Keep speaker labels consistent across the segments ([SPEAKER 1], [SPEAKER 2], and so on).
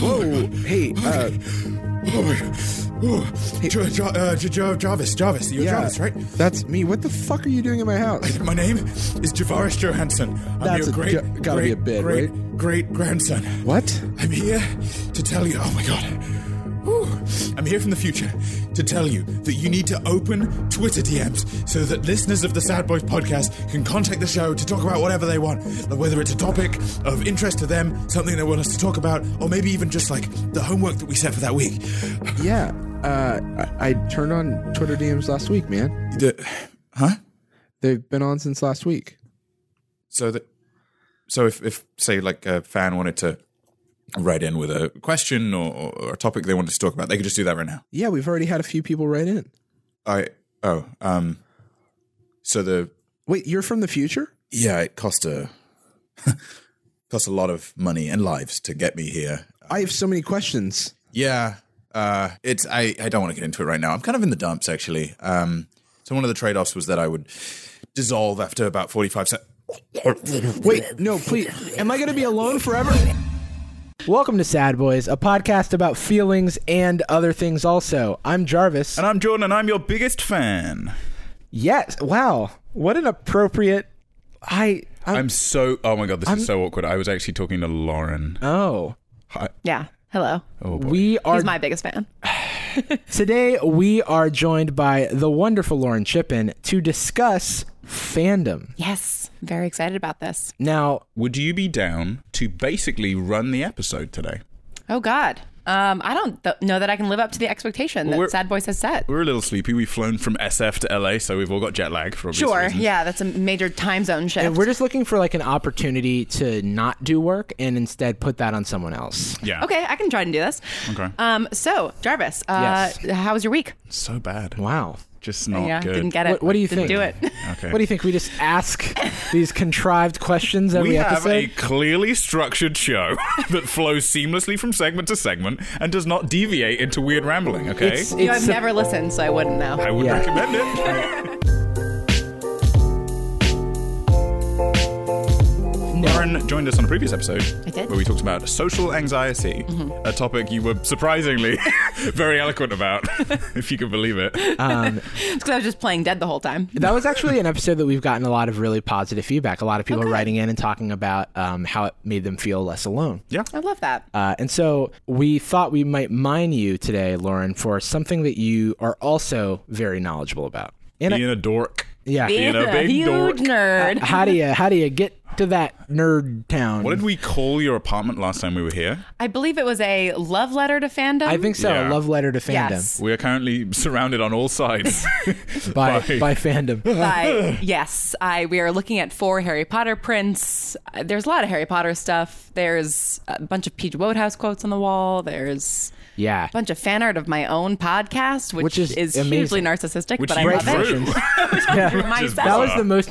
[SPEAKER 1] Whoa! Hey, uh,
[SPEAKER 2] Oh my god. Oh. Jo- Jo- uh, Jo- Jo- Jarvis, Jarvis, you're
[SPEAKER 1] yeah,
[SPEAKER 2] Jarvis, right?
[SPEAKER 1] That's me. What the fuck are you doing in my house?
[SPEAKER 2] My name is Javaris Johansson. I'm
[SPEAKER 1] That's
[SPEAKER 2] your
[SPEAKER 1] a
[SPEAKER 2] great,
[SPEAKER 1] jo- gotta
[SPEAKER 2] great,
[SPEAKER 1] be a bit,
[SPEAKER 2] great,
[SPEAKER 1] right?
[SPEAKER 2] great grandson.
[SPEAKER 1] What?
[SPEAKER 2] I'm here to tell you. Oh my god. Whew. I'm here from the future to tell you that you need to open Twitter DMs so that listeners of the Sad Boys podcast can contact the show to talk about whatever they want, whether it's a topic of interest to them, something they want us to talk about, or maybe even just like the homework that we set for that week.
[SPEAKER 1] Yeah, uh, I, I turned on Twitter DMs last week, man.
[SPEAKER 2] D- huh?
[SPEAKER 1] They've been on since last week.
[SPEAKER 2] so that so if, if say like a fan wanted to write in with a question or, or a topic they wanted to talk about they could just do that right now
[SPEAKER 1] Yeah, we've already had a few people write in.
[SPEAKER 2] i oh um so the
[SPEAKER 1] Wait, you're from the future?
[SPEAKER 2] yeah it cost a cost a lot of money and lives to get me here
[SPEAKER 1] I have so many questions.
[SPEAKER 2] yeah uh it's i i don't want to get into it right now i'm kind of in the dumps actually um so one of the trade-offs was that i would dissolve after about 45 seconds
[SPEAKER 1] Wait, no, please. Am I going to be alone forever?
[SPEAKER 3] Welcome to Sad Boys, a podcast about feelings and other things also. I'm Jarvis.
[SPEAKER 2] and i'm jordan and i'm your biggest fan
[SPEAKER 3] Yes. Wow. What an appropriate I I'm,
[SPEAKER 2] I'm so. Oh my god, this is so awkward. I was actually talking to Lauren.
[SPEAKER 3] Oh.
[SPEAKER 4] Yeah. Hello.
[SPEAKER 2] Oh boy.
[SPEAKER 3] We are
[SPEAKER 4] He's my biggest fan.
[SPEAKER 3] today we are joined by the wonderful Lauren Chippen to discuss fandom.
[SPEAKER 4] Yes. Very excited about this.
[SPEAKER 3] Now,
[SPEAKER 2] Would you be down to basically run the episode today?
[SPEAKER 4] Oh God. Um, I don't th- know that I can live up to the expectation
[SPEAKER 2] Well, we're-
[SPEAKER 4] that Sad Boys has set.
[SPEAKER 2] We're a little sleepy. We've flown from SF to LA, so we've all got jet lag for obvious
[SPEAKER 4] Sure.
[SPEAKER 2] reasons.
[SPEAKER 4] Yeah, that's a major time zone shift.
[SPEAKER 3] we're just looking for like an opportunity to not do work and instead put that on someone else.
[SPEAKER 2] Yeah.
[SPEAKER 4] okay, I can try and do this.
[SPEAKER 2] Okay.
[SPEAKER 4] Um, so Jarvis, uh,
[SPEAKER 3] Yes.
[SPEAKER 4] how was your week?
[SPEAKER 2] So bad.
[SPEAKER 3] Wow.
[SPEAKER 2] Just not
[SPEAKER 4] yeah,
[SPEAKER 2] good.
[SPEAKER 4] didn't get it.
[SPEAKER 3] What- what do you
[SPEAKER 4] didn't
[SPEAKER 3] think?
[SPEAKER 4] Do it.
[SPEAKER 2] Okay.
[SPEAKER 3] What do you think? We just ask these contrived questions every
[SPEAKER 2] we have
[SPEAKER 3] episode.
[SPEAKER 2] a clearly structured show that flows seamlessly from segment to segment and does not deviate into weird rambling. Okay.
[SPEAKER 3] It's-
[SPEAKER 4] You know, I've
[SPEAKER 3] it's-
[SPEAKER 4] never listened, so I wouldn't know.
[SPEAKER 2] I would
[SPEAKER 3] Yeah.
[SPEAKER 2] recommend it. Lauren joined us on a previous episode
[SPEAKER 4] I did. Mm-hmm.
[SPEAKER 2] where we talked about social anxiety, a topic you were surprisingly very eloquent about, if you can believe it.
[SPEAKER 4] It's because I was just playing dead the whole time.
[SPEAKER 3] That was actually an episode that we've gotten a lot of really positive feedback. A lot of people are writing in and talking about um, how it made them feel less alone.
[SPEAKER 2] Yeah.
[SPEAKER 4] I love that.
[SPEAKER 3] Uh, and so we thought we might mine you today, Lauren, for something that you are also very knowledgeable about. And I-
[SPEAKER 2] Being a dork.
[SPEAKER 3] yeah,
[SPEAKER 2] Being a big
[SPEAKER 4] huge
[SPEAKER 2] dork.
[SPEAKER 4] nerd.
[SPEAKER 3] how do you how do you get to that nerd town?
[SPEAKER 2] What did we call your apartment last time we were here?
[SPEAKER 4] I believe it was a love letter to fandom.
[SPEAKER 3] I think so.
[SPEAKER 2] Yeah.
[SPEAKER 3] A love letter to fandom
[SPEAKER 4] yes.
[SPEAKER 2] We are currently surrounded on all sides.
[SPEAKER 3] by
[SPEAKER 2] By-
[SPEAKER 3] by fandom.
[SPEAKER 4] I, yes, I. We are looking at four Harry Potter prints. Uh, There's a lot of Harry Potter stuff. There's a bunch of P.G. Wodehouse quotes on the wall. There's
[SPEAKER 3] Yeah,
[SPEAKER 4] a bunch of fan art of my own podcast, which,
[SPEAKER 3] Which is
[SPEAKER 4] is, hugely
[SPEAKER 3] amazing.
[SPEAKER 4] narcissistic,
[SPEAKER 2] Which
[SPEAKER 4] but I
[SPEAKER 2] you
[SPEAKER 4] love
[SPEAKER 2] drew.
[SPEAKER 4] it.
[SPEAKER 2] Which is
[SPEAKER 4] Myself.
[SPEAKER 3] that was the most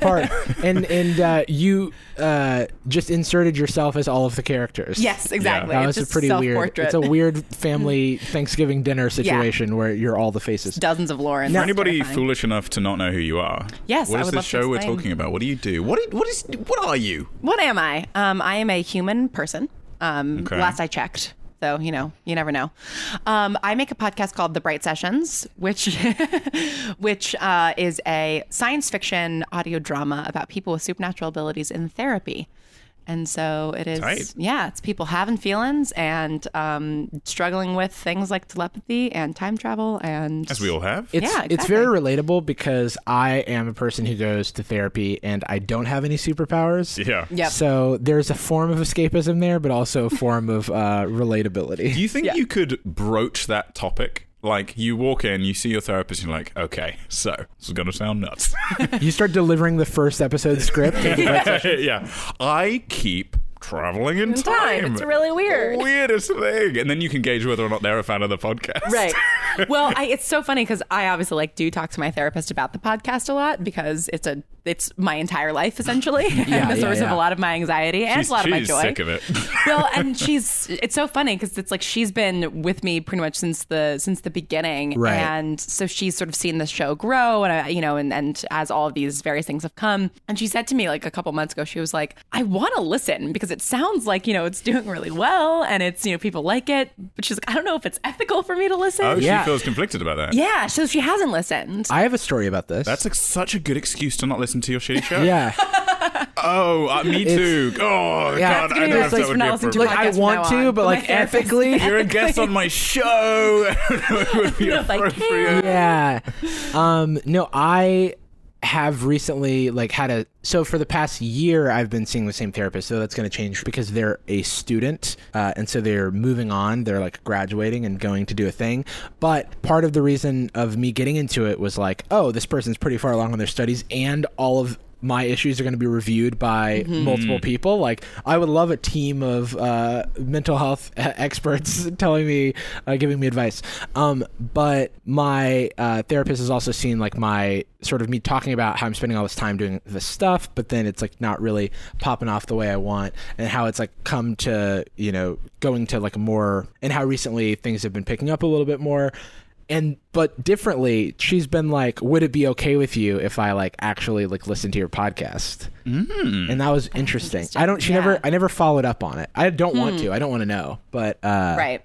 [SPEAKER 3] part. And and uh, you uh, just inserted yourself as all of the characters.
[SPEAKER 4] Yes, exactly.
[SPEAKER 3] That
[SPEAKER 4] It's
[SPEAKER 3] was a
[SPEAKER 4] just
[SPEAKER 3] pretty weird.
[SPEAKER 4] self-portrait.
[SPEAKER 3] It's a weird family Thanksgiving dinner situation where you're all the faces.
[SPEAKER 4] Dozens of Lauren.
[SPEAKER 2] For anybody foolish enough to not know who you are,
[SPEAKER 4] Yes,
[SPEAKER 2] what
[SPEAKER 4] I
[SPEAKER 2] is
[SPEAKER 4] would
[SPEAKER 2] this
[SPEAKER 4] love to
[SPEAKER 2] show we're
[SPEAKER 4] explain.
[SPEAKER 2] talking about? What do you do? What is, what is what are you?
[SPEAKER 4] What am I? Um, I am a human person. Um,
[SPEAKER 2] Okay.
[SPEAKER 4] Last I checked. So, you know, you never know. Um, I make a podcast called The Bright Sessions, which which uh, is a science fiction audio drama about people with supernatural abilities in therapy. And so it is,
[SPEAKER 2] Tight.
[SPEAKER 4] yeah, it's people having feelings and um, struggling with things like telepathy and time travel and
[SPEAKER 2] As we all have.
[SPEAKER 3] It's,
[SPEAKER 4] Yeah,
[SPEAKER 3] it's very relatable because I am a person who goes to therapy and I don't have any superpowers.
[SPEAKER 2] yeah.
[SPEAKER 4] Yep.
[SPEAKER 3] So there's a form of escapism there, but also a form of uh, relatability.
[SPEAKER 2] Do you think you could broach that topic? Like you walk in, you see your therapist, and you're like, okay, so this is gonna sound nuts.
[SPEAKER 3] You start delivering the first episode script.
[SPEAKER 2] yeah, I keep traveling in time.
[SPEAKER 4] time. It's really weird.
[SPEAKER 2] Weirdest thing, and then you can gauge whether or not they're a fan of the podcast.
[SPEAKER 4] Right. well, I, it's so funny because I obviously like do talk to my therapist about the podcast a lot because it's a it's my entire life essentially, and the
[SPEAKER 3] yeah,
[SPEAKER 4] source of
[SPEAKER 3] yeah.
[SPEAKER 4] a lot of my anxiety and
[SPEAKER 2] She's-
[SPEAKER 4] a lot of my
[SPEAKER 2] she's
[SPEAKER 4] joy.
[SPEAKER 2] sick of it.
[SPEAKER 4] well, and she's it's so funny because it's like she's been with me pretty much since the since the beginning,
[SPEAKER 3] Right.
[SPEAKER 4] And so she's sort of seen the show grow, and I, you know, and and as all of these various things have come, and she said to me like a couple months ago, she was like, "I want to listen because it sounds like you know it's doing really well, and it's you know people like it, but she's like, I don't know if it's ethical for me to listen."
[SPEAKER 2] Oh,
[SPEAKER 3] Yeah.
[SPEAKER 2] she feels conflicted about that.
[SPEAKER 4] Yeah, so she hasn't listened.
[SPEAKER 3] I have a story about this.
[SPEAKER 2] That's like such a good excuse to not listen to your shitty show.
[SPEAKER 3] yeah.
[SPEAKER 2] Oh, uh, me too. Oh,
[SPEAKER 3] Yeah.
[SPEAKER 2] God.
[SPEAKER 3] That's
[SPEAKER 2] I
[SPEAKER 3] gonna be
[SPEAKER 2] don't know
[SPEAKER 3] like-
[SPEAKER 2] if that
[SPEAKER 3] for
[SPEAKER 2] would be
[SPEAKER 4] not listening to
[SPEAKER 2] appropriate.
[SPEAKER 3] Like I
[SPEAKER 4] podcast from
[SPEAKER 3] want
[SPEAKER 4] now
[SPEAKER 3] to,
[SPEAKER 4] on.
[SPEAKER 3] but
[SPEAKER 4] My
[SPEAKER 3] like
[SPEAKER 4] therapist.
[SPEAKER 3] ethically.
[SPEAKER 2] You're a guest on my show. it would be
[SPEAKER 4] If I can.
[SPEAKER 2] appropriate.
[SPEAKER 3] yeah. Um, no, I have recently like had a so for the past year I've been seeing the same therapist. So that's going to change because they're a student, uh, and so they're moving on. They're like graduating and going to do a thing. But part of the reason of me getting into it was like, oh, this person's pretty far along on their studies, and all of my issues are going to be reviewed by multiple people. Like, I would love a team of uh, mental health uh, experts telling me, uh, giving me advice. Um, but my uh, therapist has also seen like my sort of me talking about how I'm spending all this time doing this stuff, but then it's like not really popping off the way I want, and how it's like come to you know going to like a more and how recently things have been picking up a little bit more and but differently she's been like would it be okay with you if i like actually like listen to your podcast mm. and that was interesting. i don't she
[SPEAKER 4] Yeah. Hmm.
[SPEAKER 3] never i never followed up on it i don't want to i don't want to know but uh
[SPEAKER 4] Right.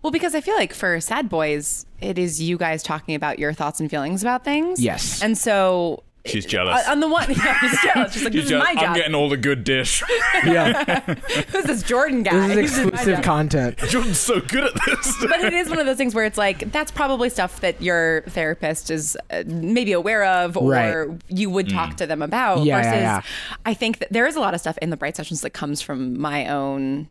[SPEAKER 4] Well, because I feel like for Sad Boys, it is you guys talking about your thoughts and feelings about things.
[SPEAKER 3] Yes.
[SPEAKER 4] And so.
[SPEAKER 2] She's jealous.
[SPEAKER 4] On the one, yeah, she's jealous. She's like,
[SPEAKER 2] You
[SPEAKER 4] this
[SPEAKER 2] just-
[SPEAKER 4] is my
[SPEAKER 2] I'm
[SPEAKER 4] job.
[SPEAKER 2] getting all the good dish.
[SPEAKER 3] yeah
[SPEAKER 4] Who's this Jordan guy?
[SPEAKER 3] this is
[SPEAKER 4] He's in my
[SPEAKER 3] exclusive
[SPEAKER 4] job.
[SPEAKER 3] content
[SPEAKER 2] Jordan's so good at this.
[SPEAKER 4] But it is one of those things where it's like that's probably stuff that your therapist is uh, maybe aware of, or
[SPEAKER 3] Right.
[SPEAKER 4] you would talk
[SPEAKER 2] Mm.
[SPEAKER 4] to them about.
[SPEAKER 3] Yeah, yeah,
[SPEAKER 4] versus,
[SPEAKER 3] yeah.
[SPEAKER 4] I think that there is a lot of stuff in the bright sessions that comes from my own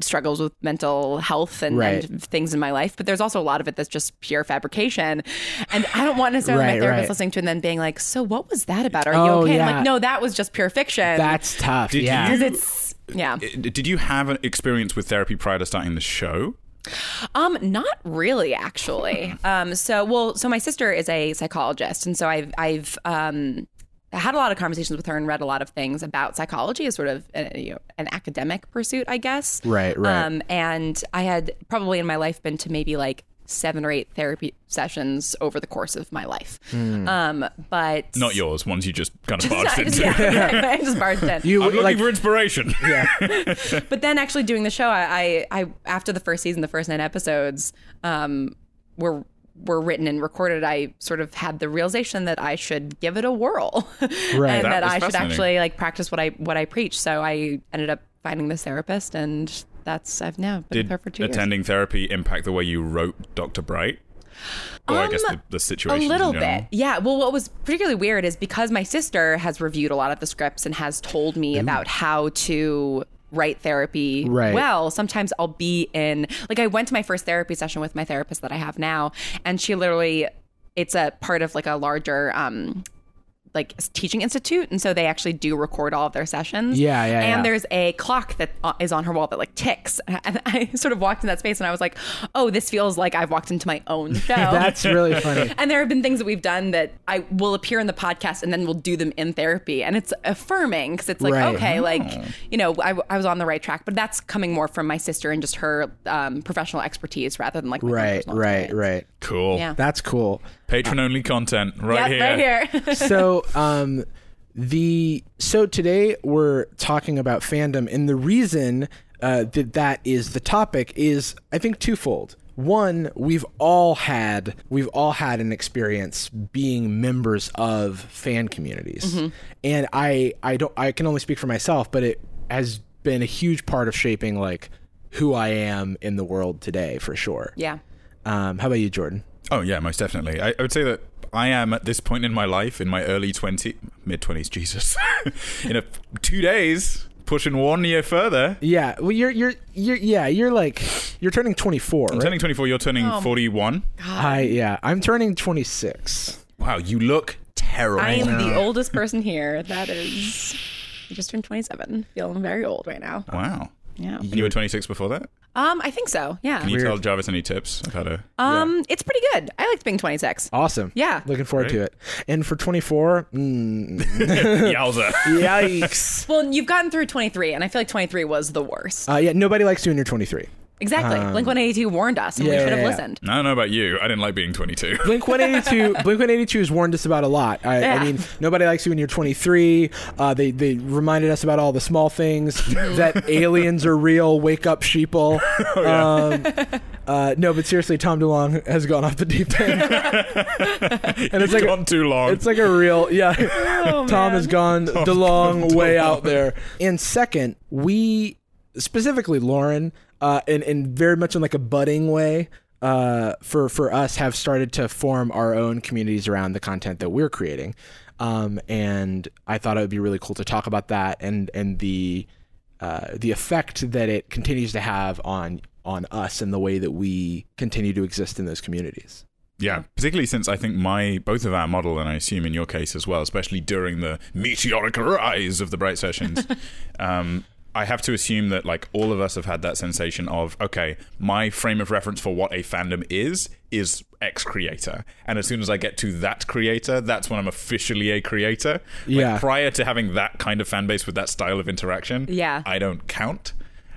[SPEAKER 4] struggles with mental health and, and
[SPEAKER 3] Right.
[SPEAKER 4] things in my life, but there's also a lot of it that's just pure fabrication. And I don't want necessarily
[SPEAKER 3] Right,
[SPEAKER 4] my therapist
[SPEAKER 3] right.
[SPEAKER 4] listening to it and then being like, "So what was that about? Are you
[SPEAKER 3] Oh,
[SPEAKER 4] okay?" And I'm
[SPEAKER 3] yeah.
[SPEAKER 4] like, "No, that was just pure fiction."
[SPEAKER 3] that's tough
[SPEAKER 2] Did
[SPEAKER 3] yeah
[SPEAKER 2] you-
[SPEAKER 4] because it's yeah.
[SPEAKER 2] Did you have an experience with therapy prior to starting the show?
[SPEAKER 4] Um, not really, actually.
[SPEAKER 3] Hmm.
[SPEAKER 4] Um, so well, so my sister is a psychologist, and so I've I've um had a lot of conversations with her and read a lot of things about psychology as sort of uh you know, an academic pursuit, I guess.
[SPEAKER 3] Right, right.
[SPEAKER 4] Um, and I had probably in my life been to maybe like seven or eight therapy sessions over the course of my life.
[SPEAKER 3] Hmm.
[SPEAKER 4] Um, but
[SPEAKER 2] Not yours, ones you just kind of barged
[SPEAKER 4] I just,
[SPEAKER 2] into.
[SPEAKER 4] yeah, I just barged in.
[SPEAKER 3] you
[SPEAKER 2] I'm looking
[SPEAKER 3] like
[SPEAKER 2] for inspiration.
[SPEAKER 4] But then actually doing the show, I, I, I after the first season, the first nine episodes um, were were written and recorded. I sort of had the realization that I should give it a whirl, and
[SPEAKER 2] That
[SPEAKER 4] that,
[SPEAKER 2] was
[SPEAKER 4] I should
[SPEAKER 2] fascinating.
[SPEAKER 4] actually like practice what I what I preach. So I ended up finding this therapist, and that's I've now been with
[SPEAKER 2] Did
[SPEAKER 4] her for two years.
[SPEAKER 2] attending therapy impact the way you wrote Dr. Bright? Or I guess the, the
[SPEAKER 4] Um, A
[SPEAKER 2] situation.
[SPEAKER 4] little bit, yeah. Well, what was particularly weird is because my sister has reviewed a lot of the scripts and has told me about how to write therapy
[SPEAKER 3] Right.
[SPEAKER 4] well. Sometimes I'll be in, like, I went to my first therapy session with my therapist that I have now, and she literally, it's a part of like a larger, um, like s- teaching institute, and so they actually do record all of their sessions.
[SPEAKER 3] Yeah, yeah,
[SPEAKER 4] And
[SPEAKER 3] yeah.
[SPEAKER 4] there's a clock that uh, is on her wall that like ticks, and I sort of walked in that space, and I was like, oh, this feels like I've walked into my own show.
[SPEAKER 3] that's really funny
[SPEAKER 4] And there have been things that we've done that I will appear in the podcast and then we'll do them in therapy. And it's affirming because it's like,
[SPEAKER 3] Right. Oh.
[SPEAKER 4] okay, like, you know, I, I was on the right track. But that's coming more from my sister and just her um, professional expertise rather than like my own
[SPEAKER 3] right
[SPEAKER 4] personal
[SPEAKER 3] right
[SPEAKER 4] experience.
[SPEAKER 3] right
[SPEAKER 2] Cool.
[SPEAKER 4] Yeah.
[SPEAKER 3] that's cool
[SPEAKER 2] Patron only content right
[SPEAKER 4] Yep,
[SPEAKER 2] here.
[SPEAKER 4] right here.
[SPEAKER 3] so um the so today we're talking about fandom and the reason uh, that that is the topic is i think twofold one we've all had we've all had an experience being members of fan communities and i i don't i can only speak for myself but it has been a huge part of shaping like who i am in the world today for sure
[SPEAKER 4] yeah.
[SPEAKER 3] um how about you jordan
[SPEAKER 2] Oh yeah, most definitely. I, I would say that I am at this point in my life, in my early twenty, mid twenties, Jesus, in a, two days, pushing one year further.
[SPEAKER 3] yeah well you're you're you're yeah you're like you're turning 24
[SPEAKER 2] I'm
[SPEAKER 3] right?
[SPEAKER 2] turning twenty-four. You're turning
[SPEAKER 4] Oh.
[SPEAKER 2] forty-one.
[SPEAKER 3] I yeah, I'm turning 26.
[SPEAKER 2] Wow, you look terrible.
[SPEAKER 4] I am the oldest person here. That is, I just turned 27. Feeling very old right now.
[SPEAKER 2] wow.
[SPEAKER 5] Yeah.
[SPEAKER 2] And you were 26 before that?
[SPEAKER 5] Um, I think so. Yeah.
[SPEAKER 2] Can you tell Jarvis any tips of how to.
[SPEAKER 5] Um, it's pretty good. I liked being 26.
[SPEAKER 3] Awesome.
[SPEAKER 5] Yeah.
[SPEAKER 3] Looking forward
[SPEAKER 2] Right.
[SPEAKER 3] to it. And for 24, mm,
[SPEAKER 2] Yowza.
[SPEAKER 3] yikes.
[SPEAKER 5] Well, you've gotten through 23, and I feel like 23 was the worst.
[SPEAKER 3] Uh, yeah, nobody likes you when you're 23.
[SPEAKER 5] Exactly. Blink 182 warned us, and we
[SPEAKER 3] Um, yeah,
[SPEAKER 5] should have
[SPEAKER 3] yeah, yeah.
[SPEAKER 5] listened.
[SPEAKER 2] I don't know about you. I didn't like being 22.
[SPEAKER 3] Blink 182. Blink 182 has warned us about a lot. I,
[SPEAKER 5] Yeah.
[SPEAKER 3] I mean, nobody likes you when you're 23. Uh, they they reminded us about all the small things that aliens are real. Wake up, sheeple. um, uh, no, but seriously, Tom DeLong has gone off the deep end, and it's like
[SPEAKER 2] Gone too long.
[SPEAKER 3] it's like a real yeah. Tom has gone the long way out there. And second, we specifically Lauren, uh, and and very much in like a budding way. Uh, for for us, have started to form our own communities around the content that we're creating, um, and I thought it would be really cool to talk about that and and the uh, the effect that it continues to have on on us and the way that we continue to exist in those communities.
[SPEAKER 2] Yeah, particularly since I think my both of our model, and I assume in your case as well, especially during the meteoric rise of the bright sessions, um, I have to assume that like all of us have had that sensation of okay, my frame of reference for what a fandom is is X creator, and as soon as I get to that creator, that's when I'm officially a creator. Like,
[SPEAKER 3] Yeah.
[SPEAKER 2] prior to having that kind of fan base with that style of interaction,
[SPEAKER 5] Yeah.
[SPEAKER 2] I don't count.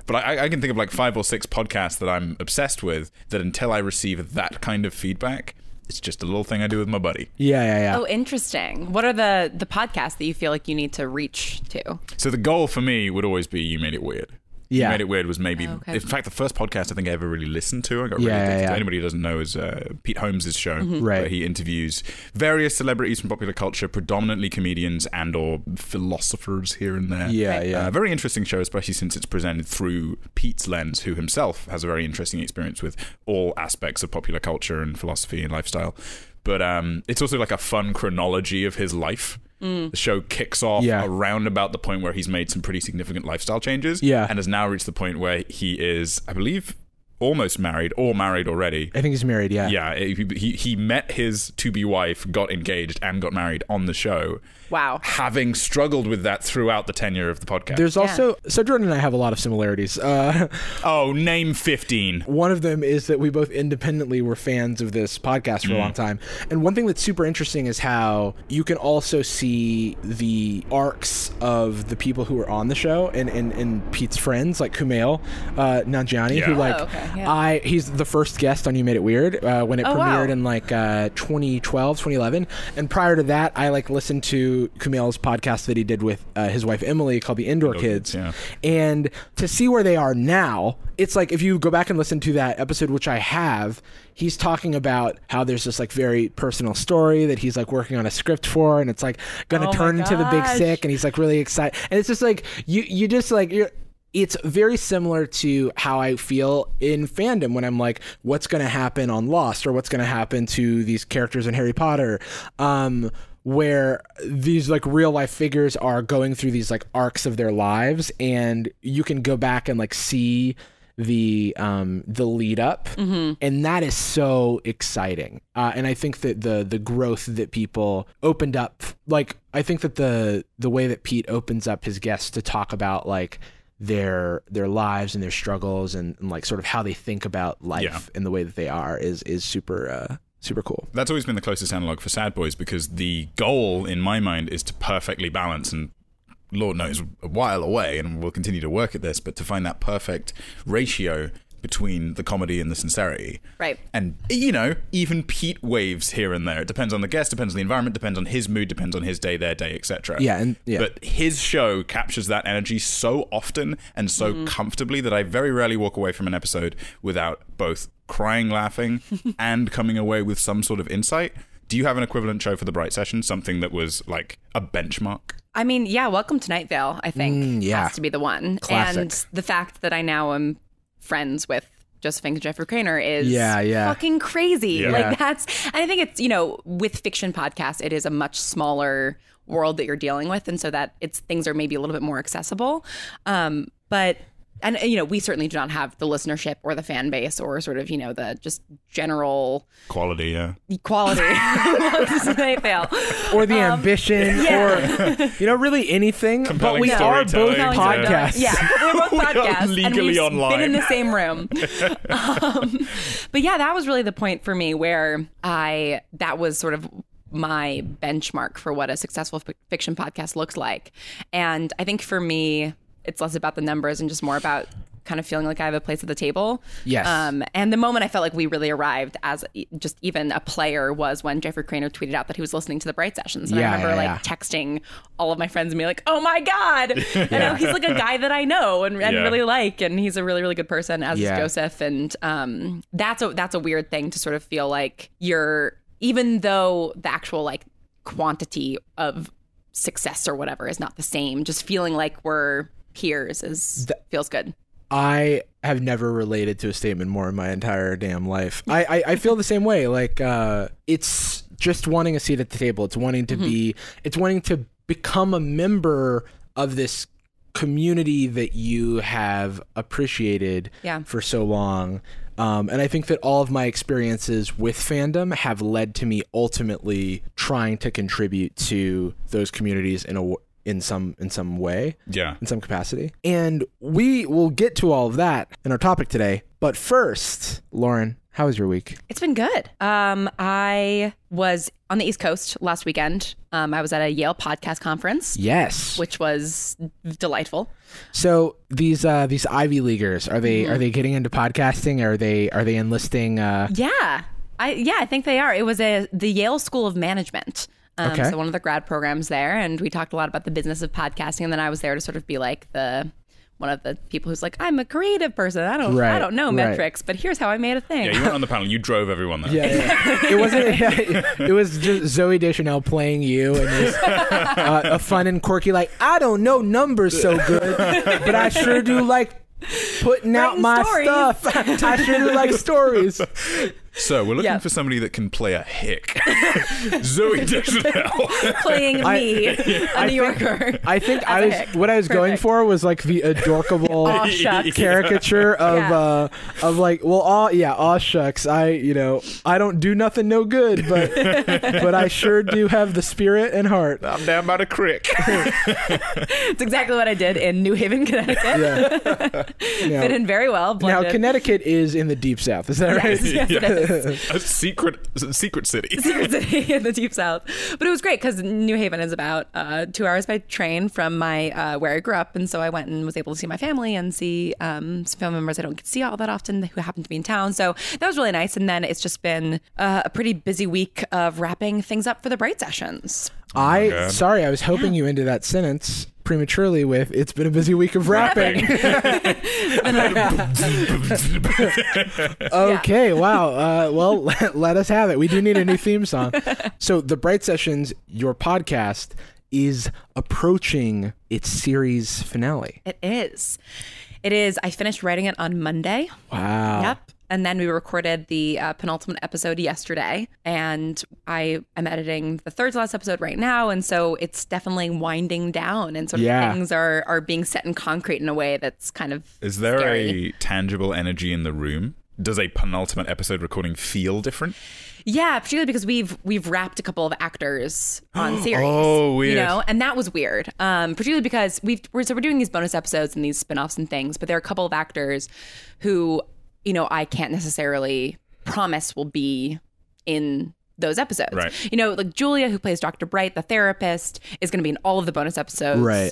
[SPEAKER 2] But I, I can think of like five or six podcasts that I'm obsessed with that until I receive that kind of feedback, it's just a little thing I do with my buddy.
[SPEAKER 3] Yeah, yeah, yeah.
[SPEAKER 5] Oh, interesting. What are the the podcasts that you feel like you need to reach to?
[SPEAKER 2] So the goal for me would always be you made it weird.
[SPEAKER 3] Yeah.
[SPEAKER 2] You made it weird was maybe,
[SPEAKER 5] Okay.
[SPEAKER 2] in fact, the first podcast I think I ever really listened to. I got
[SPEAKER 3] Yeah,
[SPEAKER 2] really addicted
[SPEAKER 3] yeah,
[SPEAKER 2] to.
[SPEAKER 3] yeah.
[SPEAKER 2] Anybody who doesn't know is uh, Pete Holmes' show,
[SPEAKER 3] Right.
[SPEAKER 2] where he interviews various celebrities from popular culture, predominantly comedians and or philosophers here and there.
[SPEAKER 3] Yeah, Right. yeah.
[SPEAKER 2] Uh, very interesting show, especially since it's presented through Pete's lens, who himself has a very interesting experience with all aspects of popular culture and philosophy and lifestyle. But um, it's also like a fun chronology of his life. The show kicks off
[SPEAKER 3] Yeah.
[SPEAKER 2] around about the point where he's made some pretty significant lifestyle changes,
[SPEAKER 3] Yeah.
[SPEAKER 2] and has now reached the point where he is, I believe, almost married or married already.
[SPEAKER 3] I think he's married. Yeah.
[SPEAKER 2] Yeah, he, he he met his to be wife, got engaged, and got married on the show.
[SPEAKER 5] Wow.
[SPEAKER 2] Having struggled with that throughout the tenure of the podcast.
[SPEAKER 3] There's also so Jordan and I have a lot of similarities. Uh,
[SPEAKER 2] oh, name 15.
[SPEAKER 3] one of them is that we both independently were fans of this podcast for a long time. And one thing that's super interesting is how you can also see the arcs of the people who are on the show and and, and Pete's friends like Kumail uh, Nanjiani, who
[SPEAKER 2] Yeah.
[SPEAKER 3] like
[SPEAKER 5] Oh, okay, yeah.
[SPEAKER 3] I he's the first guest on You Made It Weird uh, when it
[SPEAKER 5] Oh, wow.
[SPEAKER 3] premiered in like uh, 2012, 2011. And prior to that, I like listened to Kumail's podcast that he did with uh, his wife Emily called The Indoor Kids.
[SPEAKER 2] yeah.
[SPEAKER 3] And to see where they are now, it's like if you go back and listen to that episode, which I have, he's talking about how there's this like very personal story that he's like working on a script for, and it's like gonna
[SPEAKER 5] Oh my
[SPEAKER 3] turn into the big
[SPEAKER 5] gosh.
[SPEAKER 3] sick, and he's like really excited, and it's just like you you just like you're. It's very similar to how I feel in fandom when I'm like, what's going to happen on Lost or what's going to happen to these characters in Harry Potter, um, where these like real life figures are going through these like arcs of their lives, and you can go back and like see the um the lead up
[SPEAKER 4] Mm-hmm.
[SPEAKER 3] and that is so exciting uh, and i think that the the growth that people opened up like i think that the the way that pete opens up his guests to talk about like their their lives and their struggles and, and like sort of how they think about life
[SPEAKER 2] Yeah.
[SPEAKER 3] and the way that they are is is super uh super cool
[SPEAKER 2] That's always been the closest analog for Sad Boys because the goal in my mind is to perfectly balance and Lord knows a while away and we'll continue to work at this, but to find that perfect ratio between the comedy and the sincerity.
[SPEAKER 5] Right.
[SPEAKER 2] And you know, even Pete waves here and there. It depends on the guest, depends on the environment, depends on his mood, depends on his day, their day, etc.
[SPEAKER 3] Yeah, and- yeah.
[SPEAKER 2] But his show captures that energy so often and so comfortably that I very rarely walk away from an episode without both crying, laughing, and coming away with some sort of insight. Do you have an equivalent show for the Bright Session? Something that was like a benchmark?
[SPEAKER 5] I mean, yeah, welcome to Night Vale, I think.
[SPEAKER 3] Mm, yeah.
[SPEAKER 5] Has to be the one.
[SPEAKER 3] Classic.
[SPEAKER 5] And the fact that I now am friends with Josephine and Jeffrey Craner is
[SPEAKER 3] Yeah, yeah.
[SPEAKER 5] fucking crazy.
[SPEAKER 2] Yeah.
[SPEAKER 5] Like that's and I think it's, you know, with fiction podcasts, it is a much smaller world that you're dealing with. And so that it's things are maybe a little bit more accessible. Um, but
[SPEAKER 4] and you know we certainly do not have the listenership or the fan base or sort of you know the just general
[SPEAKER 2] Quality, yeah.
[SPEAKER 4] equality they fail
[SPEAKER 3] or the
[SPEAKER 4] Um,
[SPEAKER 3] ambition, or you know, really anything. but
[SPEAKER 2] Compelling
[SPEAKER 3] we are both
[SPEAKER 2] storytelling,
[SPEAKER 4] Compelling
[SPEAKER 3] podcasts.
[SPEAKER 4] story. Yeah, we're both
[SPEAKER 2] We are
[SPEAKER 4] podcasts. and
[SPEAKER 2] legally
[SPEAKER 4] we've
[SPEAKER 2] online.
[SPEAKER 4] Been in the same room. um, but yeah, that was really the point for me where I that was sort of my benchmark for what a successful fi- fiction podcast looks like. And I think for me, it's less about the numbers and just more about kind of feeling like I have a place at the table.
[SPEAKER 3] Yes.
[SPEAKER 4] Um, and the moment I felt like we really arrived as e- just even a player was when Jeffrey Craner tweeted out that he was listening to the Bright Sessions. And I
[SPEAKER 3] Yeah,
[SPEAKER 4] remember
[SPEAKER 3] yeah,
[SPEAKER 4] like
[SPEAKER 3] yeah.
[SPEAKER 4] texting all of my friends and be like, "Oh my god!" And I know he's like a guy that I know and, and
[SPEAKER 2] Yeah.
[SPEAKER 4] really like, and he's a really really good person as
[SPEAKER 3] Yeah.
[SPEAKER 4] is Joseph, and um, that's a that's a weird thing to sort of feel like you're even though the actual like quantity of success or whatever is not the same, just feeling like we're peers is feels good.
[SPEAKER 3] I have never related to a statement more in my entire damn life. I, I, I feel the same way. Like uh, it's just wanting a seat at the table. It's wanting to be. It's wanting to become a member of this community that you have appreciated
[SPEAKER 4] Yeah.
[SPEAKER 3] for so long. Um, and I think that all of my experiences with fandom have led to me ultimately trying to contribute to those communities in a w- in some in some way
[SPEAKER 2] Yeah.
[SPEAKER 3] in some capacity. And we will get to all of that in our topic today. But first, Lauren, how was your week?
[SPEAKER 4] It's been good. Um, I was on the East Coast last weekend. Um, I was at a Yale podcast conference.
[SPEAKER 3] Yes.
[SPEAKER 4] Which was delightful.
[SPEAKER 3] So these uh, these Ivy Leaguers are they
[SPEAKER 4] Mm-hmm.
[SPEAKER 3] are they getting into podcasting? Are they are they enlisting? Uh,
[SPEAKER 4] Yeah. I yeah, I think they are. It was a the Yale School of Management. Um,
[SPEAKER 3] Okay.
[SPEAKER 4] so one of the grad programs there and we talked a lot about the business of podcasting and then I was there to sort of be like the one of the people who's like I'm a creative person. I don't
[SPEAKER 3] Right,
[SPEAKER 4] I don't know
[SPEAKER 3] right.
[SPEAKER 4] metrics, but here's how I made a thing.
[SPEAKER 2] Yeah, you weren't on the panel. You drove everyone there.
[SPEAKER 3] yeah, yeah. it wasn't. it was just Zoe Deschanel playing you, and this, uh, a fun and quirky like I don't know numbers so good, but I sure do like putting out
[SPEAKER 4] Writing
[SPEAKER 3] my
[SPEAKER 4] stories.
[SPEAKER 3] stuff. I sure do like stories.
[SPEAKER 2] So we're looking
[SPEAKER 4] Yeah.
[SPEAKER 2] for somebody that can play a hick. Zoe Deschanel.
[SPEAKER 4] Playing
[SPEAKER 3] I-
[SPEAKER 4] me, a
[SPEAKER 3] I
[SPEAKER 4] New
[SPEAKER 3] think-
[SPEAKER 4] Yorker.
[SPEAKER 3] I think I
[SPEAKER 4] a
[SPEAKER 3] was
[SPEAKER 4] hick.
[SPEAKER 3] what I was going
[SPEAKER 4] Perfect.
[SPEAKER 3] for was like the adorable
[SPEAKER 4] Aw, shucks.
[SPEAKER 3] caricature of
[SPEAKER 4] Yeah.
[SPEAKER 3] uh of like well all yeah aw shucks I you know I don't do nothing no good but but I sure do have the spirit and heart.
[SPEAKER 2] I'm down by the crick.
[SPEAKER 4] It's exactly what I did in New Haven, Connecticut.
[SPEAKER 3] Yeah. Now-
[SPEAKER 4] Fit in very well.
[SPEAKER 3] now
[SPEAKER 4] blended.
[SPEAKER 3] Connecticut is in the deep south, is that right?
[SPEAKER 4] Yes, it is.
[SPEAKER 2] a secret, a secret city.
[SPEAKER 4] Secret City in the deep south. But it was great because New Haven is about uh, two hours by train from my uh, where I grew up, and so I went and was able to see my family and see um, some family members I don't get to see all that often who happen to be in town. So that was really nice. And then it's just been uh, a pretty busy week of wrapping things up for the bright sessions.
[SPEAKER 3] I
[SPEAKER 2] God.
[SPEAKER 3] sorry, I was hoping you ended that sentence prematurely with it's been a busy week of rapping. Okay, wow. Uh, well, let, let us have it. We do need a new theme song. So, The Bright Sessions, your podcast, is approaching its series finale.
[SPEAKER 4] It is. It is. I finished writing it on Monday.
[SPEAKER 3] Wow.
[SPEAKER 4] Yep. And then we recorded the uh, penultimate episode yesterday, and I am editing the third to last episode right now, and so it's definitely winding down, and sort of
[SPEAKER 3] Yeah.
[SPEAKER 4] things are are being set in concrete in a way that's kind of
[SPEAKER 2] Is there
[SPEAKER 4] scary.
[SPEAKER 2] a tangible energy in the room? Does a penultimate episode recording feel different?
[SPEAKER 4] yeah, particularly because we've we've wrapped a couple of actors on series,
[SPEAKER 2] Oh, weird.
[SPEAKER 4] you know, and that was weird, um, particularly because we've we're so we're doing these bonus episodes and these spin-offs and things, but there are a couple of actors who you know I can't necessarily promise will be in those episodes.
[SPEAKER 2] Right.
[SPEAKER 4] You know, like Julia, who plays Dr. Bright, the therapist, is going to be in all of the bonus episodes.
[SPEAKER 3] Right.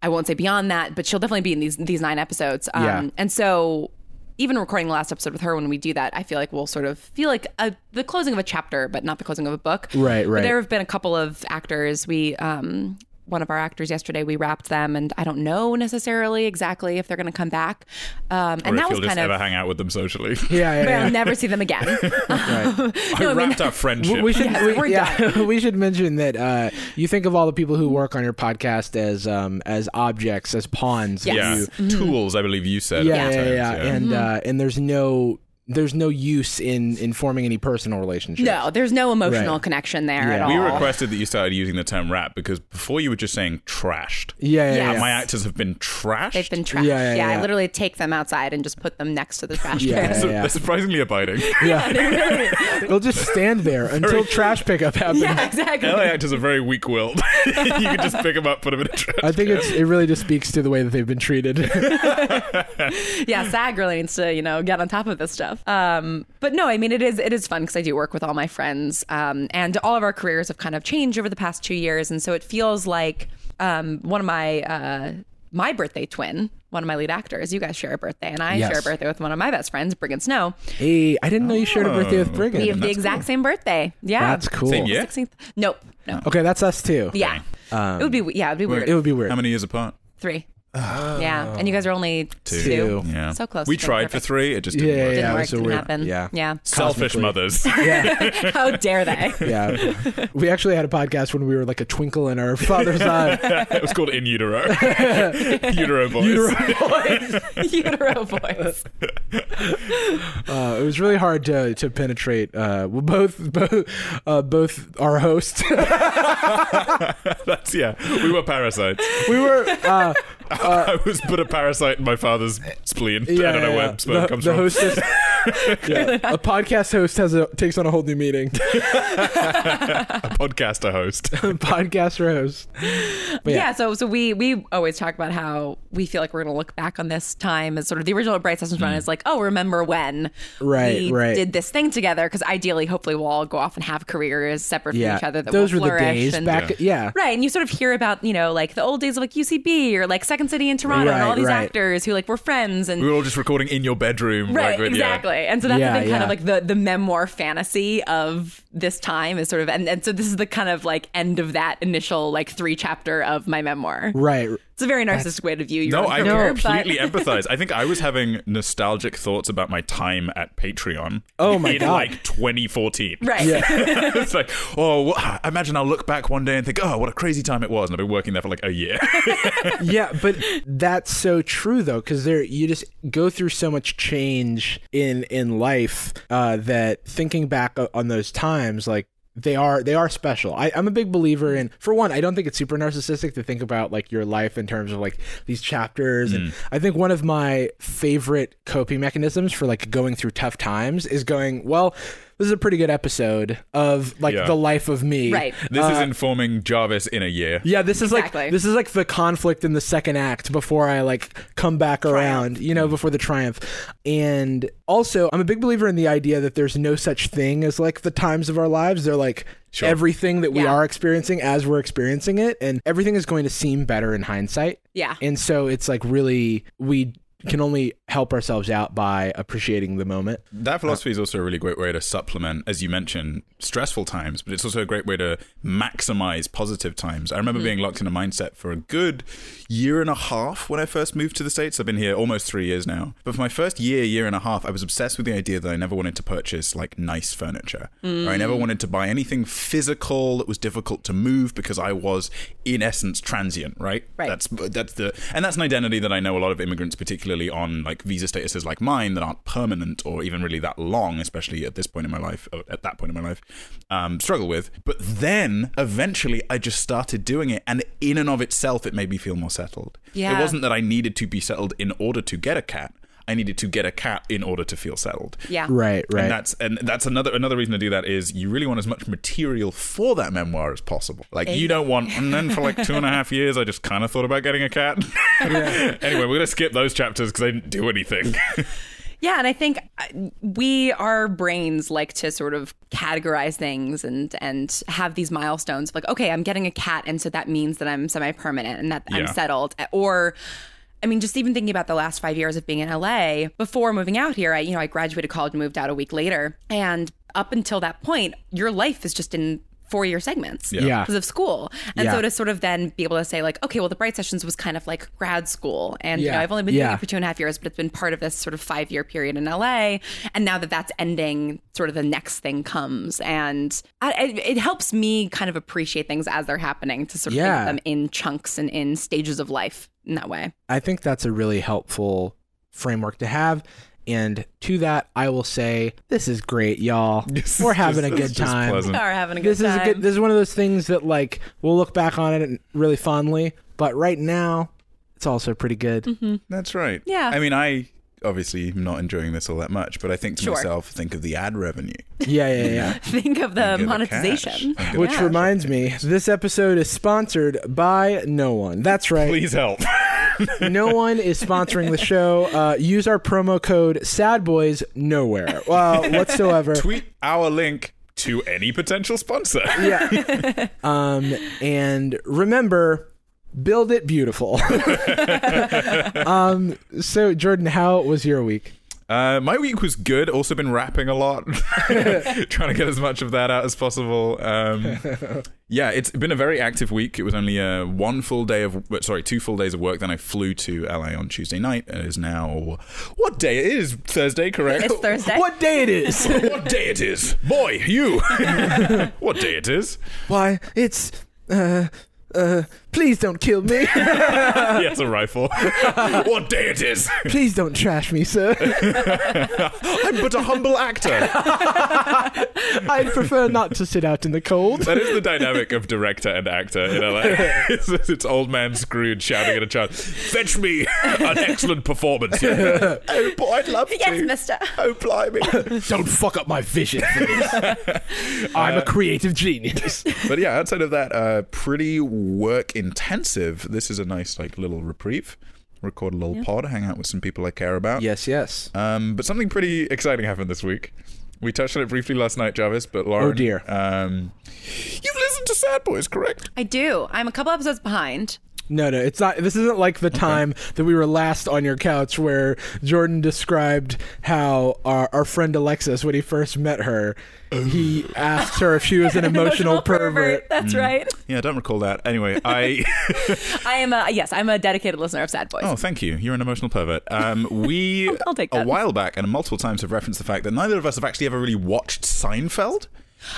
[SPEAKER 4] I won't say beyond that, but she'll definitely be in these these nine episodes. Um,
[SPEAKER 3] Yeah.
[SPEAKER 4] And so, even recording the last episode with her, when we do that, I feel like we'll sort of feel like a, the closing of a chapter, but not the closing of a book.
[SPEAKER 3] Right,
[SPEAKER 4] But
[SPEAKER 3] right.
[SPEAKER 4] there have been a couple of actors. We um, one of our actors yesterday, we wrapped them, and I don't know necessarily exactly if they're going to come back. Um,
[SPEAKER 2] Or
[SPEAKER 4] and that
[SPEAKER 2] if
[SPEAKER 4] was
[SPEAKER 2] you'll just
[SPEAKER 4] kind
[SPEAKER 2] ever
[SPEAKER 4] of.
[SPEAKER 2] hang out with them socially?
[SPEAKER 3] Yeah, yeah,
[SPEAKER 4] But
[SPEAKER 3] yeah.
[SPEAKER 4] I'll never see them again.
[SPEAKER 2] I wrapped our friendship.
[SPEAKER 3] We should,
[SPEAKER 4] Yes,
[SPEAKER 3] we,
[SPEAKER 4] we're
[SPEAKER 3] yeah, we should mention that uh, you think of all the people who work on your podcast as um, as objects, as pawns. that
[SPEAKER 2] yeah,
[SPEAKER 3] you-
[SPEAKER 4] Mm.
[SPEAKER 2] tools. I believe you said. at
[SPEAKER 3] yeah,
[SPEAKER 2] the
[SPEAKER 3] yeah,
[SPEAKER 2] time,
[SPEAKER 4] Mm-hmm.
[SPEAKER 3] yeah,
[SPEAKER 2] so-
[SPEAKER 3] and uh, and there's no there's no use in in forming any personal relationship.
[SPEAKER 4] No, there's no emotional
[SPEAKER 3] Right.
[SPEAKER 4] connection there at
[SPEAKER 3] Yeah.
[SPEAKER 4] all.
[SPEAKER 2] We requested that you started using the term rap because before you were just saying trashed.
[SPEAKER 3] Yeah, yeah,
[SPEAKER 4] Yes.
[SPEAKER 3] yeah.
[SPEAKER 2] My actors have been trashed.
[SPEAKER 4] They've been trashed.
[SPEAKER 3] Yeah, yeah,
[SPEAKER 4] I
[SPEAKER 3] yeah.
[SPEAKER 4] literally take them outside and just put them next to the trash
[SPEAKER 3] Yeah.
[SPEAKER 4] can.
[SPEAKER 2] Sur-
[SPEAKER 3] yeah.
[SPEAKER 2] They're surprisingly abiding.
[SPEAKER 3] They'll just stand there until trash pickup happens.
[SPEAKER 4] Yeah, exactly.
[SPEAKER 2] LA actors are very weak-willed. you can just pick them up, put them in a trash.
[SPEAKER 3] I think it's it really just speaks to the way that they've been treated.
[SPEAKER 4] yeah,
[SPEAKER 3] Mm.
[SPEAKER 4] SAG really needs to, you know, get on top of this stuff. Um, but no, I mean, it is it is fun because I do work with all my friends, um, and all of our careers have kind of changed over the past two years, and so it feels like um, one of my uh, my birthday twin, one of my lead actors. You guys share a birthday, and I
[SPEAKER 3] Yes.
[SPEAKER 4] share a birthday with one of my best friends, Brigham Snow.
[SPEAKER 3] hey, I didn't know you shared a birthday with Brigham.
[SPEAKER 4] We have the exact same birthday. Yeah,
[SPEAKER 3] That's cool.
[SPEAKER 2] Oh. Same year?
[SPEAKER 4] 16th. Nope. No.
[SPEAKER 3] Okay, that's us too.
[SPEAKER 4] Yeah. it would be yeah, it would be weird.
[SPEAKER 3] It would be weird.
[SPEAKER 2] How many years apart?
[SPEAKER 4] Three. yeah, and you guys are only two.
[SPEAKER 3] Two.
[SPEAKER 2] Yeah.
[SPEAKER 4] So close.
[SPEAKER 2] We
[SPEAKER 4] to being
[SPEAKER 2] tried for
[SPEAKER 4] perfect.
[SPEAKER 2] three. It just
[SPEAKER 3] yeah,
[SPEAKER 2] didn't
[SPEAKER 3] yeah,
[SPEAKER 2] work.
[SPEAKER 4] Didn't
[SPEAKER 3] yeah.
[SPEAKER 4] work.
[SPEAKER 3] it's a
[SPEAKER 4] Didn't
[SPEAKER 3] weird-
[SPEAKER 4] happen.
[SPEAKER 3] Yeah.
[SPEAKER 4] Yeah.
[SPEAKER 2] Selfish
[SPEAKER 3] Cosmically.
[SPEAKER 2] mothers.
[SPEAKER 4] How dare they?
[SPEAKER 3] Yeah. we actually had a podcast when we were like a twinkle in our father's eye.
[SPEAKER 2] it was called in utero. utero voice.
[SPEAKER 4] utero voice.
[SPEAKER 3] Uh, it was really hard to, to penetrate uh, well, both both uh, both our hosts.
[SPEAKER 2] That's yeah. We were parasites.
[SPEAKER 3] we were uh,
[SPEAKER 2] I was but a parasite in my father's spleen.
[SPEAKER 3] yeah,
[SPEAKER 2] I don't know
[SPEAKER 3] yeah,
[SPEAKER 2] where
[SPEAKER 3] yeah.
[SPEAKER 2] sperm
[SPEAKER 3] the,
[SPEAKER 2] comes
[SPEAKER 3] the
[SPEAKER 2] from.
[SPEAKER 3] hostess. Yeah. A podcast host has a takes on a whole new meaning.
[SPEAKER 2] A podcaster host.
[SPEAKER 3] Podcaster host. But
[SPEAKER 4] Yeah.
[SPEAKER 3] yeah.
[SPEAKER 4] so so we we always talk about how we feel like we're gonna look back on this time as sort of the original Bright Sessions run is like, oh, remember when
[SPEAKER 3] Mm. Right,
[SPEAKER 4] we
[SPEAKER 3] right.
[SPEAKER 4] did this thing together? Because ideally, hopefully, we'll all go off and have careers separate from
[SPEAKER 3] Yeah.
[SPEAKER 4] each other. That
[SPEAKER 3] Those
[SPEAKER 4] will
[SPEAKER 3] were the
[SPEAKER 4] flourish
[SPEAKER 3] days
[SPEAKER 4] and-
[SPEAKER 3] back. Yeah.
[SPEAKER 4] Right, and you sort of hear about you know like the old days of like UCB or like Second City in Toronto and
[SPEAKER 3] Right,
[SPEAKER 4] all these
[SPEAKER 3] right.
[SPEAKER 4] actors who like were friends and
[SPEAKER 2] We were all just recording in your bedroom.
[SPEAKER 4] Right,
[SPEAKER 2] like, with- yeah.
[SPEAKER 4] exactly. And so that's
[SPEAKER 3] Yeah,
[SPEAKER 4] been kind of
[SPEAKER 3] yeah.
[SPEAKER 4] like the the memoir fantasy of this time is sort of and, and so this is the kind of like end of that initial like three chapter of my memoir.
[SPEAKER 3] Right.
[SPEAKER 4] It's a very narcissistic way to view your
[SPEAKER 2] No,
[SPEAKER 4] own
[SPEAKER 2] I
[SPEAKER 4] career,
[SPEAKER 2] completely
[SPEAKER 4] but
[SPEAKER 2] empathize. I think I was having nostalgic thoughts about my time at Patreon.
[SPEAKER 3] Oh my
[SPEAKER 2] in
[SPEAKER 3] God.
[SPEAKER 2] Like 2014.
[SPEAKER 4] right.
[SPEAKER 2] it's like, oh, wha- I imagine I'll look back one day and think, oh, what a crazy time it was, and I've been working there for like a year.
[SPEAKER 3] yeah, but that's so true though, because there you just go through so much change in in life uh, that thinking back o- on those times, like they are they are special. I, I'm a big believer in for one, I don't think it's super narcissistic to think about like your life in terms of like these chapters. And I think one of my favorite coping mechanisms for like going through tough times is going well. This is a pretty good episode of like
[SPEAKER 2] Yeah.
[SPEAKER 3] the life of me. Uh,
[SPEAKER 4] Right.
[SPEAKER 2] this is informing Jarvis in a year.
[SPEAKER 3] Yeah, this is
[SPEAKER 4] Exactly.
[SPEAKER 3] like this is like the conflict in the second act before I like come back around, you know, before the triumph. And also, I'm a big believer in the idea that there's no such thing as like the times of our lives. They're like everything that we
[SPEAKER 4] Yeah.
[SPEAKER 3] are experiencing as we're experiencing it, and everything is going to seem better in hindsight.
[SPEAKER 4] Yeah.
[SPEAKER 3] And so it's like really we can only help ourselves out by appreciating the moment.
[SPEAKER 2] That philosophy is also a really great way to supplement, as you mentioned, stressful times, but it's also a great way to maximize positive times. I remember being locked in a mindset for a good year and a half when I first moved to the States. I've been here almost three years now. But for my first year, year and a half, I was obsessed with the idea that I never wanted to purchase like nice furniture. Or I never wanted to buy anything physical that was difficult to move because I was, in essence, transient, right?
[SPEAKER 4] Right.
[SPEAKER 2] That's that's that's the and that's an identity that I know a lot of immigrants, particularly on like visa statuses like mine, that aren't permanent or even really that long, especially at this point in my life, or at that point in my life, um, struggle with. But then eventually, I just started doing it, and in and of itself, it made me feel more settled.
[SPEAKER 4] Yeah.
[SPEAKER 2] it wasn't that I needed to be settled in order to get a cat. I needed to get a cat in order to feel settled.
[SPEAKER 4] Yeah.
[SPEAKER 3] Right, right.
[SPEAKER 2] And that's and that's another another reason to do that is you really want as much material for that memoir as possible. Like you don't want and then for like two and a half years I just kind of thought about getting a cat. anyway, we're gonna skip those chapters because they didn't do anything.
[SPEAKER 4] Yeah, and I think uh, we our brains like to sort of categorize things and and have these milestones of like okay, I'm getting a cat and so that means that I'm semi-permanent and that I'm
[SPEAKER 2] Yeah.
[SPEAKER 4] settled Uh, or I mean, just even thinking about the last five years of being in LA before moving out here, I you know I graduated college and moved out a week later, and up until that point, your life is just in four year segments
[SPEAKER 3] Yeah.
[SPEAKER 4] because of school, and
[SPEAKER 3] Yeah.
[SPEAKER 4] so to sort of then be able to say like, okay, well, the Bright Sessions was kind of like grad school, and you
[SPEAKER 3] Yeah.
[SPEAKER 4] know I've only been doing
[SPEAKER 3] Yeah.
[SPEAKER 4] it for two and a half years, but it's been part of this sort of five year period in LA. And now that that's ending, sort of the next thing comes. And I, it, it helps me kind of appreciate things as they're happening to sort of think
[SPEAKER 3] Yeah.
[SPEAKER 4] of them in chunks and in stages of life in that way.
[SPEAKER 3] I think that's a really helpful framework to have. And to that, I will say, this is great, y'all. We're having a
[SPEAKER 2] It's
[SPEAKER 3] good
[SPEAKER 2] just
[SPEAKER 3] time.
[SPEAKER 2] pleasant.
[SPEAKER 5] are having a good
[SPEAKER 3] This is
[SPEAKER 5] time.
[SPEAKER 3] a good. This is one of those things that like we'll look back on it and really fondly. But right now, it's also pretty good.
[SPEAKER 2] That's right.
[SPEAKER 5] Yeah.
[SPEAKER 2] I mean, I obviously am not enjoying this all that much, but I think to
[SPEAKER 5] Sure.
[SPEAKER 2] myself, think of the ad revenue.
[SPEAKER 3] Yeah, yeah, yeah.
[SPEAKER 5] Think of the
[SPEAKER 2] Think of the
[SPEAKER 5] monetization.
[SPEAKER 2] cash.
[SPEAKER 3] Which
[SPEAKER 5] Yeah.
[SPEAKER 3] reminds me, this episode is sponsored by no one. That's right.
[SPEAKER 2] Please help.
[SPEAKER 3] no one is sponsoring the show. Uh, use our promo code SADBOYS nowhere uh, whatsoever.
[SPEAKER 2] Tweet our link to any potential sponsor.
[SPEAKER 3] Yeah. Um, and remember, build it beautiful. um, so, Jordan, how was your week?
[SPEAKER 2] Uh, my week was good. Also been rapping a lot, trying to get as much of that out as possible. Um, yeah, it's been a very active week. It was only uh, one full day of, but sorry, two full days of work. Then I flew to LA on Tuesday night. and It is now what day? It is Thursday, correct?
[SPEAKER 5] It's Thursday.
[SPEAKER 3] What day it is?
[SPEAKER 2] what day it is, boy? You. what day it is?
[SPEAKER 3] Why, it's. Uh, uh, please don't kill me.
[SPEAKER 2] Yeah, it's a rifle. what day it is?
[SPEAKER 3] please don't trash me, sir.
[SPEAKER 2] I'm but a humble actor.
[SPEAKER 3] I'd prefer not to sit out in the cold.
[SPEAKER 2] That is the dynamic of director and actor in LA. it's, it's old man Scrooge shouting at a child, "Fetch me an excellent performance." here." oh boy, I'd love
[SPEAKER 5] Yes,
[SPEAKER 2] to.
[SPEAKER 5] mister.
[SPEAKER 2] Oh blimey!
[SPEAKER 3] Don't fuck up my vision. I'm a creative genius.
[SPEAKER 2] Uh, but yeah, outside of that, uh, pretty work intensive. This is a nice like little reprieve. Record a little pod, hang out with some people I care about.
[SPEAKER 3] Yes, yes.
[SPEAKER 2] Um, but something pretty exciting happened this week. We touched on it briefly last night, Jarvis. But Lauren,
[SPEAKER 3] Oh, dear.
[SPEAKER 2] um, you've listened to Sad Boys, correct?
[SPEAKER 5] I do. I'm a couple episodes behind.
[SPEAKER 3] No, no, it's not. This isn't like the time that we were last on your couch where Jordan described how our, our friend Alexis, when he first met her, he asked her if she was an emotional, pervert.
[SPEAKER 5] That's right.
[SPEAKER 2] Yeah, I don't recall that. Anyway, I.
[SPEAKER 5] I am a yes. I'm a dedicated listener of Sad Boys.
[SPEAKER 2] Oh, thank you. You're an emotional pervert. Um, we
[SPEAKER 5] I'll take
[SPEAKER 2] a
[SPEAKER 5] that.
[SPEAKER 2] while back and multiple times have referenced the fact that neither of us have actually ever really watched Seinfeld.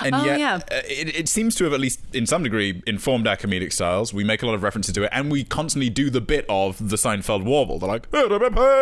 [SPEAKER 2] And
[SPEAKER 5] Oh,
[SPEAKER 2] yet,
[SPEAKER 5] yeah.
[SPEAKER 2] uh, it, it seems to have at least in some degree informed our comedic styles. We make a lot of references to it, and we constantly do the bit of the Seinfeld warble. They're like,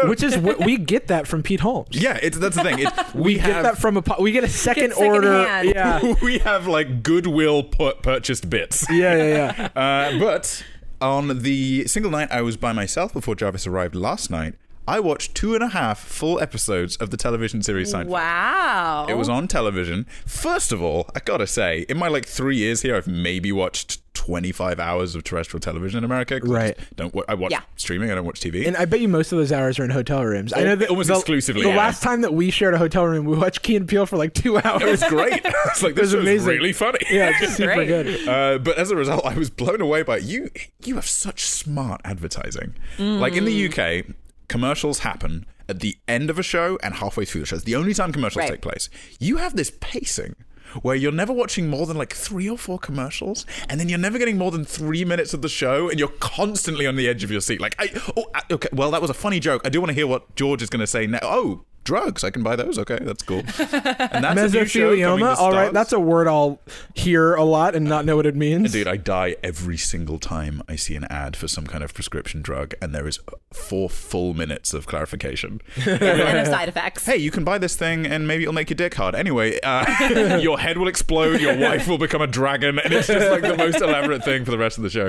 [SPEAKER 3] Which is what we get that from Pete Holmes.
[SPEAKER 2] yeah, it's, that's the thing. It, we
[SPEAKER 3] Get
[SPEAKER 2] have
[SPEAKER 3] that from a po- we get a second
[SPEAKER 5] Get
[SPEAKER 3] order.
[SPEAKER 5] secondhand.
[SPEAKER 3] Yeah,
[SPEAKER 2] we have like goodwill put, purchased bits.
[SPEAKER 3] yeah, yeah, yeah.
[SPEAKER 2] Uh, but on the single night I was by myself before Jarvis arrived last night, I watched two and a half full episodes of the television series Seinfeld.
[SPEAKER 5] Wow.
[SPEAKER 2] It was on television. First of all, I gotta say, in my like three years here, I've maybe watched 25 hours of terrestrial television in America. 'cause I
[SPEAKER 3] Right.
[SPEAKER 2] just Don't wa- I watch
[SPEAKER 5] Yeah.
[SPEAKER 2] streaming. I don't watch TV.
[SPEAKER 3] And I bet you most of those hours are in hotel rooms. I know that
[SPEAKER 2] Almost
[SPEAKER 3] the,
[SPEAKER 2] exclusively,
[SPEAKER 3] The
[SPEAKER 2] yeah.
[SPEAKER 3] last time that we shared a hotel room, we watched Key and Peele for like two hours.
[SPEAKER 2] it was great. it's like this
[SPEAKER 3] was
[SPEAKER 2] was
[SPEAKER 3] amazing.
[SPEAKER 2] really funny.
[SPEAKER 3] yeah, it's just super
[SPEAKER 5] Great.
[SPEAKER 3] good.
[SPEAKER 2] Uh, but as a result, I was blown away by it. you. You have such smart advertising. Like in the UK, commercials happen at the end of a show and halfway through the show. It's the only time commercials
[SPEAKER 5] Right.
[SPEAKER 2] take place. You have this pacing where you're never watching more than like three or four commercials, and then you're never getting more than three minutes of the show, and you're constantly on the edge of your seat. Like, I, oh, I- okay, well, that was a funny joke. I do want to hear what George is going to say now. Oh. Drugs, I can buy those. Okay, that's cool. And that's a new show coming to
[SPEAKER 3] Mesothelioma. All right,
[SPEAKER 2] Starz.
[SPEAKER 3] that's a word I'll hear a lot and not know what it means.
[SPEAKER 2] Dude, I die every single time I see an ad for some kind of prescription drug, and there is four full minutes of clarification.
[SPEAKER 5] and of side effects.
[SPEAKER 2] hey, you can buy this thing, and maybe it'll make your dick hard. Anyway, uh, your head will explode, your wife will become a dragon, and it's just like the most elaborate thing for the rest of the show.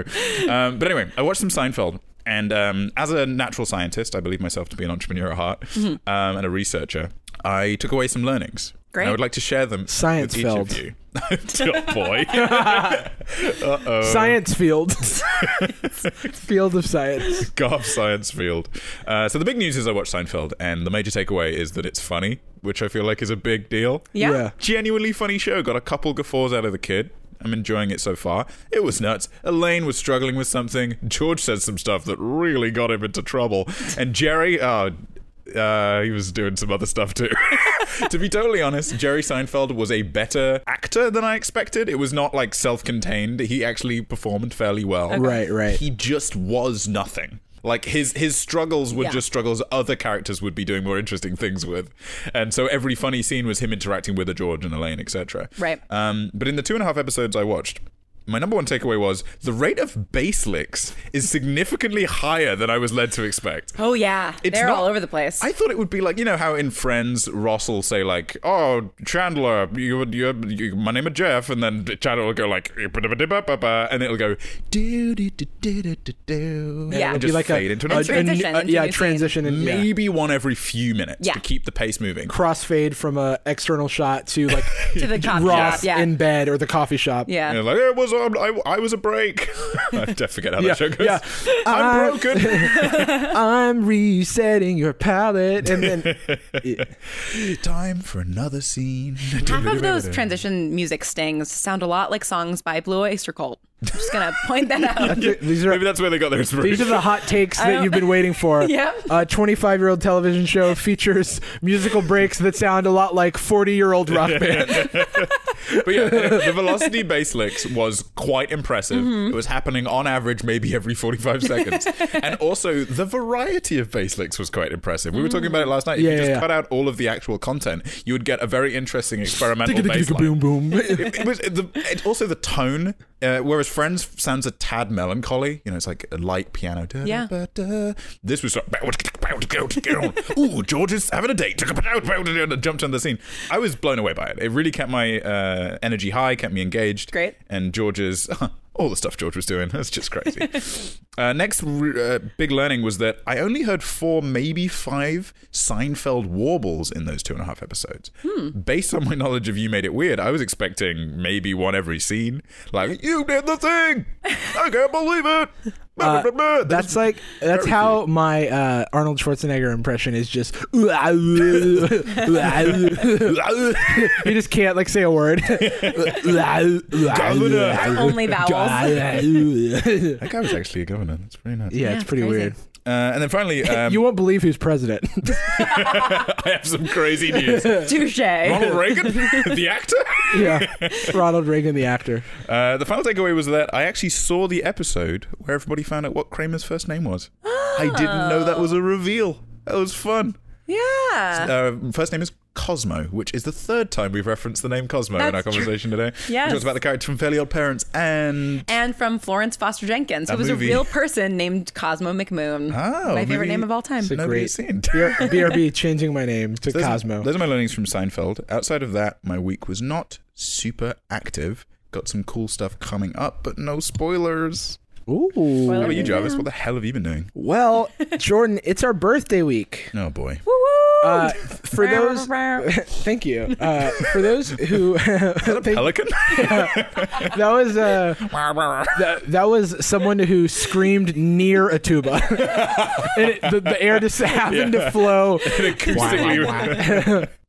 [SPEAKER 2] Um, but anyway, I watched some Seinfeld. And um, as a natural scientist, I believe myself to be an entrepreneur at heart um, and a researcher. I took away some learnings.
[SPEAKER 5] Great.
[SPEAKER 2] And I would like to share them with each of
[SPEAKER 3] Sciencefeld.
[SPEAKER 2] you. Oh, boy. Uh,
[SPEAKER 3] Science field. field of science.
[SPEAKER 2] Garth Science Field. Uh, so the big news is I watched Seinfeld, and the major takeaway is that it's funny, which I feel like is a big deal.
[SPEAKER 5] Yeah.
[SPEAKER 3] Yeah.
[SPEAKER 2] Genuinely funny show. Got a couple guffaws out of the kid. I'm enjoying it so far. It was nuts. Elaine was struggling with something. George said some stuff that really got him into trouble. And Jerry, uh, uh, he was doing some other stuff too. to be totally honest, Jerry Seinfeld was a better actor than I expected. It was not like self contained. He actually performed fairly well.
[SPEAKER 3] Right, right.
[SPEAKER 2] He just was nothing. Like his his struggles were
[SPEAKER 5] Yeah.
[SPEAKER 2] just struggles other characters would be doing more interesting things with, and so every funny scene was him interacting with a George and Elaine, etc.
[SPEAKER 5] Right.
[SPEAKER 2] Um, but in the two and a half episodes I watched, my number one takeaway was the rate of bass licks is significantly higher than I was led to expect.
[SPEAKER 5] Oh yeah,
[SPEAKER 2] It's
[SPEAKER 5] they're
[SPEAKER 2] not-
[SPEAKER 5] all over the place.
[SPEAKER 2] I thought it would be like you know how in Friends Ross will say like, "Oh Chandler, you, you, you my name is Jeff," and then Chandler will go like, "Ba-da-ba-da-ba-ba-ba," and it'll go do do do do do do do.
[SPEAKER 5] Yeah.
[SPEAKER 2] and
[SPEAKER 5] It'd
[SPEAKER 2] just
[SPEAKER 5] be
[SPEAKER 2] fade into an
[SPEAKER 3] a-
[SPEAKER 2] episode.
[SPEAKER 3] a new-
[SPEAKER 5] Transition
[SPEAKER 3] uh,
[SPEAKER 5] into
[SPEAKER 3] yeah,
[SPEAKER 5] new
[SPEAKER 3] transition and yeah.
[SPEAKER 2] maybe one every few minutes
[SPEAKER 5] Yeah.
[SPEAKER 2] to keep the pace moving.
[SPEAKER 3] crossfade from a external shot to like
[SPEAKER 5] To the coffee
[SPEAKER 3] Ross
[SPEAKER 5] shop, yeah.
[SPEAKER 3] in bed or the coffee shop.
[SPEAKER 5] yeah.
[SPEAKER 2] And like it was on, I, I was a break. I def- forget how
[SPEAKER 3] Yeah,
[SPEAKER 2] that show goes.
[SPEAKER 3] yeah.
[SPEAKER 2] I'm
[SPEAKER 3] I-
[SPEAKER 2] broken.
[SPEAKER 3] I'm resetting your palette, and then
[SPEAKER 2] Time for another scene.
[SPEAKER 5] Half of those transition music stings sound a lot like songs by Blue Oyster Cult. I'm just gonna point that out.
[SPEAKER 3] these are
[SPEAKER 2] Maybe that's where they got their
[SPEAKER 3] These are
[SPEAKER 2] inspiration.
[SPEAKER 3] the hot takes that
[SPEAKER 5] don't-
[SPEAKER 3] you've been waiting for.
[SPEAKER 5] Yep.
[SPEAKER 3] A 25 year old television show features musical breaks that sound a lot like 40 year old rock band.
[SPEAKER 2] but yeah, the velocity bass licks was quite impressive.
[SPEAKER 3] Mm-hmm.
[SPEAKER 2] It was happening on average maybe every 45 seconds. and also, the variety of bass licks was quite impressive. We were talking about it last night. If
[SPEAKER 3] Yeah,
[SPEAKER 2] you just
[SPEAKER 3] yeah, yeah.
[SPEAKER 2] cut out all of the actual content, you would get a very interesting experimental bass line.
[SPEAKER 3] Boom, boom.
[SPEAKER 2] it, it was the, it, also the tone. Uh, whereas Friends sounds a tad melancholy, you know, it's like a light piano. Da, da,
[SPEAKER 5] Yeah.
[SPEAKER 2] ba, da. This was uh, sort of, ooh, George is having a date. Jumped on the scene. I was blown away by it. It really kept my uh, energy high, kept me engaged.
[SPEAKER 5] Great.
[SPEAKER 2] And George's all the stuff George was doing. That's just crazy. uh, next r- uh, big learning was that I only heard four, maybe five Seinfeld warbles in those two and a half episodes. Based on my knowledge of You Made It Weird, I was expecting maybe one every scene. Like, you did the thing! I can't believe it! Blah, blah, blah. That
[SPEAKER 3] Uh, That's
[SPEAKER 2] was
[SPEAKER 3] like that's
[SPEAKER 2] very
[SPEAKER 3] how my uh, Arnold Schwarzenegger impression is just ah, you just can't like say a word. ah,
[SPEAKER 2] Governor.
[SPEAKER 5] Only vowels.
[SPEAKER 3] yeah,
[SPEAKER 2] That guy was actually a governor. That's pretty nice.
[SPEAKER 3] it's pretty
[SPEAKER 5] crazy.
[SPEAKER 3] weird.
[SPEAKER 2] Uh, and then finally, um,
[SPEAKER 3] You won't believe who's president.
[SPEAKER 2] I have some crazy news.
[SPEAKER 5] Touche.
[SPEAKER 2] Ronald Reagan, the actor?
[SPEAKER 3] yeah, Ronald Reagan, the actor.
[SPEAKER 2] Uh, the final takeaway was that I actually saw the episode where everybody found out what Kramer's first name was. I didn't know that was a reveal. That was fun.
[SPEAKER 5] Yeah.
[SPEAKER 2] Uh, first name is Cosmo, which is the third time we've referenced the name Cosmo in
[SPEAKER 5] That's
[SPEAKER 2] our conversation today.
[SPEAKER 5] Yes.
[SPEAKER 2] We talked about the character from Fairly Odd Parents and.
[SPEAKER 5] And from Florence Foster Jenkins, who
[SPEAKER 2] That
[SPEAKER 5] was
[SPEAKER 2] movie.
[SPEAKER 5] a real person named Cosmo McMoon.
[SPEAKER 2] Oh,
[SPEAKER 5] my favorite
[SPEAKER 2] maybe-
[SPEAKER 5] name of all time.
[SPEAKER 3] So
[SPEAKER 2] Nobody's seen.
[SPEAKER 3] great. BR- BRB changing my name to
[SPEAKER 2] Those-
[SPEAKER 3] Cosmo.
[SPEAKER 2] Those are my learnings from Seinfeld. Outside of that, my week was not super active. Got some cool stuff coming up, but no spoilers.
[SPEAKER 3] Ooh.
[SPEAKER 2] How about you, Jarvis? What the hell have you been doing?
[SPEAKER 3] Well, Jordan, it's our birthday week.
[SPEAKER 2] Oh, boy.
[SPEAKER 5] Woo-woo.
[SPEAKER 3] Uh, for those, thank you. Uh, for those who, thank-
[SPEAKER 2] Pelican?
[SPEAKER 3] that was uh, that, that was someone who screamed near a tuba, and it, the, the air just happened to flow.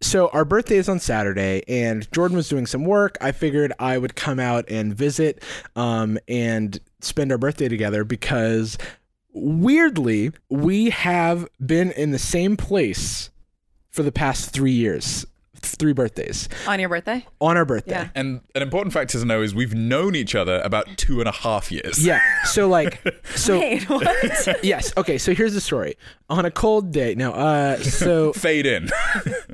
[SPEAKER 3] So our birthday is on Saturday, and Jordan was doing some work. I figured I would come out and visit, um, and spend our birthday together because weirdly we have been in the same place for the past three years, three birthdays
[SPEAKER 5] On your birthday?
[SPEAKER 3] on our birthday.
[SPEAKER 5] Yeah.
[SPEAKER 2] And an important factor to know is we've known each other about two and a half years.
[SPEAKER 3] Yeah. So like, so
[SPEAKER 5] Wait, what?
[SPEAKER 3] yes. Okay. So here's the story. On a cold day. No. Uh. So
[SPEAKER 2] Fade in.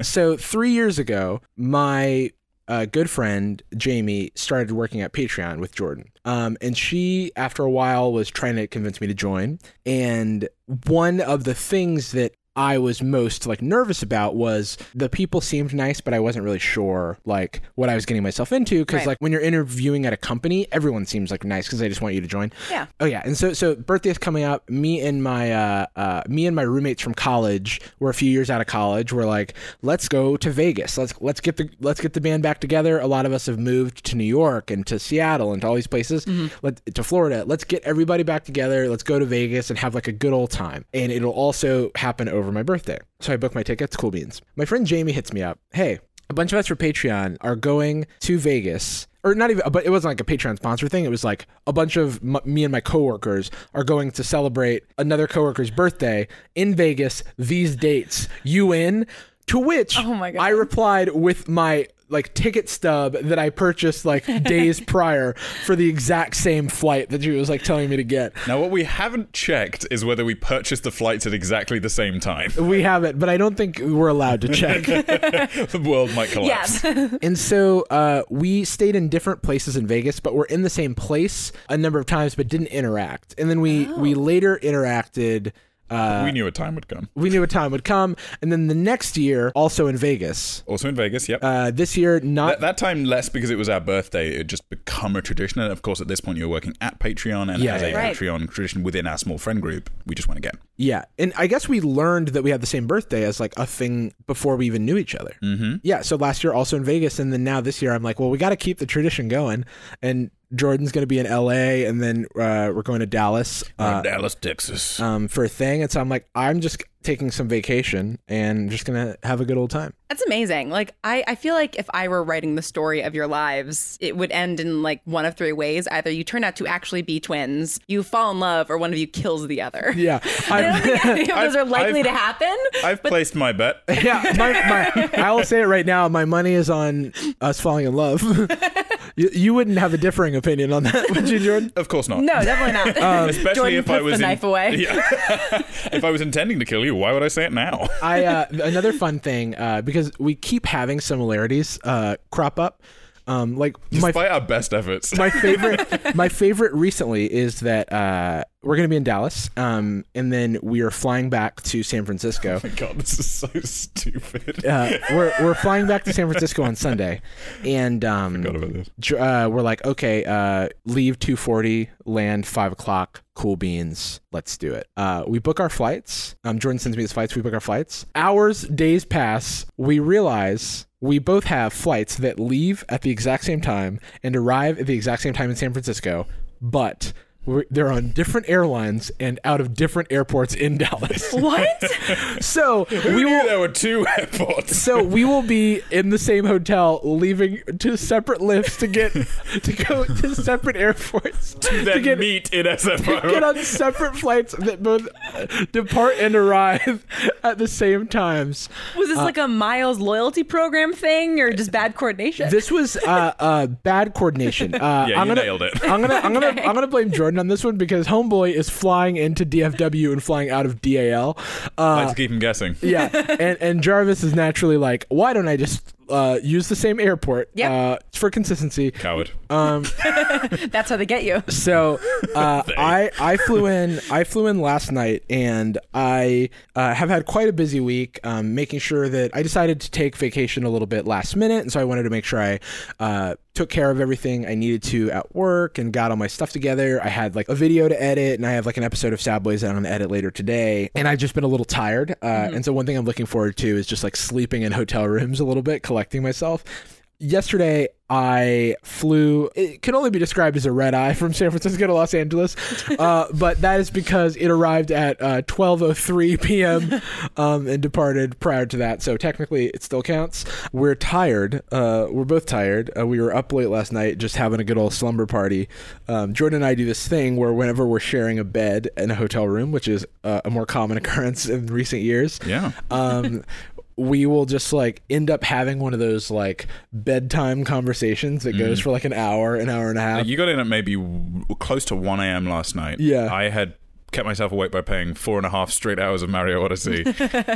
[SPEAKER 3] so three years ago, my uh, good friend Jamie started working at Patreon with Jordan. Um, and she, after a while, was trying to convince me to join. And one of the things that I was most like nervous about was the people seemed nice, but I wasn't really sure like what I was getting myself into because
[SPEAKER 5] Right.
[SPEAKER 3] like when you're interviewing at a company, everyone seems like nice because they just want you to join.
[SPEAKER 5] Yeah.
[SPEAKER 3] Oh yeah, and so so birthday is coming up. Me and my uh, uh, me and my roommates from college, we're a few years out of college. We're like, let's go to Vegas. Let's let's get the let's get the band back together. A lot of us have moved to New York and to Seattle and to all these places, let, to Florida. Let's get everybody back together. Let's go to Vegas and have like a good old time. And it'll also happen over my birthday. So I book my tickets. Cool beans. My friend Jamie hits me up. Hey, a bunch of us for Patreon are going to Vegas. Or not even, but it wasn't like a Patreon sponsor thing. It was like a bunch of m- me and my coworkers are going to celebrate another coworker's birthday in Vegas. These dates, you in? To which
[SPEAKER 5] Oh my God.
[SPEAKER 3] I replied with my like ticket stub that I purchased like days prior for the exact same flight that she was like telling me to get.
[SPEAKER 2] Now, what we haven't checked is whether we purchased the flights at exactly the same time.
[SPEAKER 3] We have it, but I don't think we're allowed to check.
[SPEAKER 2] the world might collapse.
[SPEAKER 5] Yeah.
[SPEAKER 3] and so uh, we stayed in different places in Vegas, but we're in the same place a number of times, but didn't interact. And then we we later interacted. Uh,
[SPEAKER 2] we knew a time would come.
[SPEAKER 3] we knew a time would come, and then the next year, also in Vegas.
[SPEAKER 2] Also in Vegas, yep.
[SPEAKER 3] Uh, this year, not
[SPEAKER 2] At that time, less because it was our birthday. It had just become a tradition. And of course, at this point, you're working at Patreon and
[SPEAKER 3] Yeah,
[SPEAKER 2] as
[SPEAKER 3] yeah,
[SPEAKER 2] a
[SPEAKER 3] yeah.
[SPEAKER 5] Right.
[SPEAKER 2] Patreon tradition within our small friend group. We just went again.
[SPEAKER 3] Yeah, and I guess we learned that we had the same birthday as like a thing before we even knew each other. Mm-hmm. Yeah, so last year also in Vegas, and then now this year I'm like, well, we got to keep the tradition going, and Jordan's going to be in L.A., and then uh, we're going to Dallas uh,
[SPEAKER 2] Dallas, Texas.
[SPEAKER 3] um, for a thing, and so I'm like, I'm just taking some vacation and just gonna have a good old time.
[SPEAKER 4] That's amazing. Like I, I feel like if I were writing the story of your lives, it would end in like one of three ways. Either you turn out to actually be twins, you fall in love, or one of you kills the other.
[SPEAKER 3] Yeah,
[SPEAKER 4] I don't
[SPEAKER 3] I'm-
[SPEAKER 4] think any of those
[SPEAKER 2] I've-
[SPEAKER 4] are likely
[SPEAKER 2] I've-
[SPEAKER 4] to happen.
[SPEAKER 2] I've placed my bet.
[SPEAKER 3] yeah. My, my, I will say it right now. My money is on us falling in love. you, you wouldn't have a differing opinion on that, would you, Jordan?
[SPEAKER 2] Of course not.
[SPEAKER 4] No, definitely not.
[SPEAKER 3] Um,
[SPEAKER 2] Especially
[SPEAKER 4] Jordan
[SPEAKER 2] if I
[SPEAKER 4] puts
[SPEAKER 2] was
[SPEAKER 4] the
[SPEAKER 2] in-
[SPEAKER 4] knife away.
[SPEAKER 2] Yeah. if I was intending to kill you, why would I say it now?
[SPEAKER 3] I uh, another fun thing uh, because we keep having similarities uh, crop up. Um, like my
[SPEAKER 2] Despite our best efforts.
[SPEAKER 3] my favorite my favorite recently is that uh, we're gonna be in Dallas, um, and then we are flying back to San Francisco.
[SPEAKER 2] God, this is so stupid.
[SPEAKER 3] Uh, we're we're flying back to San Francisco on Sunday, and um,
[SPEAKER 2] Forgot about this.
[SPEAKER 3] dr- uh, we're like, okay, uh, leave 2:40, land five o'clock. Cool beans. Let's do it. Uh, we book our flights. Um, Jordan sends me his flights. We book our flights. Hours, days pass. We realize we both have flights that leave at the exact same time and arrive at the exact same time in San Francisco, but. We're, they're on different airlines and out of different airports in Dallas.
[SPEAKER 4] What?
[SPEAKER 3] So we
[SPEAKER 2] We
[SPEAKER 3] will
[SPEAKER 2] knew there were two airports.
[SPEAKER 3] so we will be in the same hotel, leaving two separate lifts to get to go to separate airports to,
[SPEAKER 2] Then
[SPEAKER 3] get
[SPEAKER 2] meet in SFO.
[SPEAKER 3] get on separate flights that both uh, depart and arrive at the same times.
[SPEAKER 4] Was this like a Miles loyalty program thing, or just bad coordination?
[SPEAKER 3] This was uh, uh, bad coordination. Uh,
[SPEAKER 2] Yeah,
[SPEAKER 3] I'm
[SPEAKER 2] you
[SPEAKER 3] gonna,
[SPEAKER 2] nailed it.
[SPEAKER 3] I'm gonna, I'm gonna, I'm gonna blame Jordan on this one because Homeboy is flying into DFW and flying out of DAL.
[SPEAKER 2] I
[SPEAKER 3] Uh,
[SPEAKER 2] like to keep him guessing.
[SPEAKER 3] yeah, and and Jarvis is naturally like, why don't I just uh, use the same airport
[SPEAKER 4] Yep.
[SPEAKER 3] uh, for consistency?
[SPEAKER 2] Coward.
[SPEAKER 3] Uh,
[SPEAKER 4] That's how they get you.
[SPEAKER 3] So uh, I I flew in I flew in last night and I uh, have had quite a busy week um, making sure that I decided to take vacation a little bit last minute and so I wanted to make sure I uh, took care of everything I needed to at work and got all my stuff together. I had like a video to edit and I have like an episode of Sad Boys that I'm gonna edit later today and I've just been a little tired uh, and so one thing I'm looking forward to is just like sleeping in hotel rooms a little bit, collecting myself yesterday I flew. It can only be described as a red eye from San Francisco to Los Angeles, uh, but that is because it arrived at uh, 12:03 p.m. Um, and departed prior to that. So technically, it still counts. We're tired. Uh, we're both tired. Uh, we were up late last night, just having a good old slumber party. Um, Jordan and I do this thing where whenever we're sharing a bed in a hotel room, which is uh, a more common occurrence in recent years,
[SPEAKER 2] Yeah.
[SPEAKER 3] um, we will just like end up having one of those like bedtime conversations that goes for like an hour, an hour and a half.
[SPEAKER 2] You got in at maybe w- close to 1 a.m. last night.
[SPEAKER 3] Yeah.
[SPEAKER 2] I had kept myself awake by paying four and a half straight hours of Mario Odyssey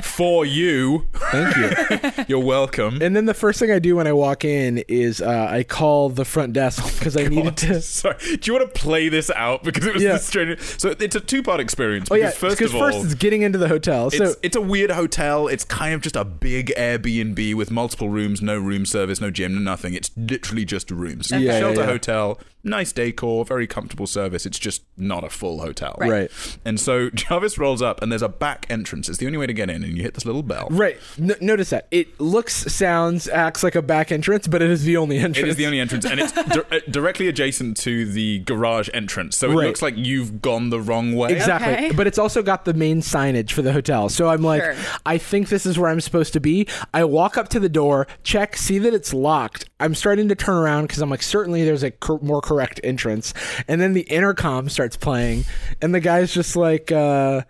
[SPEAKER 2] for you.
[SPEAKER 3] Thank you.
[SPEAKER 2] You're welcome.
[SPEAKER 3] and then the first thing I do when I walk in is uh, I call the front desk because I needed to.
[SPEAKER 2] Sorry. Do you want to play this out? Because it was
[SPEAKER 3] Yeah.
[SPEAKER 2] the strangest. So it's a two-part experience.
[SPEAKER 3] Oh yeah,
[SPEAKER 2] first
[SPEAKER 3] because
[SPEAKER 2] of all,
[SPEAKER 3] first it's getting into the hotel. So
[SPEAKER 2] it's, it's a weird hotel. It's kind of just a big Airbnb with multiple rooms, no room service, no gym, no nothing. It's literally just rooms.
[SPEAKER 3] Yeah, yeah,
[SPEAKER 2] Shelter
[SPEAKER 3] yeah.
[SPEAKER 2] hotel, nice decor, very comfortable service. It's just not a full hotel.
[SPEAKER 3] Right. Right.
[SPEAKER 2] And so Jarvis rolls up, and there's a back entrance. It's the only way to get in, and you hit this little bell.
[SPEAKER 3] right, N- notice that it looks, sounds, acts like a back entrance, but it is the only entrance.
[SPEAKER 2] It is the only entrance, and it's di- uh, directly adjacent to the garage entrance. So it
[SPEAKER 3] Right.
[SPEAKER 2] looks like you've gone the wrong way.
[SPEAKER 3] Exactly.
[SPEAKER 4] Okay.
[SPEAKER 3] But it's also got the main signage for the hotel. So I'm like,
[SPEAKER 4] Sure.
[SPEAKER 3] I think this is where I'm supposed to be. I walk up to the door, check, see that it's locked. I'm starting to turn around because I'm like, certainly there's a cor- more correct entrance. And then the intercom starts playing, and the guy's just like, uh,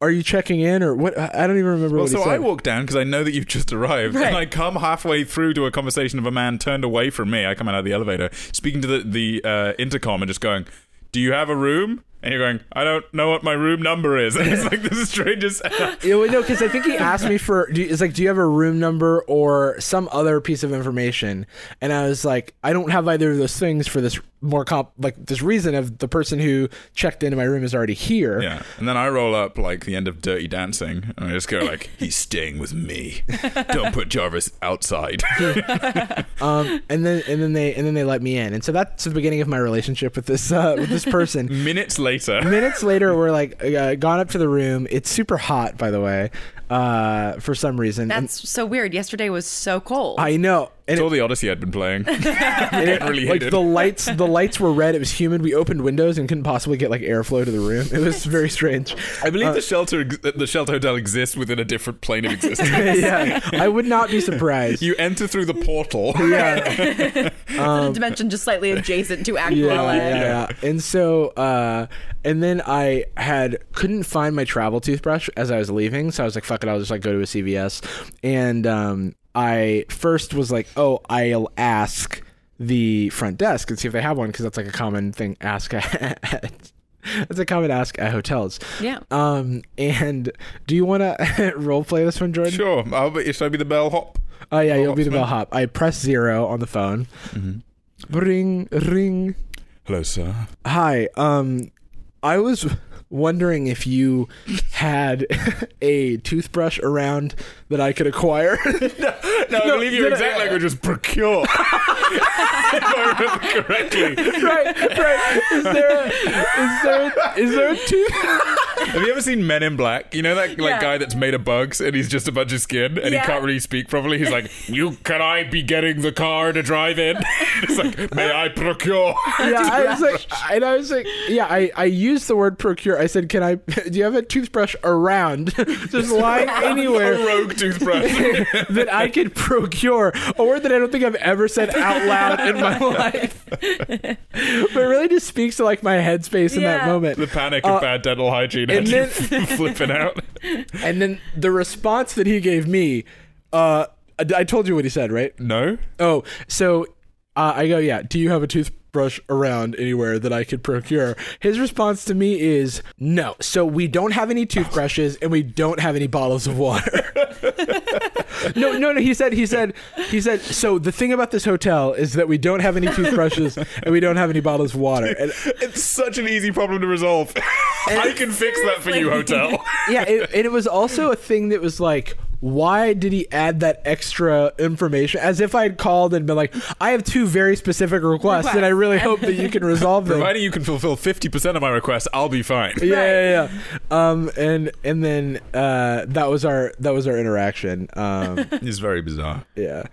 [SPEAKER 1] are you checking in or what? I I don't even remember
[SPEAKER 2] Well,
[SPEAKER 1] what he
[SPEAKER 2] so I
[SPEAKER 1] said.
[SPEAKER 2] walk down because I know that you've just arrived,
[SPEAKER 4] Right.
[SPEAKER 2] and I come halfway through to a conversation of a man turned away from me. I come out of the elevator, speaking to the the uh, intercom, and just going, "Do you have a room?" And you're going, "I don't know what my room number is." And it's like this is strangest.
[SPEAKER 3] Yeah, well, no, because I think he asked me for. do- It's like, do you have a room number or some other piece of information? And I was like, I don't have either of those things for this more comp like this reason of the person who checked into my room is already here.
[SPEAKER 2] yeah, and then I roll up like the end of Dirty Dancing, and I just go like, "He's staying with me. Don't put Jarvis outside."
[SPEAKER 3] Um, and then and then they and then they let me in, and so that's the beginning of my relationship with this uh, with this person.
[SPEAKER 2] Minutes later,
[SPEAKER 3] Minutes later, we're like uh, gone up to the room. It's super hot, by the way, uh, for some reason. And
[SPEAKER 4] That's so weird. Yesterday was so cold.
[SPEAKER 3] I know. And
[SPEAKER 2] it's all the Odyssey I'd been playing.
[SPEAKER 3] And it-
[SPEAKER 2] really
[SPEAKER 3] like
[SPEAKER 2] hated.
[SPEAKER 3] the lights the lights were red it was humid we opened windows and couldn't possibly get like airflow to the room it was very strange
[SPEAKER 2] I
[SPEAKER 3] Uh,
[SPEAKER 2] believe the shelter, ex- the shelter hotel exists within a different plane of existence.
[SPEAKER 3] yeah i would not be surprised
[SPEAKER 2] You enter through the portal.
[SPEAKER 3] yeah,
[SPEAKER 4] the dimension just slightly adjacent to actual
[SPEAKER 3] yeah,
[SPEAKER 4] LA.
[SPEAKER 3] yeah, yeah. And so, uh, and then I had couldn't find my travel toothbrush as I was leaving, so I was like, "Fuck it, I'll just like go to a CVS." And um, I first was like, "Oh, I'll ask the front desk and see if they have one because that's like a common thing ask at." That's a common ask at hotels.
[SPEAKER 4] Yeah.
[SPEAKER 3] Um. And do you want to role play this one, Jordan?
[SPEAKER 2] Sure, I'll be, should I be the bellhop?
[SPEAKER 3] Oh yeah, you'll be the
[SPEAKER 2] Hopsman.
[SPEAKER 3] bellhop. I press zero on the phone. Ring, ring.
[SPEAKER 2] Hello, sir.
[SPEAKER 3] Hi. Um, I was wondering if you had a toothbrush around that I could acquire.
[SPEAKER 2] No, I believe your exact language was procure. if I remember correctly.
[SPEAKER 3] right. Right. Is there? Is there? Is there a tooth?
[SPEAKER 2] Have you ever seen Men in Black? You know that like guy that's made of bugs and he's just a bunch of skin and
[SPEAKER 4] Yeah.
[SPEAKER 2] he can't really speak properly. He's like, "You can I be getting the car to drive in?" it's like, "May I procure?"
[SPEAKER 3] yeah, I was like, and I was like, yeah, I, I used the word procure. I said, can I? Do you have a toothbrush around, just lying
[SPEAKER 2] A
[SPEAKER 3] anywhere
[SPEAKER 2] rogue toothbrush.
[SPEAKER 3] that I could procure? A word that I don't think I've ever said out loud in my life, but it really just speaks to like my headspace in that
[SPEAKER 4] Yeah.
[SPEAKER 3] moment.
[SPEAKER 2] the panic of bad dental hygiene Uh, and
[SPEAKER 3] and
[SPEAKER 2] you
[SPEAKER 3] then-
[SPEAKER 2] flipping out.
[SPEAKER 3] And then the response that he gave me, uh, I, I told you what he said, right?
[SPEAKER 2] No,
[SPEAKER 3] Oh, so uh, I go, yeah. Do you have a toothbrush around anywhere that I could procure? His response to me is no. So we don't have any toothbrushes and we don't have any bottles of water. no, no, no. He said, he said, he said. So the thing about this hotel is that we don't have any toothbrushes and we don't have any bottles of water. And
[SPEAKER 2] it's such an easy problem to resolve. I can fix that for you, hotel.
[SPEAKER 3] yeah, it, and it was also a thing that was like, why did he add that extra information? As if I had called and been like, I have two very specific requests, and I really hope that you can resolve them.
[SPEAKER 2] Providing you can fulfill 50% of my requests, I'll be fine.
[SPEAKER 3] yeah, yeah, yeah. Um, and and then uh, that was our that was our interaction. Um,
[SPEAKER 2] It's very bizarre.
[SPEAKER 3] yeah.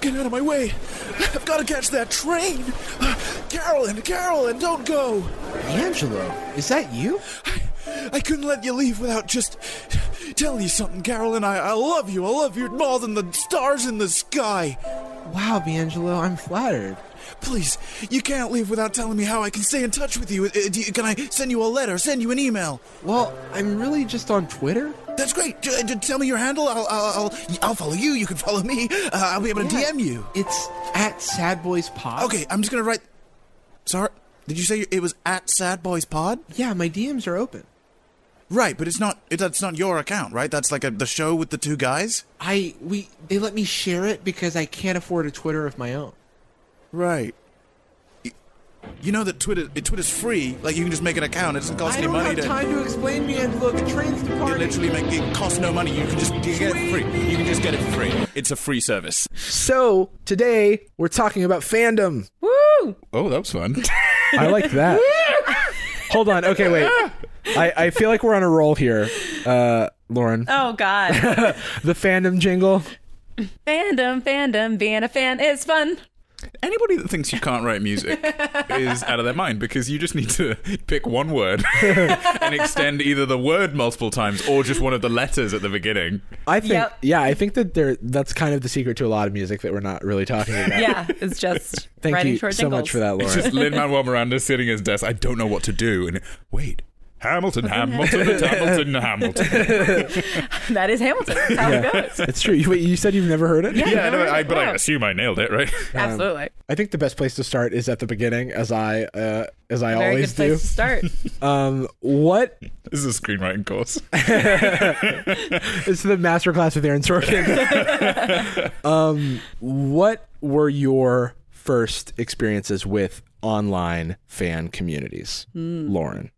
[SPEAKER 6] Get out of my way! I've got to catch that train! Uh, Carolyn, Carolyn, don't go!
[SPEAKER 1] Angelo, is that you?
[SPEAKER 6] I couldn't let you leave without just telling you something, Carolyn. I, I love you. I love you more than the stars in the sky.
[SPEAKER 1] Wow, Angelo, I'm flattered.
[SPEAKER 6] Please, you can't leave without telling me how I can stay in touch with you. Uh, do you- Can I send you a letter? Send you an email?
[SPEAKER 1] Well, I'm really just on Twitter.
[SPEAKER 6] That's great. J- j- tell me your handle. I'll, I'll, I'll, I'll follow you. You can follow me. Uh, I'll be able to DM you.
[SPEAKER 1] It's at Sad Boys Pod.
[SPEAKER 6] Okay, I'm just gonna write. Sorry, did you say it was at Sad Boys Pod?
[SPEAKER 1] Yeah, my DMs are open.
[SPEAKER 6] Right, but it's not. It, that's not your account, right? That's like a, the show with the two guys.
[SPEAKER 1] I we they let me share it because I can't afford a Twitter of my own.
[SPEAKER 6] Right. Y- You know that Twitter, it, Twitter's free. Like you can just make an account. It doesn't cost
[SPEAKER 1] I
[SPEAKER 6] any
[SPEAKER 1] don't
[SPEAKER 6] money
[SPEAKER 1] have
[SPEAKER 6] to.
[SPEAKER 1] time to explain me, Angelo. The train's
[SPEAKER 6] It
[SPEAKER 1] departing.
[SPEAKER 6] literally make it costs no money. You can just you get it free. You can just get it free.
[SPEAKER 2] It's a free service.
[SPEAKER 3] So today we're talking about fandom.
[SPEAKER 4] Woo!
[SPEAKER 2] Oh, that was fun.
[SPEAKER 3] I like that. Hold on. Okay, wait. I, I feel like we're on a roll here, uh, Lauren.
[SPEAKER 4] Oh God.
[SPEAKER 3] The fandom jingle.
[SPEAKER 4] fandom, fandom, being a fan is fun.
[SPEAKER 2] Anybody that thinks you can't write music is out of their mind because you just need to pick one word and extend either the word multiple times or just one of the letters at the beginning.
[SPEAKER 3] I think
[SPEAKER 4] Yep.
[SPEAKER 3] yeah, I think that there that's kind of the secret to a lot of music that we're not really talking about.
[SPEAKER 4] Yeah, it's just
[SPEAKER 3] Thank
[SPEAKER 4] writing
[SPEAKER 3] you so
[SPEAKER 4] short jingles.
[SPEAKER 3] much for that, Lauren.
[SPEAKER 2] Just Lin Manuel Miranda sitting at his desk. I don't know what to do. And wait, Hamilton, Hamilton, and Hamilton, Hamilton.
[SPEAKER 4] That is Hamilton. That's how it goes.
[SPEAKER 3] It's true. You, wait, you said you've never heard it?
[SPEAKER 2] Yeah, no,
[SPEAKER 4] no,
[SPEAKER 2] I, but I
[SPEAKER 4] yeah.
[SPEAKER 2] assume I nailed it, right?
[SPEAKER 4] Absolutely.
[SPEAKER 3] I think the best place to start is at the beginning, as I uh, as I
[SPEAKER 4] Very
[SPEAKER 3] always
[SPEAKER 4] good place
[SPEAKER 3] do.
[SPEAKER 4] to start.
[SPEAKER 3] Um, what
[SPEAKER 2] This is a screenwriting course.
[SPEAKER 3] It's the masterclass with Aaron Sorkin. um, what were your first experiences with online fan communities,
[SPEAKER 4] Hmm.
[SPEAKER 3] Lauren?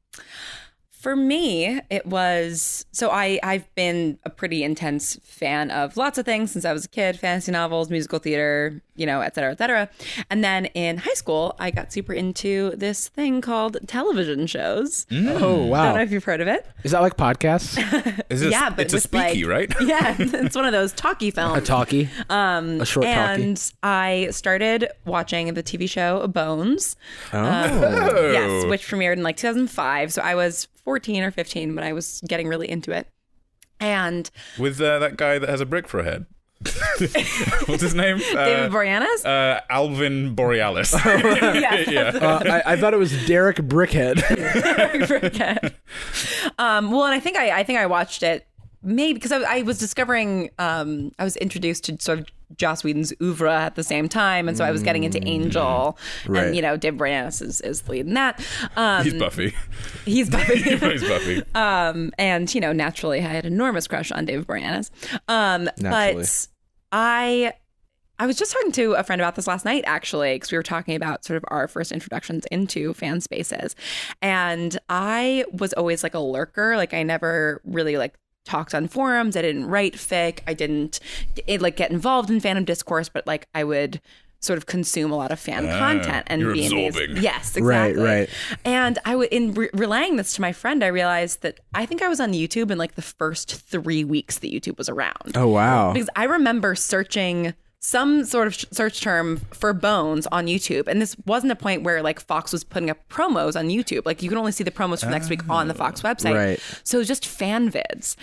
[SPEAKER 4] For me, it was so I I've been a pretty intense fan of lots of things since I was a kid, fantasy novels, musical theater, you know, et cetera, et cetera. And then in high school, I got super into this thing called television shows.
[SPEAKER 3] Oh
[SPEAKER 4] I don't know
[SPEAKER 3] wow!
[SPEAKER 4] if you've heard of it.
[SPEAKER 3] Is that like podcasts?
[SPEAKER 2] Is this,
[SPEAKER 4] yeah, but
[SPEAKER 2] it's a
[SPEAKER 4] with,
[SPEAKER 2] speaky,
[SPEAKER 4] like,
[SPEAKER 2] right?
[SPEAKER 4] Yeah, it's one of those talkie films.
[SPEAKER 3] a talkie, um, a short talkie.
[SPEAKER 4] and I started watching the TV show Bones.
[SPEAKER 2] Oh.
[SPEAKER 4] Yes, which premiered in like 2005. So I was 14 or 15 when I was getting really into it. And
[SPEAKER 2] With uh, that guy that has a brick for a head. What's his name?
[SPEAKER 4] David
[SPEAKER 2] Uh,
[SPEAKER 4] Boreanaz?
[SPEAKER 2] uh, Alvin Borealis. yeah.
[SPEAKER 3] Uh, I, I thought it was Derek Brickhead.
[SPEAKER 4] I forget. um, well, and I think I, I think I watched it maybe because I, I was discovering um, I was introduced to sort of Joss Whedon's oeuvre at the same time, and so I was getting into Angel,
[SPEAKER 3] Mm-hmm. Right.
[SPEAKER 4] and you know, Dave Boreanaz is, is the lead in that. Um,
[SPEAKER 2] He's Buffy.
[SPEAKER 4] he's Buffy.
[SPEAKER 2] He's Buffy.
[SPEAKER 4] um, and you know, naturally, I had an enormous crush on David Boreanaz. Um,
[SPEAKER 3] Naturally.
[SPEAKER 4] but I, I was just talking to a friend about this last night, actually, because we were talking about sort of our first introductions into fan spaces, and I was always like a lurker, like I never really like talked on forums. I didn't write fic. I didn't it, like get involved in fandom discourse, but like I would. Sort of consume a lot of fan
[SPEAKER 2] Ah,
[SPEAKER 4] content and
[SPEAKER 2] you're
[SPEAKER 4] be in these-
[SPEAKER 2] absorbing.
[SPEAKER 4] Yes,
[SPEAKER 3] Right,
[SPEAKER 4] exactly.
[SPEAKER 3] right.
[SPEAKER 4] And I would in re- relaying this to my friend, I realized that I think I was on YouTube in like the first three weeks that YouTube was around.
[SPEAKER 3] oh wow!
[SPEAKER 4] Because I remember searching some sort of sh- search term for bones on YouTube, and this wasn't a point where like Fox was putting up promos on YouTube. Like you could only see the promos from next week on the Fox website.
[SPEAKER 3] Right.
[SPEAKER 4] So it was just fan vids.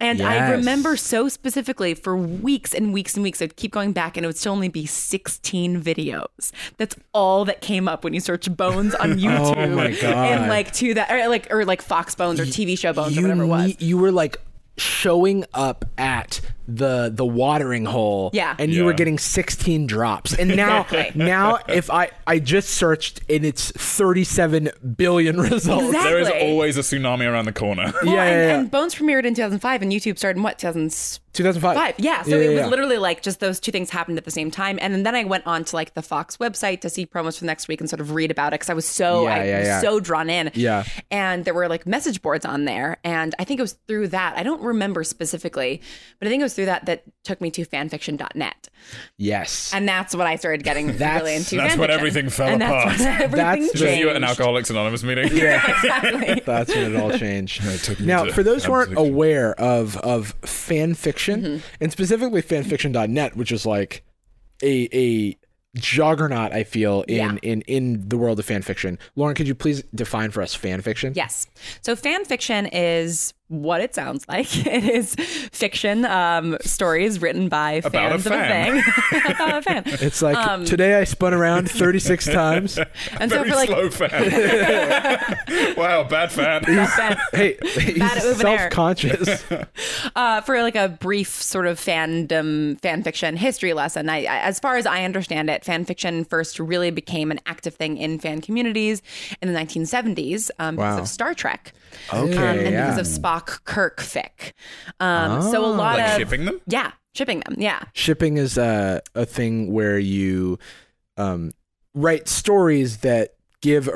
[SPEAKER 4] And I
[SPEAKER 3] Yes.
[SPEAKER 4] remember so specifically for weeks and weeks and weeks, I'd keep going back and it would still only be 16 videos. That's all that came up when you search bones on YouTube.
[SPEAKER 3] Oh my God.
[SPEAKER 4] And like to that, or like, or like Fox bones or TV show bones or whatever it was.
[SPEAKER 3] need- you were like showing up at the the watering hole
[SPEAKER 4] Yeah.
[SPEAKER 3] and you were
[SPEAKER 2] Yeah.
[SPEAKER 3] getting 16 drops and now now if i i just searched and it's 37 billion results
[SPEAKER 4] Exactly.
[SPEAKER 2] There is always a tsunami around the corner.
[SPEAKER 4] Well,
[SPEAKER 3] Yeah,
[SPEAKER 4] and,
[SPEAKER 3] yeah, yeah.
[SPEAKER 4] and Bones premiered in 2005, and YouTube started in what 2005?
[SPEAKER 3] 2005
[SPEAKER 4] Yeah, so it was
[SPEAKER 3] yeah.
[SPEAKER 4] literally like just those two things happened at the same time, and then I went on to like the Fox website to see promos for next week and sort of read about it because I was so
[SPEAKER 3] Yeah,
[SPEAKER 4] I
[SPEAKER 3] yeah,
[SPEAKER 4] was
[SPEAKER 3] yeah.
[SPEAKER 4] so drawn in.
[SPEAKER 3] Yeah.
[SPEAKER 4] and there were like message boards on there, and I think it was through that. I don't remember specifically, but I think it was through that that took me to fanfiction.net,
[SPEAKER 3] yes
[SPEAKER 4] and that's when I started getting
[SPEAKER 3] That's-
[SPEAKER 4] really into.
[SPEAKER 2] that's
[SPEAKER 4] fanfiction.
[SPEAKER 2] when everything fell
[SPEAKER 4] and
[SPEAKER 2] apart.
[SPEAKER 4] That's when everything
[SPEAKER 3] That's
[SPEAKER 2] Just you at an
[SPEAKER 4] changed.
[SPEAKER 2] Alcoholics Anonymous meeting.
[SPEAKER 4] exactly.
[SPEAKER 3] that's when it all changed
[SPEAKER 2] took me
[SPEAKER 3] now
[SPEAKER 2] to
[SPEAKER 3] for those who aren't
[SPEAKER 2] fanfiction.
[SPEAKER 3] aware of of fan fiction
[SPEAKER 4] Mm-hmm.
[SPEAKER 3] and specifically fanfiction.net which is like a a juggernaut i feel in
[SPEAKER 4] Yeah.
[SPEAKER 3] in in the world of fan fiction lauren could you please define for us fan fiction
[SPEAKER 4] Yes. So fan fiction is what it sounds like. It is fiction um, stories written by
[SPEAKER 2] About a
[SPEAKER 4] fans of a thing. About a fan.
[SPEAKER 3] It's like
[SPEAKER 4] Um,
[SPEAKER 3] today I spun around 36 times.
[SPEAKER 4] and so
[SPEAKER 2] Very
[SPEAKER 4] for like
[SPEAKER 2] slow fan. wow, bad fan.
[SPEAKER 4] fan-
[SPEAKER 3] Hey, he's
[SPEAKER 4] Bad at moving air.
[SPEAKER 3] self-conscious.
[SPEAKER 4] uh, for like a brief sort of fandom fan fiction history lesson. I, I- as far as I understand it, fan fiction first really became an active thing in fan communities in the 1970s um, because
[SPEAKER 3] Wow.
[SPEAKER 4] of Star Trek.
[SPEAKER 3] Okay,
[SPEAKER 4] um, and
[SPEAKER 3] yeah.
[SPEAKER 4] because of Spock Kirk fic. Um, so a
[SPEAKER 2] Oh.
[SPEAKER 4] lot
[SPEAKER 2] Like
[SPEAKER 4] of
[SPEAKER 2] shipping them?
[SPEAKER 4] yeah, shipping them, yeah.
[SPEAKER 3] Shipping is uh, a thing where you um, write stories that give a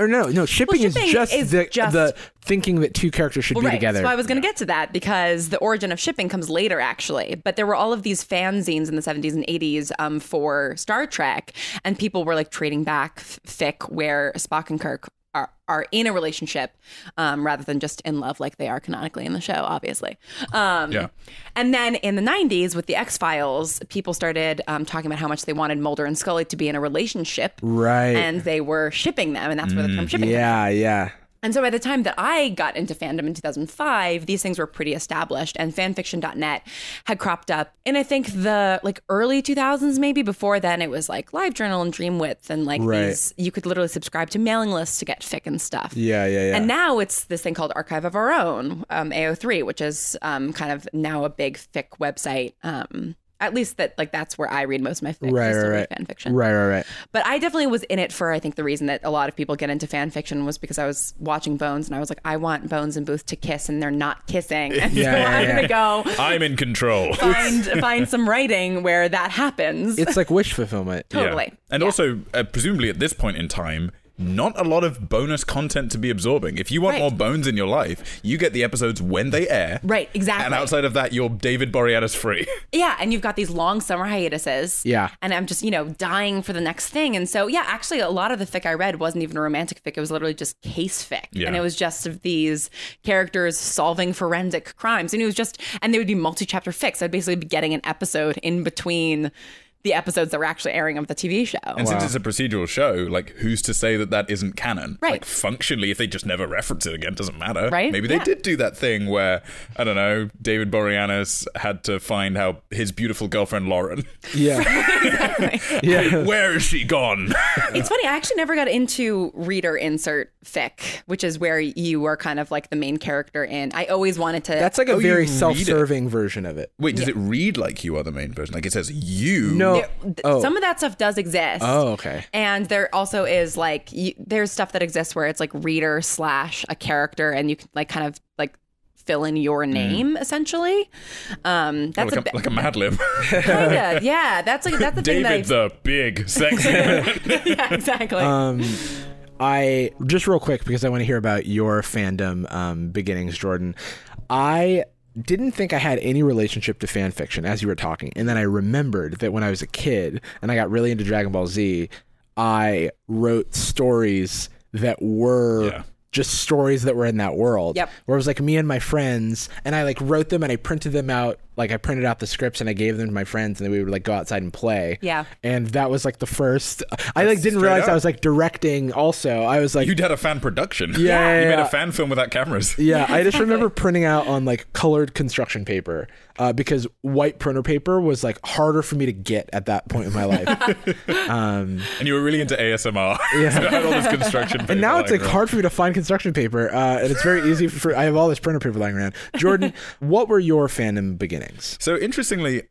[SPEAKER 3] or no, no, shipping,
[SPEAKER 4] shipping
[SPEAKER 3] is just
[SPEAKER 4] is
[SPEAKER 3] the
[SPEAKER 4] just-
[SPEAKER 3] the thinking that two characters should
[SPEAKER 4] Well,
[SPEAKER 3] be
[SPEAKER 4] right.
[SPEAKER 3] together.
[SPEAKER 4] So I was going to get to that because the origin of shipping comes later, actually. But there were all of these fanzines in the 70s and 80s um, for Star Trek, and people were like trading back f- fic where Spock and Kirk are, are in a relationship um, rather than just in love like they are canonically in the show, obviously. Um,
[SPEAKER 2] Yeah.
[SPEAKER 4] And then in the 90s with the X Files, people started um, talking about how much they wanted Mulder and Scully to be in a relationship.
[SPEAKER 3] Right. Mm,
[SPEAKER 4] And they were shipping them, and that's where the term shipping comes
[SPEAKER 3] yeah, yeah.
[SPEAKER 4] And so by the time that I got into fandom in 2005, these things were pretty established and fanfiction.net had cropped up in I think the like early 2000s maybe before then it was like LiveJournal and Dreamwidth and like
[SPEAKER 1] Right.
[SPEAKER 4] these you could literally subscribe to mailing lists to get fic and stuff.
[SPEAKER 1] Yeah, yeah, yeah.
[SPEAKER 4] And now it's this thing called Archive of Our Own, um, AO3, which is um, kind of now a big fic website. Um, at least that like that's where I read most of my fic.
[SPEAKER 1] Right,
[SPEAKER 4] I still
[SPEAKER 1] right,
[SPEAKER 4] read
[SPEAKER 1] right.
[SPEAKER 4] Fan fiction.
[SPEAKER 1] Right, right, right.
[SPEAKER 4] But I definitely was in it for I think the reason that a lot of people get into fan fiction was because I was watching Bones and I was like, I want Bones and Booth to kiss and they're not kissing. And so
[SPEAKER 1] yeah,
[SPEAKER 4] I'm
[SPEAKER 1] yeah.
[SPEAKER 4] gonna go
[SPEAKER 2] I'm in control.
[SPEAKER 4] find find some writing where that happens.
[SPEAKER 3] It's like wish fulfillment.
[SPEAKER 2] Yeah.
[SPEAKER 4] totally.
[SPEAKER 2] And also, uh, presumably at this point in time, not a lot of bonus content to be absorbing. If you want
[SPEAKER 4] Right.
[SPEAKER 2] more bones in your life, you get the episodes when they air.
[SPEAKER 4] Right, exactly.
[SPEAKER 2] And outside of that, you're David Boreanaz free.
[SPEAKER 4] Yeah, and you've got these long summer hiatuses.
[SPEAKER 3] Yeah.
[SPEAKER 4] And I'm just, you know, dying for the next thing. And so, yeah, actually, a lot of the fic I read wasn't even romantic fic. It was literally just case fic.
[SPEAKER 2] Yeah.
[SPEAKER 4] And it was just of these characters solving forensic crimes. And it was just, and they would be multi chapter fics. I'd basically be getting an episode in between the episodes that were actually airing of the TV show.
[SPEAKER 2] And since it's a procedural show, like who's to say that that isn't canon?
[SPEAKER 4] Right.
[SPEAKER 2] Like functionally, if they just never reference it again, doesn't matter.
[SPEAKER 4] Right?
[SPEAKER 2] Maybe they
[SPEAKER 4] Yeah.
[SPEAKER 2] did do that thing where I don't know, David Boreanaz had to find how his beautiful girlfriend Lauren.
[SPEAKER 1] Yeah.
[SPEAKER 2] Where is she gone?
[SPEAKER 4] It's funny. I actually never got into reader insert fic, which is where you are kind of like the main character in. I always wanted to.
[SPEAKER 3] That's like a
[SPEAKER 2] Oh, you
[SPEAKER 3] very
[SPEAKER 2] read it.
[SPEAKER 3] self-serving version of it.
[SPEAKER 2] Wait, does it read like you are the main person? Like it says you.
[SPEAKER 3] No.
[SPEAKER 4] There- th-
[SPEAKER 3] oh.
[SPEAKER 4] Some of that stuff does exist.
[SPEAKER 3] Oh, okay.
[SPEAKER 4] And there also is like you, there's stuff that exists where it's like reader slash a character, and you can like kind of like fill in your name essentially. Um, that's
[SPEAKER 2] Mm. Like
[SPEAKER 4] a,
[SPEAKER 2] a, like a Mad Lib.
[SPEAKER 4] kind of yeah. That's like that's the thing that I,
[SPEAKER 2] David the big sexy man.
[SPEAKER 4] yeah exactly.
[SPEAKER 2] Um,
[SPEAKER 3] I just real quick because I want to hear about your fandom um, beginnings, Jordan. I didn't think I had any relationship to fan fiction as you were talking, and then I remembered that when I was a kid and I got really into Dragon Ball Z, I wrote stories that were.
[SPEAKER 2] Yeah.
[SPEAKER 3] Just stories that were in that world.
[SPEAKER 4] Yep.
[SPEAKER 3] Where it was like me and my friends, and I like wrote them and I printed them out. Like I printed out the scripts and I gave them to my friends, and then we would like go outside and play.
[SPEAKER 4] Yeah.
[SPEAKER 3] And that was like the first. I like didn't realize
[SPEAKER 2] up.
[SPEAKER 3] I was like directing. Also, I was like,
[SPEAKER 2] You did a fan production.
[SPEAKER 3] Yeah, yeah,
[SPEAKER 2] you made
[SPEAKER 3] yeah.
[SPEAKER 2] a fan film without cameras.
[SPEAKER 3] Yeah, I just remember printing out on like colored construction paper uh, because white printer paper was like harder for me to get at that point in my life.
[SPEAKER 2] And you were really into ASMR. Yeah. so I had all this construction.
[SPEAKER 3] and now it's like
[SPEAKER 2] paper lying
[SPEAKER 3] hard for me to find construction paper, uh, and it's very easy for I have all this printer paper lying around. Jordan, what were your fandom beginnings?
[SPEAKER 2] So interestingly,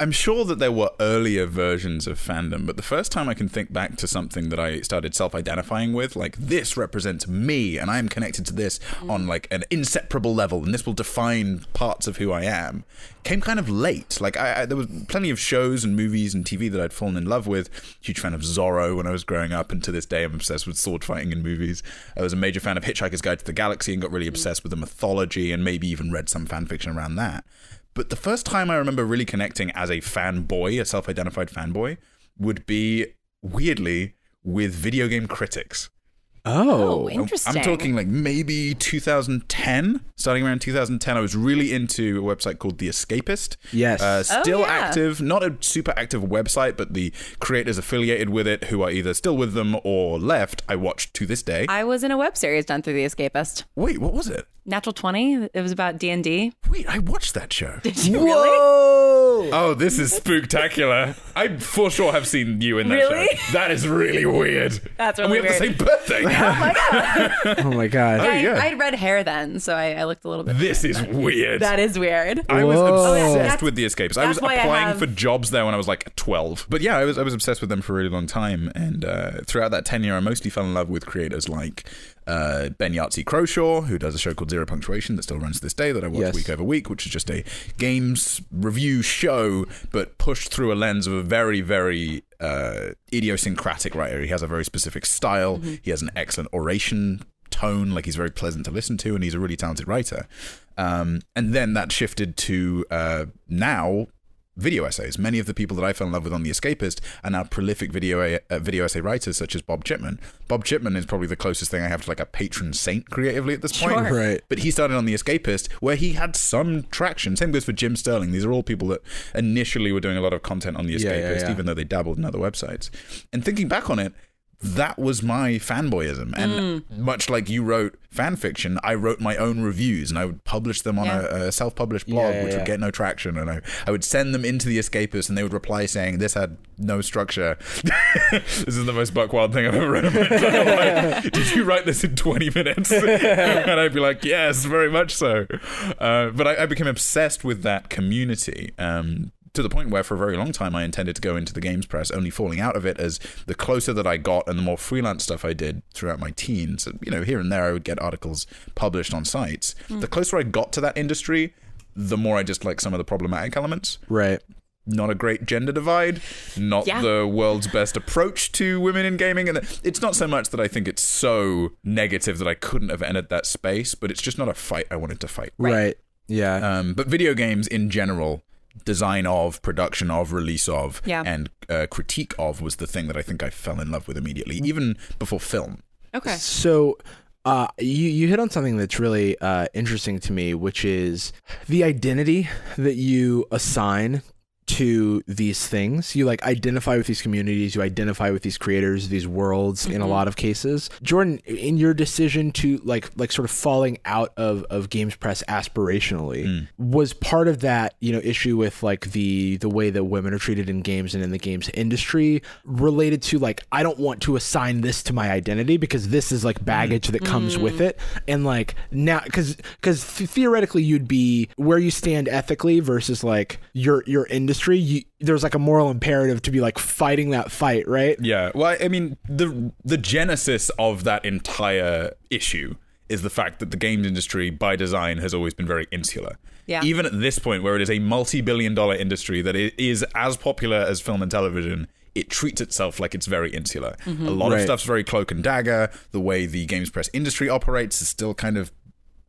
[SPEAKER 2] I'm sure that there were earlier versions of fandom, but the first time I can think back to something that I started self-identifying with, like this represents me, and I am connected to this on like an inseparable level, and this will define parts of who I am, came kind of late. Like I, I there was plenty of shows and movies and TV that I'd fallen in love with. Huge fan of Zorro when I was growing up, and to this day I'm obsessed with sword fighting in movies. I was a major fan of Hitchhiker's Guide to the Galaxy and got really obsessed with the mythology, and maybe even read some fan fiction around that. But the first time I remember really connecting as a fanboy, a self identified fanboy, would be weirdly with video game critics.
[SPEAKER 3] Oh,
[SPEAKER 2] I'm-
[SPEAKER 4] Interesting.
[SPEAKER 2] I'm talking like maybe 2010, starting around 2010. I was really into a website called The Escapist.
[SPEAKER 3] Yes.
[SPEAKER 2] Uh,
[SPEAKER 4] Oh,
[SPEAKER 2] still
[SPEAKER 4] yeah.
[SPEAKER 2] active, not a super active website, but the creators affiliated with it who are either still with them or left, I watch to this day.
[SPEAKER 4] I was in a web series done through The Escapist.
[SPEAKER 2] Wait, what was it?
[SPEAKER 4] Natural Twenty. It was about D and D.
[SPEAKER 2] Wait, I watched that show.
[SPEAKER 3] whoa!
[SPEAKER 2] Oh, this is spooktacular. I for sure have seen you in that
[SPEAKER 4] Really?
[SPEAKER 2] show. That is really weird.
[SPEAKER 4] That's
[SPEAKER 2] and we
[SPEAKER 4] really
[SPEAKER 2] have the same birthday.
[SPEAKER 3] Oh my god!
[SPEAKER 4] I,
[SPEAKER 2] yeah.
[SPEAKER 4] I had red hair then, so I, I looked a little bit.
[SPEAKER 2] this is weird.
[SPEAKER 4] that is weird.
[SPEAKER 2] I was
[SPEAKER 3] Whoa.
[SPEAKER 2] obsessed
[SPEAKER 4] That's-
[SPEAKER 2] with the escapes. I
[SPEAKER 4] that's
[SPEAKER 2] was
[SPEAKER 4] why I
[SPEAKER 2] applying
[SPEAKER 4] have-
[SPEAKER 2] for jobs there when I was like 12. But yeah, I was I was obsessed with them for a really long time. And uh, throughout that tenure, I mostly fell in love with creators like uh, Ben Yahtzee Croshaw, who does a show called Zero Punctuation that still runs to this day that I watch
[SPEAKER 3] Yes.
[SPEAKER 2] week over week, which is just a games review show, but pushed through a lens of a very, very uh, idiosyncratic writer. He has a very specific style. He has an excellent oration tone. Like he's very pleasant to listen to, and he's a really talented writer. Um, and then that shifted to uh, now video essays. Many of the people that I fell in love with on The Escapist are now prolific video uh, video essay writers, such as Bob Chipman. Bob Chipman is probably the closest thing I have to like a patron saint creatively at this point.
[SPEAKER 4] Sure.
[SPEAKER 3] Right.
[SPEAKER 2] But he started on The Escapist, where he had some traction. Same goes for Jim Sterling. These are all people that initially were doing a lot of content on The Escapist,
[SPEAKER 3] yeah, yeah.
[SPEAKER 2] even though they dabbled in other websites. And thinking back on it, that was my fanboyism. And much like you wrote fan fiction, I wrote my own reviews and I would publish them on
[SPEAKER 5] Yeah.
[SPEAKER 2] a, a self published blog,
[SPEAKER 3] Yeah, yeah,
[SPEAKER 2] which
[SPEAKER 3] yeah.
[SPEAKER 2] would get no traction. And I, I would send them into the escapists and they would reply saying, This had no structure. this is the most buckwild thing I've ever read. In my life. Like, Did you write this in 20 minutes? and I'd be like, Yes, very much so. Uh, but I, I became obsessed with that community. Um, to the point where for a very long time I intended to go into the games press, only falling out of it as the closer that I got and the more freelance stuff I did throughout my teens, you know, here and there I would get articles published on sites. The closer I got to that industry, the more I just like some of the problematic elements.
[SPEAKER 3] Right.
[SPEAKER 2] Not a great gender divide, not
[SPEAKER 4] Yeah.
[SPEAKER 2] the world's best approach to women in gaming. And it's not so much that I think it's so negative that I couldn't have entered that space, but it's just not a fight I wanted to fight.
[SPEAKER 3] Right. Yeah.
[SPEAKER 2] Um, but video games in general, design of, production of, release of,
[SPEAKER 4] Yeah.
[SPEAKER 2] and uh, critique of was the thing that I think I fell in love with immediately, even before film.
[SPEAKER 4] Okay.
[SPEAKER 3] So uh, you you hit on something that's really uh, interesting to me, which is the identity that you assign to these things. You like identify with these communities, you identify with these creators, these worlds in a lot of cases. Jordan, in your decision to like like sort of falling out of of games press aspirationally, was part of that, you know, issue with like the the way that women are treated in games and in the games industry related to like I don't want to assign this to my identity because this is like baggage that comes
[SPEAKER 4] Mm.
[SPEAKER 3] with it and like now cuz cuz theoretically you'd be where you stand ethically versus like your your industry you, there's like a moral imperative to be like fighting that fight right
[SPEAKER 2] Yeah. Well, I mean, the the genesis of that entire issue is the fact that the games industry, by design, has always been very insular.
[SPEAKER 4] Yeah.
[SPEAKER 2] Even at this point, where it is a multi-billion-dollar industry that i- is as popular as film and television. It treats itself like it's very insular. A lot of
[SPEAKER 3] Right.
[SPEAKER 2] stuff's very cloak and dagger. The way the games press industry operates is still kind of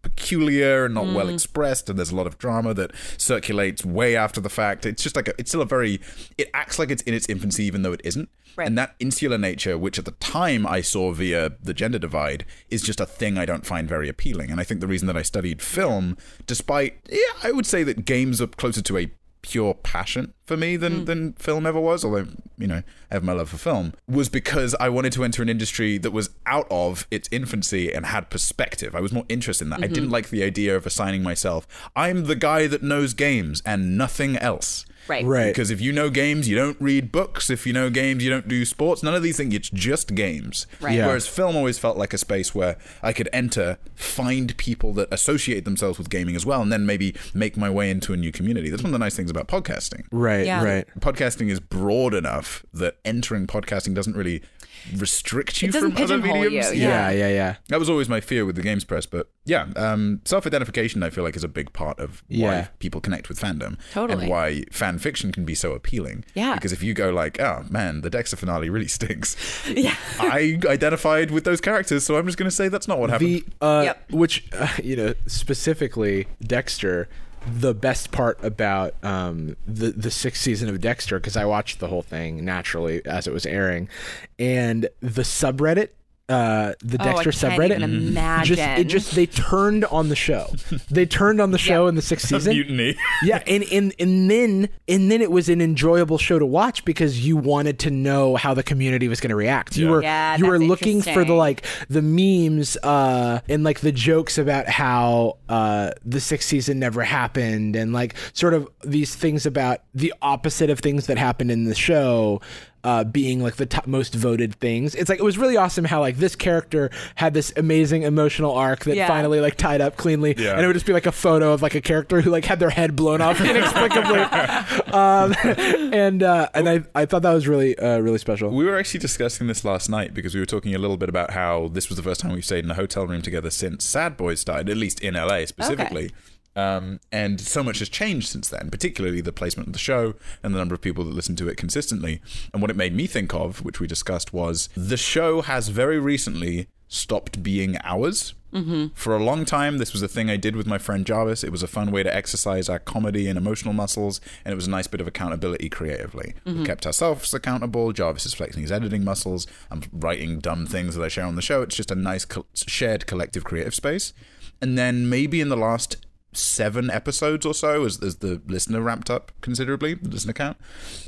[SPEAKER 2] peculiar and not well expressed and there's a lot of drama that circulates way after the fact it's just like a, it's still a very it acts like it's in its infancy even though it isn't
[SPEAKER 4] Right.
[SPEAKER 2] and that insular nature which at the time i saw via the gender divide is just a thing i don't find very appealing and i think the reason that i studied film despite yeah i would say that games are closer to a pure passion for me than than film ever was although you know i have my love for film was because i wanted to enter an industry that was out of its infancy and had perspective i was more interested in that i didn't like the idea of assigning myself i'm the guy that knows games and nothing else
[SPEAKER 4] Right.
[SPEAKER 3] right
[SPEAKER 2] because if you know games, you don't read books. If you know games, you don't do sports. None of these things. It's just games.
[SPEAKER 4] Right. Yeah.
[SPEAKER 2] Whereas film always felt like a space where I could enter, find people that associate themselves with gaming as well, and then maybe make my way into a new community. That's one of the nice things about podcasting.
[SPEAKER 3] right
[SPEAKER 4] Yeah.
[SPEAKER 3] right
[SPEAKER 2] Podcasting is broad enough that entering podcasting doesn't really restrict you
[SPEAKER 4] It doesn't
[SPEAKER 2] from other
[SPEAKER 4] pigeonhole you,
[SPEAKER 2] mediums.
[SPEAKER 4] Yeah.
[SPEAKER 3] yeah yeah yeah
[SPEAKER 2] That was always my fear with the games press, but yeah, um, self-identification I feel like is a big part of
[SPEAKER 3] Yeah.
[SPEAKER 2] why people connect with fandom
[SPEAKER 4] Totally.
[SPEAKER 2] and why fan fiction can be so appealing.
[SPEAKER 4] Yeah.
[SPEAKER 2] because if you go like, oh man, the Dexter finale really stinks.
[SPEAKER 4] Yeah.
[SPEAKER 2] I identified with those characters, so I'm just going to say that's not what happened.
[SPEAKER 3] The uh,
[SPEAKER 4] Yep.
[SPEAKER 3] which uh, you know specifically Dexter. The best part about um, the the sixth season of Dexter because I watched the whole thing naturally as it was airing, and the subreddit, uh, the
[SPEAKER 4] Oh, I
[SPEAKER 3] Dexter
[SPEAKER 4] can't
[SPEAKER 3] subreddit,
[SPEAKER 4] even imagine.
[SPEAKER 3] just it just they turned on the show. they turned on the show in the sixth season
[SPEAKER 2] mutiny.
[SPEAKER 3] yeah and, and and then and then it was an enjoyable show to watch because you wanted to know how the community was going to react you
[SPEAKER 2] Yeah.
[SPEAKER 3] were
[SPEAKER 4] Yeah,
[SPEAKER 3] you were
[SPEAKER 4] that's
[SPEAKER 3] looking for the
[SPEAKER 4] interesting.
[SPEAKER 3] like the memes uh and like the jokes about how uh the sixth season never happened and like sort of these things about the opposite of things that happened in the show uh, being like the top most voted things it's like it was really awesome how like this character had this amazing emotional arc that
[SPEAKER 4] Yeah.
[SPEAKER 3] finally like tied up cleanly
[SPEAKER 2] Yeah.
[SPEAKER 3] and it would just be like a photo of like a character who like had their head blown off inexplicably um, and uh, and I, I thought that was really uh, really special
[SPEAKER 2] We were actually discussing this last night because we were talking a little bit about how this was the first time we've stayed in a hotel room together since Sad Boys started, at least in LA specifically. Um, and so much has changed since then, particularly the placement of the show and the number of people that listen to it consistently. And what it made me think of, which we discussed, was the show has very recently stopped being ours. For a long time, this was a thing I did with my friend Jarvis. It was a fun way to exercise our comedy and emotional muscles, and it was a nice bit of accountability creatively. We kept ourselves accountable. Jarvis is flexing his editing muscles. I'm writing dumb things that I share on the show. It's just a nice co- shared collective creative space. And then maybe in the last seven episodes or so as, as the listener ramped up considerably, the listener count,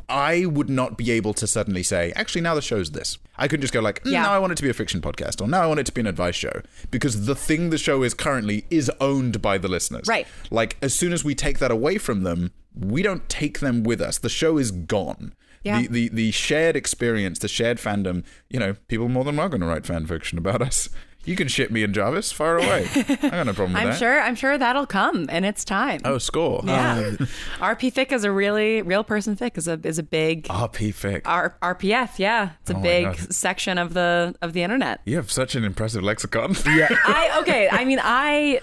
[SPEAKER 2] I would not be able to suddenly say, actually, now the show's this. I could just go like, mm,
[SPEAKER 5] Yeah.
[SPEAKER 2] now I want it to be a fiction podcast or now I want it to be an advice show because the thing the show is currently is owned by the listeners.
[SPEAKER 5] Right.
[SPEAKER 2] Like, as soon as we take that away from them, we don't take them with us. The show is gone.
[SPEAKER 4] Yeah.
[SPEAKER 2] The, the the shared experience, the shared fandom, you know, people more than are going to write fan fiction about us. You can ship me and Jarvis far away. I got no problem with
[SPEAKER 5] I'm
[SPEAKER 2] that.
[SPEAKER 5] sure. I'm sure that'll come in its time.
[SPEAKER 2] Oh, score.
[SPEAKER 4] Yeah. RP fic is a really real person fic is a is a big
[SPEAKER 2] RP fic.
[SPEAKER 4] R- RPF. Yeah, it's a
[SPEAKER 2] Oh my
[SPEAKER 4] big
[SPEAKER 2] God.
[SPEAKER 4] section of the of the internet.
[SPEAKER 2] you have such an impressive lexicon. Yeah.
[SPEAKER 4] I okay. I mean, I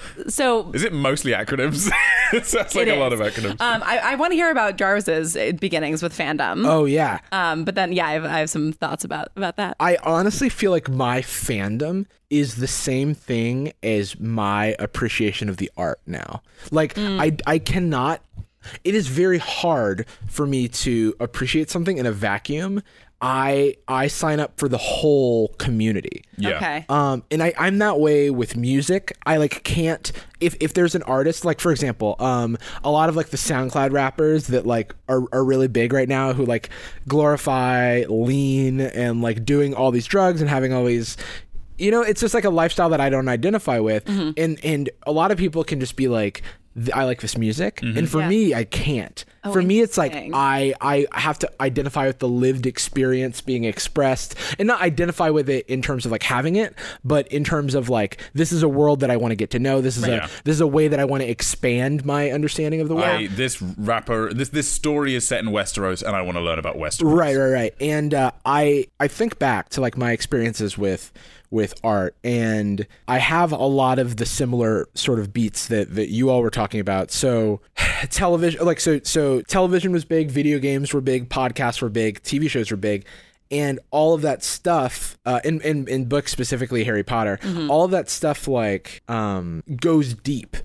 [SPEAKER 4] so
[SPEAKER 2] Is it mostly acronyms? it sounds like
[SPEAKER 4] it
[SPEAKER 2] a lot
[SPEAKER 4] is.
[SPEAKER 2] of acronyms.
[SPEAKER 4] Um, I, I want to hear about Jarvis's uh, beginnings with
[SPEAKER 2] Uh,
[SPEAKER 4] fandom.
[SPEAKER 3] Oh yeah.
[SPEAKER 4] Um, but then yeah, I have, I have some thoughts about about that.
[SPEAKER 3] I honestly feel like my fandom is the same thing as my appreciation of the art now. Like I I cannot it is very hard for me to appreciate something in a vacuum. I I sign up for the whole community.
[SPEAKER 2] yeah. Uh,
[SPEAKER 5] Okay.
[SPEAKER 3] Um, and I, I'm that way with music. I like can't if, if there's an artist like for example, um, a lot of like the SoundCloud rappers that like are, are really big right now who like glorify lean and like doing all these drugs and having all these you know it's just like a lifestyle that i don't identify with and and a lot of people can just be like th- i like this music and for me i can't for me it's like i i have to identify with the lived experience being expressed and not identify with it in terms of like having it but in terms of like this is a world that i want to get to know this is
[SPEAKER 2] Yeah.
[SPEAKER 3] a this is a way that i want to expand my understanding of the world
[SPEAKER 2] I, this rapper, this this story is set in Westeros, and I want to learn about Westeros.
[SPEAKER 3] Right, right, right. And uh, I I think back to like my experiences with with art, and I have a lot of the similar sort of beats that that you all were talking about. So television, like so so television was big, video games were big, podcasts were big, TV shows were big. And all of that stuff, uh, in, in in books specifically Harry Potter, all of that stuff like um, goes deep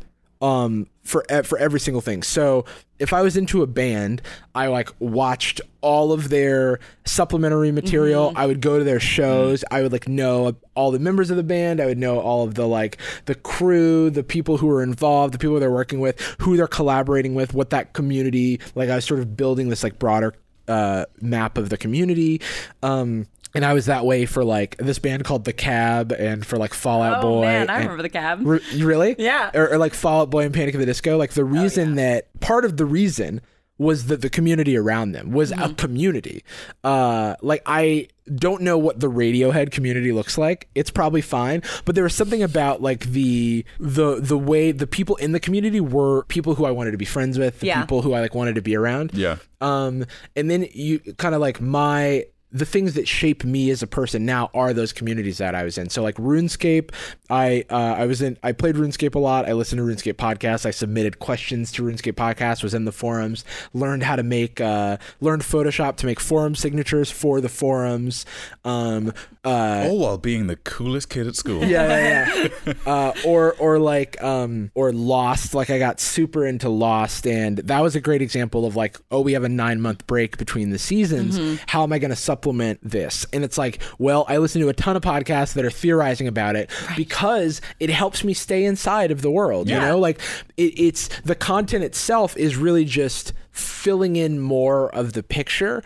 [SPEAKER 3] um for e- for every single thing. So if I was into a band, I like watched all of their
[SPEAKER 4] Mm-hmm.
[SPEAKER 3] supplementary material. I would go to their shows. I would like know all the members of the band. I would know all of the like the crew, the people who are involved, the people they're working with, who they're collaborating with, what that community like. I was sort of building this like broader uh, map of the community. Um, and I was that way for like this band called The Cab and for like Fallout
[SPEAKER 4] Oh,
[SPEAKER 3] Boy.
[SPEAKER 4] man, I
[SPEAKER 3] and-
[SPEAKER 4] remember The Cab.
[SPEAKER 3] Re- you really?
[SPEAKER 4] Yeah.
[SPEAKER 3] Or, or like Fall Out Boy and Panic at the Disco. Like the reason that part of the reason was that the community around them was a community. Uh, like I don't know what the Radiohead community looks like. It's probably fine, but there was something about like the the the way the people in the community were people who I wanted to be friends with, the
[SPEAKER 4] Yeah.
[SPEAKER 3] people who I like wanted to be around
[SPEAKER 2] Yeah.
[SPEAKER 3] um and then you kind of like my the things that shape me as a person now are those communities that I was in. So like RuneScape, I uh, I was in I played RuneScape a lot. I listened to RuneScape podcasts. I submitted questions to RuneScape podcasts. Was in the forums. Learned how to make uh, learned Photoshop to make forum signatures for the forums. Um, uh,
[SPEAKER 2] All while being the coolest kid at school.
[SPEAKER 3] yeah, yeah, yeah. uh, or or like um or Lost. Like I got super into Lost, and that was a great example of like, oh, we have a nine month break between the seasons. How am I going to supplement this? And it's like, well, I listen to a ton of podcasts that are theorizing about it because it helps me stay inside of the world. You know, like it, it's the content itself is really just filling in more of the picture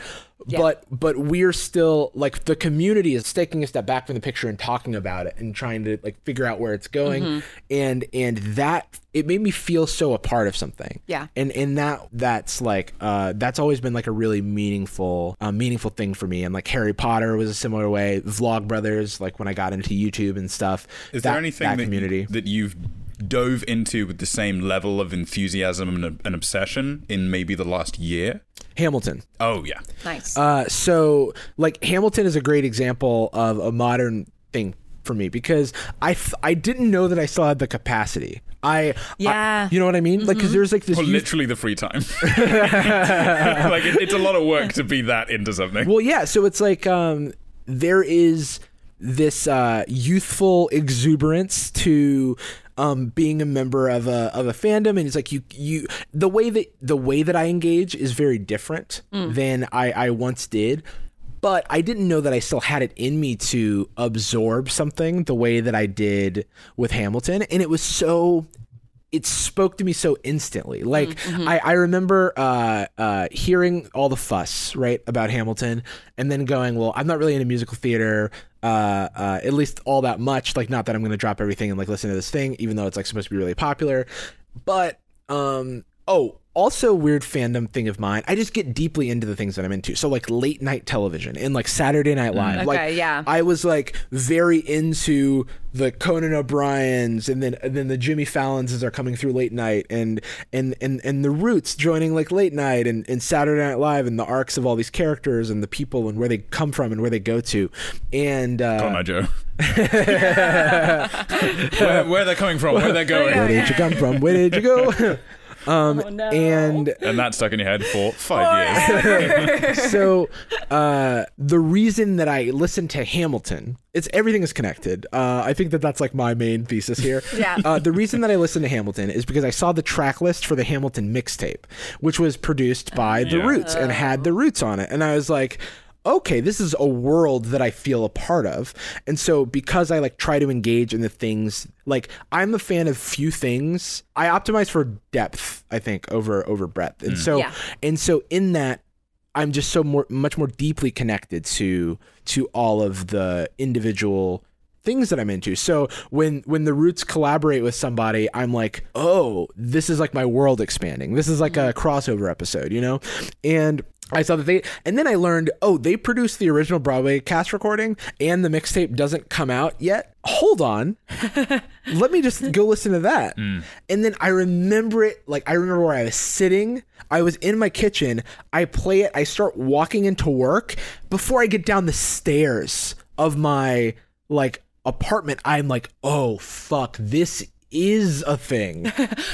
[SPEAKER 3] but but we're still like the community is taking a step back from the picture and talking about it and trying to like figure out where it's going and and that it made me feel so a part of something
[SPEAKER 5] Yeah.
[SPEAKER 3] and and that that's like uh that's always been like a really meaningful uh, meaningful thing for me and like harry potter was a similar way vlogbrothers like when i got into youtube and stuff
[SPEAKER 2] Is
[SPEAKER 3] that,
[SPEAKER 2] there anything
[SPEAKER 3] that
[SPEAKER 2] that,
[SPEAKER 3] community
[SPEAKER 2] that you've dove into with the same level of enthusiasm and, and obsession in maybe the last year?
[SPEAKER 3] hamilton
[SPEAKER 2] Oh yeah.
[SPEAKER 5] nice.
[SPEAKER 3] Uh, so like Hamilton is a great example of a modern thing for me because I th- I didn't know that I still had the capacity. I
[SPEAKER 4] Yeah.
[SPEAKER 3] I- you know what I mean? Like 'cause Like because there's like this.
[SPEAKER 2] Well,
[SPEAKER 3] youth-
[SPEAKER 2] literally the free time. like it, it's a lot of work to be that into something.
[SPEAKER 3] Well, yeah. So it's like um, there is this uh, youthful exuberance to um, being a member of a of a fandom, and it's like you you the way that the way that I engage is very different than I, I once did. But I didn't know that I still had it in me to absorb something the way that I did with Hamilton, and it was so it spoke to me so instantly. Like
[SPEAKER 4] Mm, mm-hmm.
[SPEAKER 3] I, I remember uh, uh, hearing all the fuss right about Hamilton, and then going, "Well, I'm not really into musical theater, uh, uh, at least all that much. Like, not that I'm going to drop everything and like listen to this thing, even though it's like supposed to be really popular. But um, oh, also weird fandom thing of mine. I just get deeply into the things that I'm into. So like late night television and like Saturday Night Live. like
[SPEAKER 4] Mm, Okay, yeah.
[SPEAKER 3] I was like very into the Conan O'Briens and then and then the Jimmy Fallons as are coming through late night and and and and the Roots joining like late night and, and Saturday Night Live and the arcs of all these characters and the people and where they come from and where they go to and uh,
[SPEAKER 2] Connor Joe. where, where they're coming from, where they're
[SPEAKER 3] where
[SPEAKER 2] going.
[SPEAKER 3] did you come from? Where did you go? um, and
[SPEAKER 2] And that's stuck in your head for five years.
[SPEAKER 3] so uh, the reason that I listened to Hamilton, it's everything is connected. Uh, I think that that's like my main thesis here.
[SPEAKER 4] Yeah.
[SPEAKER 3] Uh, the reason that I listened to Hamilton is because I saw the track list for the Hamilton mixtape, which was produced by The Roots and had The Roots on it, and I was like. Okay, this is a world that I feel a part of. And so because I like try to engage in the things like I'm a fan of few things, I optimize for depth, I think, over over breadth. And so
[SPEAKER 4] Yeah.
[SPEAKER 3] and so in that I'm just so more much more deeply connected to to all of the individual things that I'm into. So when when the roots collaborate with somebody, I'm like, "Oh, this is like my world expanding. This is like a crossover episode, you know?" And I saw that they and then I learned, "Oh, they produced the original Broadway cast recording and the mixtape doesn't come out yet." Hold on let me just go listen to that.
[SPEAKER 4] Mm.
[SPEAKER 3] And then I remember it like I remember where I was sitting. I was in my kitchen. I play it. I start walking into work. Before I get down the stairs of my like apartment, I'm like, "Oh fuck, this is a thing."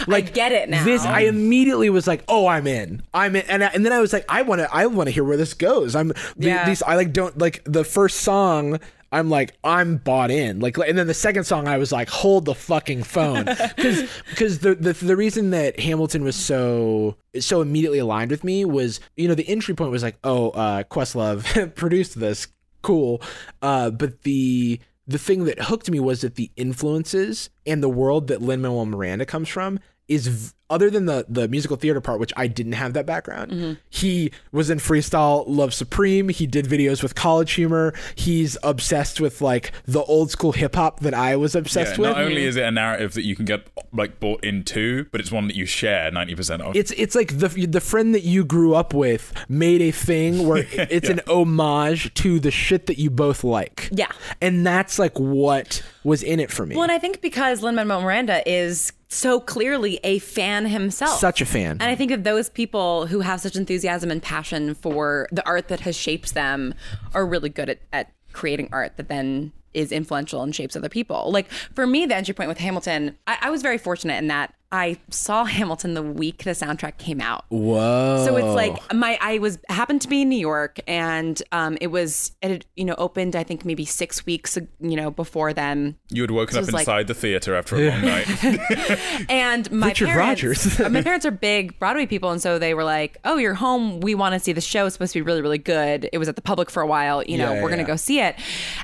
[SPEAKER 3] Like
[SPEAKER 4] get it now.
[SPEAKER 3] This I immediately was like, "Oh, I'm in. I'm in." And I, and then I was like, "I want to I want to hear where this goes." I'm the,
[SPEAKER 4] Yeah.
[SPEAKER 3] these I like don't like the first song. I'm like I'm bought in. Like and then the second song I was like hold the fucking phone cuz cuz the, the the reason that Hamilton was so so immediately aligned with me was you know the entry point was like oh uh Questlove produced this cool uh but the the thing that hooked me was that the influences and the world that Lin Manuel Miranda comes from is v- other than the the musical theater part, which I didn't have that background.
[SPEAKER 4] Mm-hmm.
[SPEAKER 3] He was in freestyle Love Supreme. He did videos with College Humor. He's obsessed with like the old school hip hop that I was obsessed
[SPEAKER 2] Yeah,
[SPEAKER 3] with.
[SPEAKER 2] not only is it a narrative that you can get like bought into, but it's one that you share 90% of.
[SPEAKER 3] it's it's like the the friend that you grew up with made a thing where it's an homage to the shit that you both like.
[SPEAKER 4] Yeah.
[SPEAKER 3] and that's like what was in it for me.
[SPEAKER 4] Well, and I think because Lin Manuel Miranda is so clearly a fan himself,
[SPEAKER 3] Such a fan.
[SPEAKER 4] and I think of those people who have such enthusiasm and passion for the art that has shaped them, are really good at, at creating art that then is influential and shapes other people. Like for me, the entry point with Hamilton, I, I was very fortunate in that I saw Hamilton the week the soundtrack came out.
[SPEAKER 3] Whoa!
[SPEAKER 4] So it's like my I was happened to be in New York and um it was it had, you know opened I think maybe 6 weeks you know before then
[SPEAKER 2] you had woken
[SPEAKER 4] This
[SPEAKER 2] up
[SPEAKER 4] was like-
[SPEAKER 2] inside the theater after a long night.
[SPEAKER 4] and my
[SPEAKER 3] Richard
[SPEAKER 4] parents, uh,
[SPEAKER 3] Rogers.
[SPEAKER 4] my parents are big Broadway people, and so they were like, "Oh, you're home. We want to see the show. It's supposed to be really, really good. It was at the public for a while. You know,
[SPEAKER 3] Yeah,
[SPEAKER 4] we're gonna
[SPEAKER 3] yeah.
[SPEAKER 4] go see it."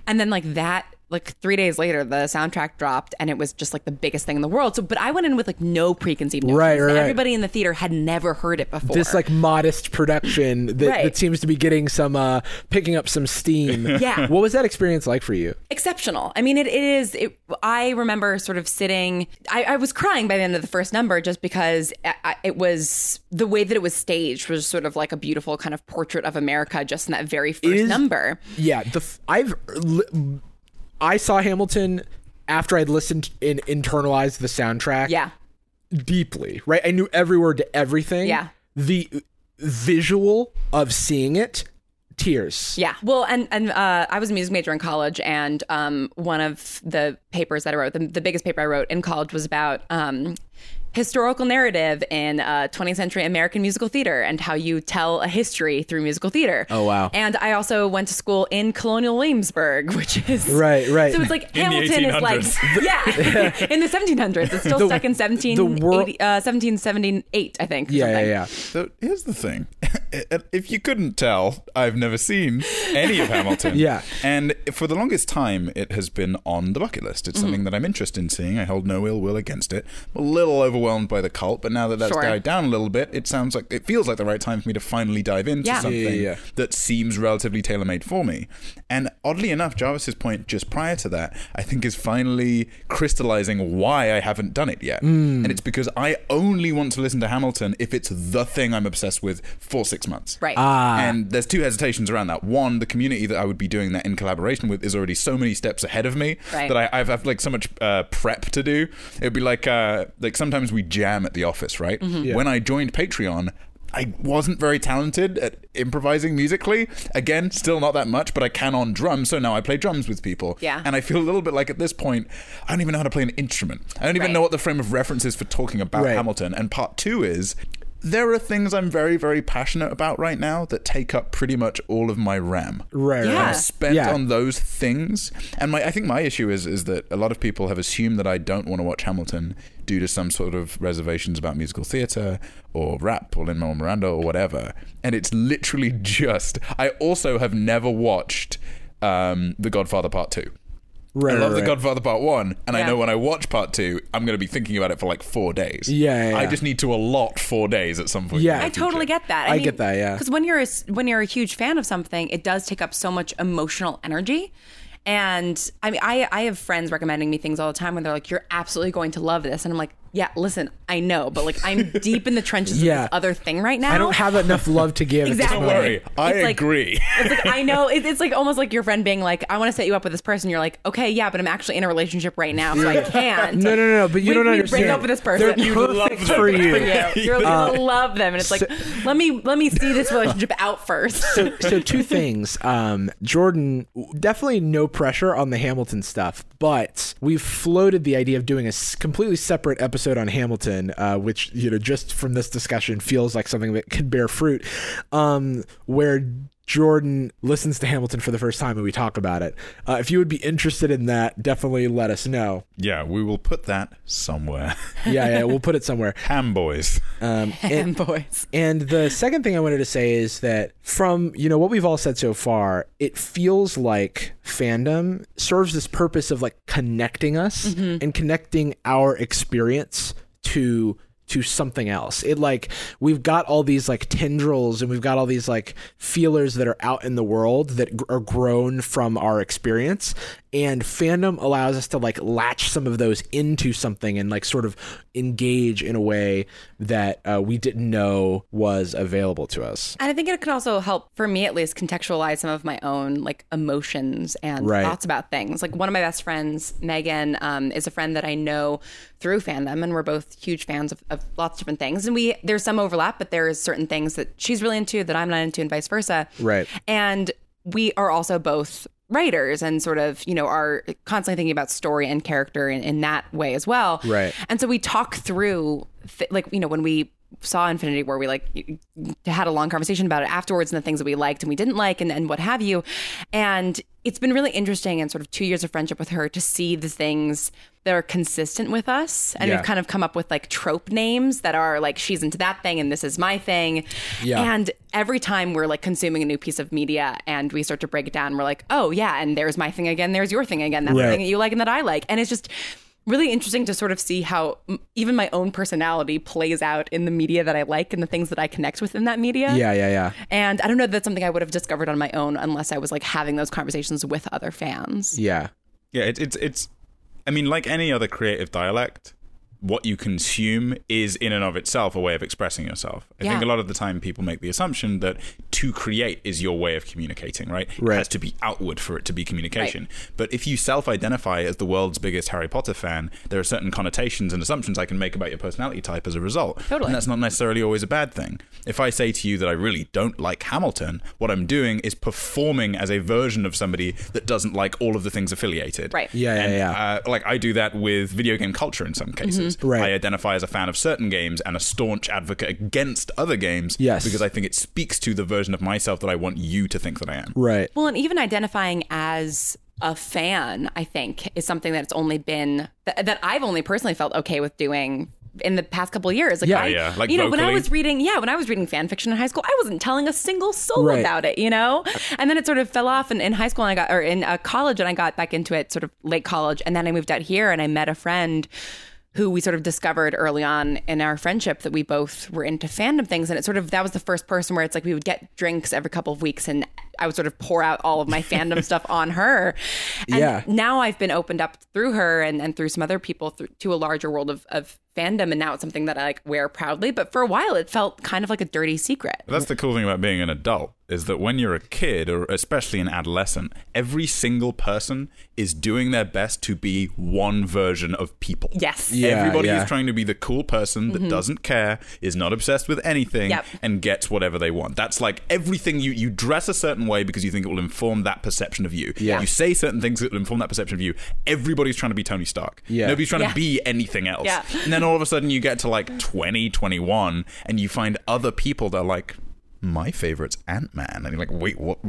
[SPEAKER 4] And then like that. Like three days later, the soundtrack dropped, and it was just like the biggest thing in the world. So, but I went in with like no preconceived notions.
[SPEAKER 3] Right, right, right.
[SPEAKER 4] Everybody in the theater had never heard it before.
[SPEAKER 3] this like modest production that,
[SPEAKER 4] Right.
[SPEAKER 3] that seems to be getting some uh picking up some steam
[SPEAKER 4] Yeah.
[SPEAKER 3] what was that experience like for you
[SPEAKER 4] exceptional. I mean, it, it is. It, I remember sort of sitting. I, I was crying by the end of the first number just because I, I, it was the way that it was staged was sort of like a beautiful kind of portrait of America just in that very first
[SPEAKER 3] is-
[SPEAKER 4] number.
[SPEAKER 3] yeah the f- i've li- i saw hamilton after i'd listened and internalized the soundtrack
[SPEAKER 4] Yeah,
[SPEAKER 3] deeply right i knew every word to everything
[SPEAKER 4] Yeah.
[SPEAKER 3] the visual of seeing it tears
[SPEAKER 4] yeah. Well, and and uh, I was a music major in college, and um, one of the papers that I wrote, the, the biggest paper I wrote in college, was about. Um, Historical narrative in uh, 20th century American musical theater and how you tell a history through musical theater. Oh
[SPEAKER 3] wow.
[SPEAKER 4] And I also went to school in Colonial Williamsburg, which is
[SPEAKER 3] Right, right.
[SPEAKER 4] So it's like
[SPEAKER 2] In the
[SPEAKER 4] Hamilton is like
[SPEAKER 2] 1800s.
[SPEAKER 4] yeah, in the 1700s. It's still
[SPEAKER 3] The-
[SPEAKER 4] stuck in 1780,
[SPEAKER 3] the world-
[SPEAKER 4] uh, 1778, I think. or
[SPEAKER 3] yeah yeah,
[SPEAKER 4] something.
[SPEAKER 3] yeah.
[SPEAKER 2] so here's the thing i- if you couldn't tell, I've never seen any of Hamilton.
[SPEAKER 3] Yeah.
[SPEAKER 2] And for the longest time, it has been on the bucket list. It's something that I'm interested in seeing. I hold no ill will against it. I'm a little overwhelmed by the cult, but now that that's
[SPEAKER 5] Sure.
[SPEAKER 2] died down a little bit, it sounds like it feels like the right time for me to finally dive into
[SPEAKER 5] Yeah. Yeah,
[SPEAKER 2] something
[SPEAKER 1] yeah, yeah.
[SPEAKER 2] that seems relatively tailor made for me. And oddly enough, Jarvis's point just prior to that, I think, is finally crystallizing why I haven't done it yet. And it's because I only want to listen to Hamilton if it's the thing I'm obsessed with for six months.
[SPEAKER 4] Right.
[SPEAKER 2] And there's two hesitations around that. One, the community that I would be doing that in collaboration with is already so many steps ahead of me
[SPEAKER 4] Right.
[SPEAKER 2] that I, I've, I've like so much uh, prep to do. It would be like uh, like sometimes we jam at the office, right? When I joined Patreon. I wasn't very talented at improvising musically. Again, still not that much, but I can on drums, so now I play drums with people.
[SPEAKER 4] Yeah.
[SPEAKER 2] And I feel a little bit like at this point, I don't even know how to play an instrument. I don't even
[SPEAKER 4] Right.
[SPEAKER 2] know what the frame of reference is for talking about
[SPEAKER 3] Right.
[SPEAKER 2] Hamilton. Hamilton. And part two is there are things I'm very, very passionate about right now that take up pretty much all of my RAM.
[SPEAKER 3] Right,
[SPEAKER 2] And
[SPEAKER 4] Yeah.
[SPEAKER 2] I've spent
[SPEAKER 3] Yeah.
[SPEAKER 2] on those things. And my, I think my issue is is that a lot of people have assumed that I don't want to watch Hamilton due to some sort of reservations about musical theater or rap or Lin Manuel Miranda or whatever. And it's literally just I also have never watched um, The Godfather Part Two.
[SPEAKER 3] Right,
[SPEAKER 2] I love
[SPEAKER 3] right,
[SPEAKER 2] The
[SPEAKER 3] right.
[SPEAKER 2] Godfather Part One, and I
[SPEAKER 4] Yeah.
[SPEAKER 2] know when I watch Part Two, I'm going to be thinking about it for like four days.
[SPEAKER 3] Yeah, yeah,
[SPEAKER 2] I
[SPEAKER 3] yeah.
[SPEAKER 2] just need to allot four days at some point.
[SPEAKER 3] Yeah.
[SPEAKER 2] in the
[SPEAKER 4] I totally
[SPEAKER 2] future.
[SPEAKER 4] get that.
[SPEAKER 3] I get that, yeah.
[SPEAKER 4] Because when you're a, s- when you're a huge fan of something, it does take up so much emotional energy. And I mean, I I have friends recommending me things all the time when they're like, "You're absolutely going to love this," and I'm like, "Yeah, listen, I know, but like I'm deep in the trenches
[SPEAKER 3] Yeah.
[SPEAKER 4] of this other thing right now.
[SPEAKER 3] I don't have enough love to give. at this
[SPEAKER 4] Exactly.
[SPEAKER 2] Don't
[SPEAKER 3] point.
[SPEAKER 2] worry, I
[SPEAKER 4] It's like-
[SPEAKER 2] agree.
[SPEAKER 4] It's like I know it, it's like almost like your friend being like, "I want to set you up with this person." You're like, "Okay, yeah, but I'm actually in a relationship right now, so I can't."
[SPEAKER 3] No, no, no, no, but you
[SPEAKER 4] we,
[SPEAKER 3] don't
[SPEAKER 4] we
[SPEAKER 3] understand.
[SPEAKER 4] Break up with this
[SPEAKER 3] They're
[SPEAKER 4] person.
[SPEAKER 3] perfect for you. Uh,
[SPEAKER 4] Yeah, you're gonna love them, and it's like, let me let me see this relationship out first.
[SPEAKER 3] so, so two things. Um, Jordan, definitely no pressure on the Hamilton stuff, but we've floated the idea of doing a s- completely separate episode on Hamilton, uh, which you know just from this discussion feels like something that could bear fruit, um, where. Jordan listens to Hamilton for the first time and we talk about it. Uh, if you would be interested in that, definitely let us know.
[SPEAKER 2] yeah, we will put that somewhere.
[SPEAKER 3] Yeah, yeah, we'll put it somewhere.
[SPEAKER 2] Ham boys.
[SPEAKER 3] Um, and-
[SPEAKER 4] boys.
[SPEAKER 3] And the second thing I wanted to say is that from, you know, what we've all said so far, it feels like fandom serves this purpose of like connecting us and connecting our experience to to something else. It like we've got all these like tendrils and we've got all these like feelers that are out in the world that gr- are grown from our experience and fandom allows us to like latch some of those into something and like sort of engage in a way that uh, we didn't know was available to us
[SPEAKER 4] And I think it can also help, for me at least, contextualize some of my own like emotions and
[SPEAKER 3] Right.
[SPEAKER 4] thoughts about things. Like one of my best friends, Megan, um, is a friend that I know through fandom, and we're both huge fans of, of lots of different things. And we there's some overlap, but there is certain things that she's really into that I'm not into, and vice versa.
[SPEAKER 3] Right.
[SPEAKER 4] And we are also both writers and sort of you know are constantly thinking about story and character in, in that way as well
[SPEAKER 3] Right.
[SPEAKER 4] and so we talk through, th- like, you know, when we saw Infinity War, we like y- had a long conversation about it afterwards and the things that we liked and we didn't like and, and what have you. And it's been really interesting and sort of two years of friendship with her to see the things that are consistent with us. And
[SPEAKER 3] Yeah.
[SPEAKER 4] we've kind of come up with like trope names that are like, she's into that thing and this is my thing.
[SPEAKER 3] Yeah.
[SPEAKER 4] And every time we're like consuming a new piece of media and we start to break it down, we're like, oh, yeah, and there's my thing again, there's your thing again, that's
[SPEAKER 3] Right.
[SPEAKER 4] the thing that you like and that I like. And it's just really interesting to sort of see how mm, even my own personality plays out in the media that I like and the things that I connect with in that media.
[SPEAKER 3] yeah yeah yeah
[SPEAKER 4] And I don't know if that's something I would have discovered on my own unless I was like having those conversations with other fans.
[SPEAKER 3] yeah
[SPEAKER 2] Yeah, it, it's it's. I mean, like any other creative dialect, what you consume is in and of itself a way of expressing yourself. I think
[SPEAKER 4] Yeah.
[SPEAKER 2] a lot of the time people make the assumption that to create is your way of communicating, right? It
[SPEAKER 3] Right.
[SPEAKER 2] has to be outward for it to be communication. But if you self-identify as the world's biggest Harry Potter fan, there are certain connotations and assumptions I can make about your personality type as a result.
[SPEAKER 4] Totally.
[SPEAKER 2] And that's not necessarily always a bad thing. If I say to you that I really don't like Hamilton, what I'm doing is performing as a version of somebody that doesn't like all of the things affiliated.
[SPEAKER 4] Right.
[SPEAKER 3] yeah yeah
[SPEAKER 2] And,
[SPEAKER 3] yeah
[SPEAKER 2] Uh, like I do that with video game culture in
[SPEAKER 4] Mm-hmm.
[SPEAKER 2] some cases.
[SPEAKER 3] Right.
[SPEAKER 2] I identify as a fan of certain games and a staunch advocate against other games
[SPEAKER 3] Yes.
[SPEAKER 2] because I think it speaks to the version of myself that I want you to think that I am.
[SPEAKER 3] right
[SPEAKER 4] Well, and even identifying as a fan, I think, is something that it's only been that, that I've only personally felt okay with doing in the past couple years. Like
[SPEAKER 3] Yeah,
[SPEAKER 4] I,
[SPEAKER 2] yeah, like
[SPEAKER 4] you know, when I
[SPEAKER 2] vocally.
[SPEAKER 4] was reading, yeah, when I was reading fan fiction in high school, I wasn't telling a single soul
[SPEAKER 3] Right.
[SPEAKER 4] about it, you know. And then it sort of fell off in, in high school, and I got or in uh, college, and I got back into it sort of late college, and then I moved out here, and I met a friend. Who we sort of discovered early on in our friendship that we both were into fandom things. And it sort of, that was the first person where it's like we would get drinks every couple of weeks and I would sort of pour out all of my fandom stuff on her. And
[SPEAKER 3] Yeah.
[SPEAKER 4] now I've been opened up through her and, and through some other people through, to a larger world of, of fandom, and now it's something that I like wear proudly. But for a while, it felt kind of like a dirty secret.
[SPEAKER 2] But That's the cool thing about being an adult is that when you're a kid or especially an adolescent, every single person is doing their best to be one version of people.
[SPEAKER 4] Yes.
[SPEAKER 3] Yeah,
[SPEAKER 2] Everybody
[SPEAKER 3] yeah.
[SPEAKER 2] is trying to be the cool person that doesn't care, is not obsessed with anything,
[SPEAKER 4] Mm-hmm. Yep.
[SPEAKER 2] and gets whatever they want. That's like everything you you dress a certain way because you think it will inform that perception of you.
[SPEAKER 3] Yeah.
[SPEAKER 2] You say certain things that will inform that perception of you. Everybody's trying to be Tony Stark.
[SPEAKER 3] Yeah.
[SPEAKER 2] Nobody's trying
[SPEAKER 4] Yeah.
[SPEAKER 2] to be anything else.
[SPEAKER 4] Yeah.
[SPEAKER 2] And then all of a sudden you get to like 20, 21, and you find other people that are like, my favorite's Ant Man. And you're like, wait, what?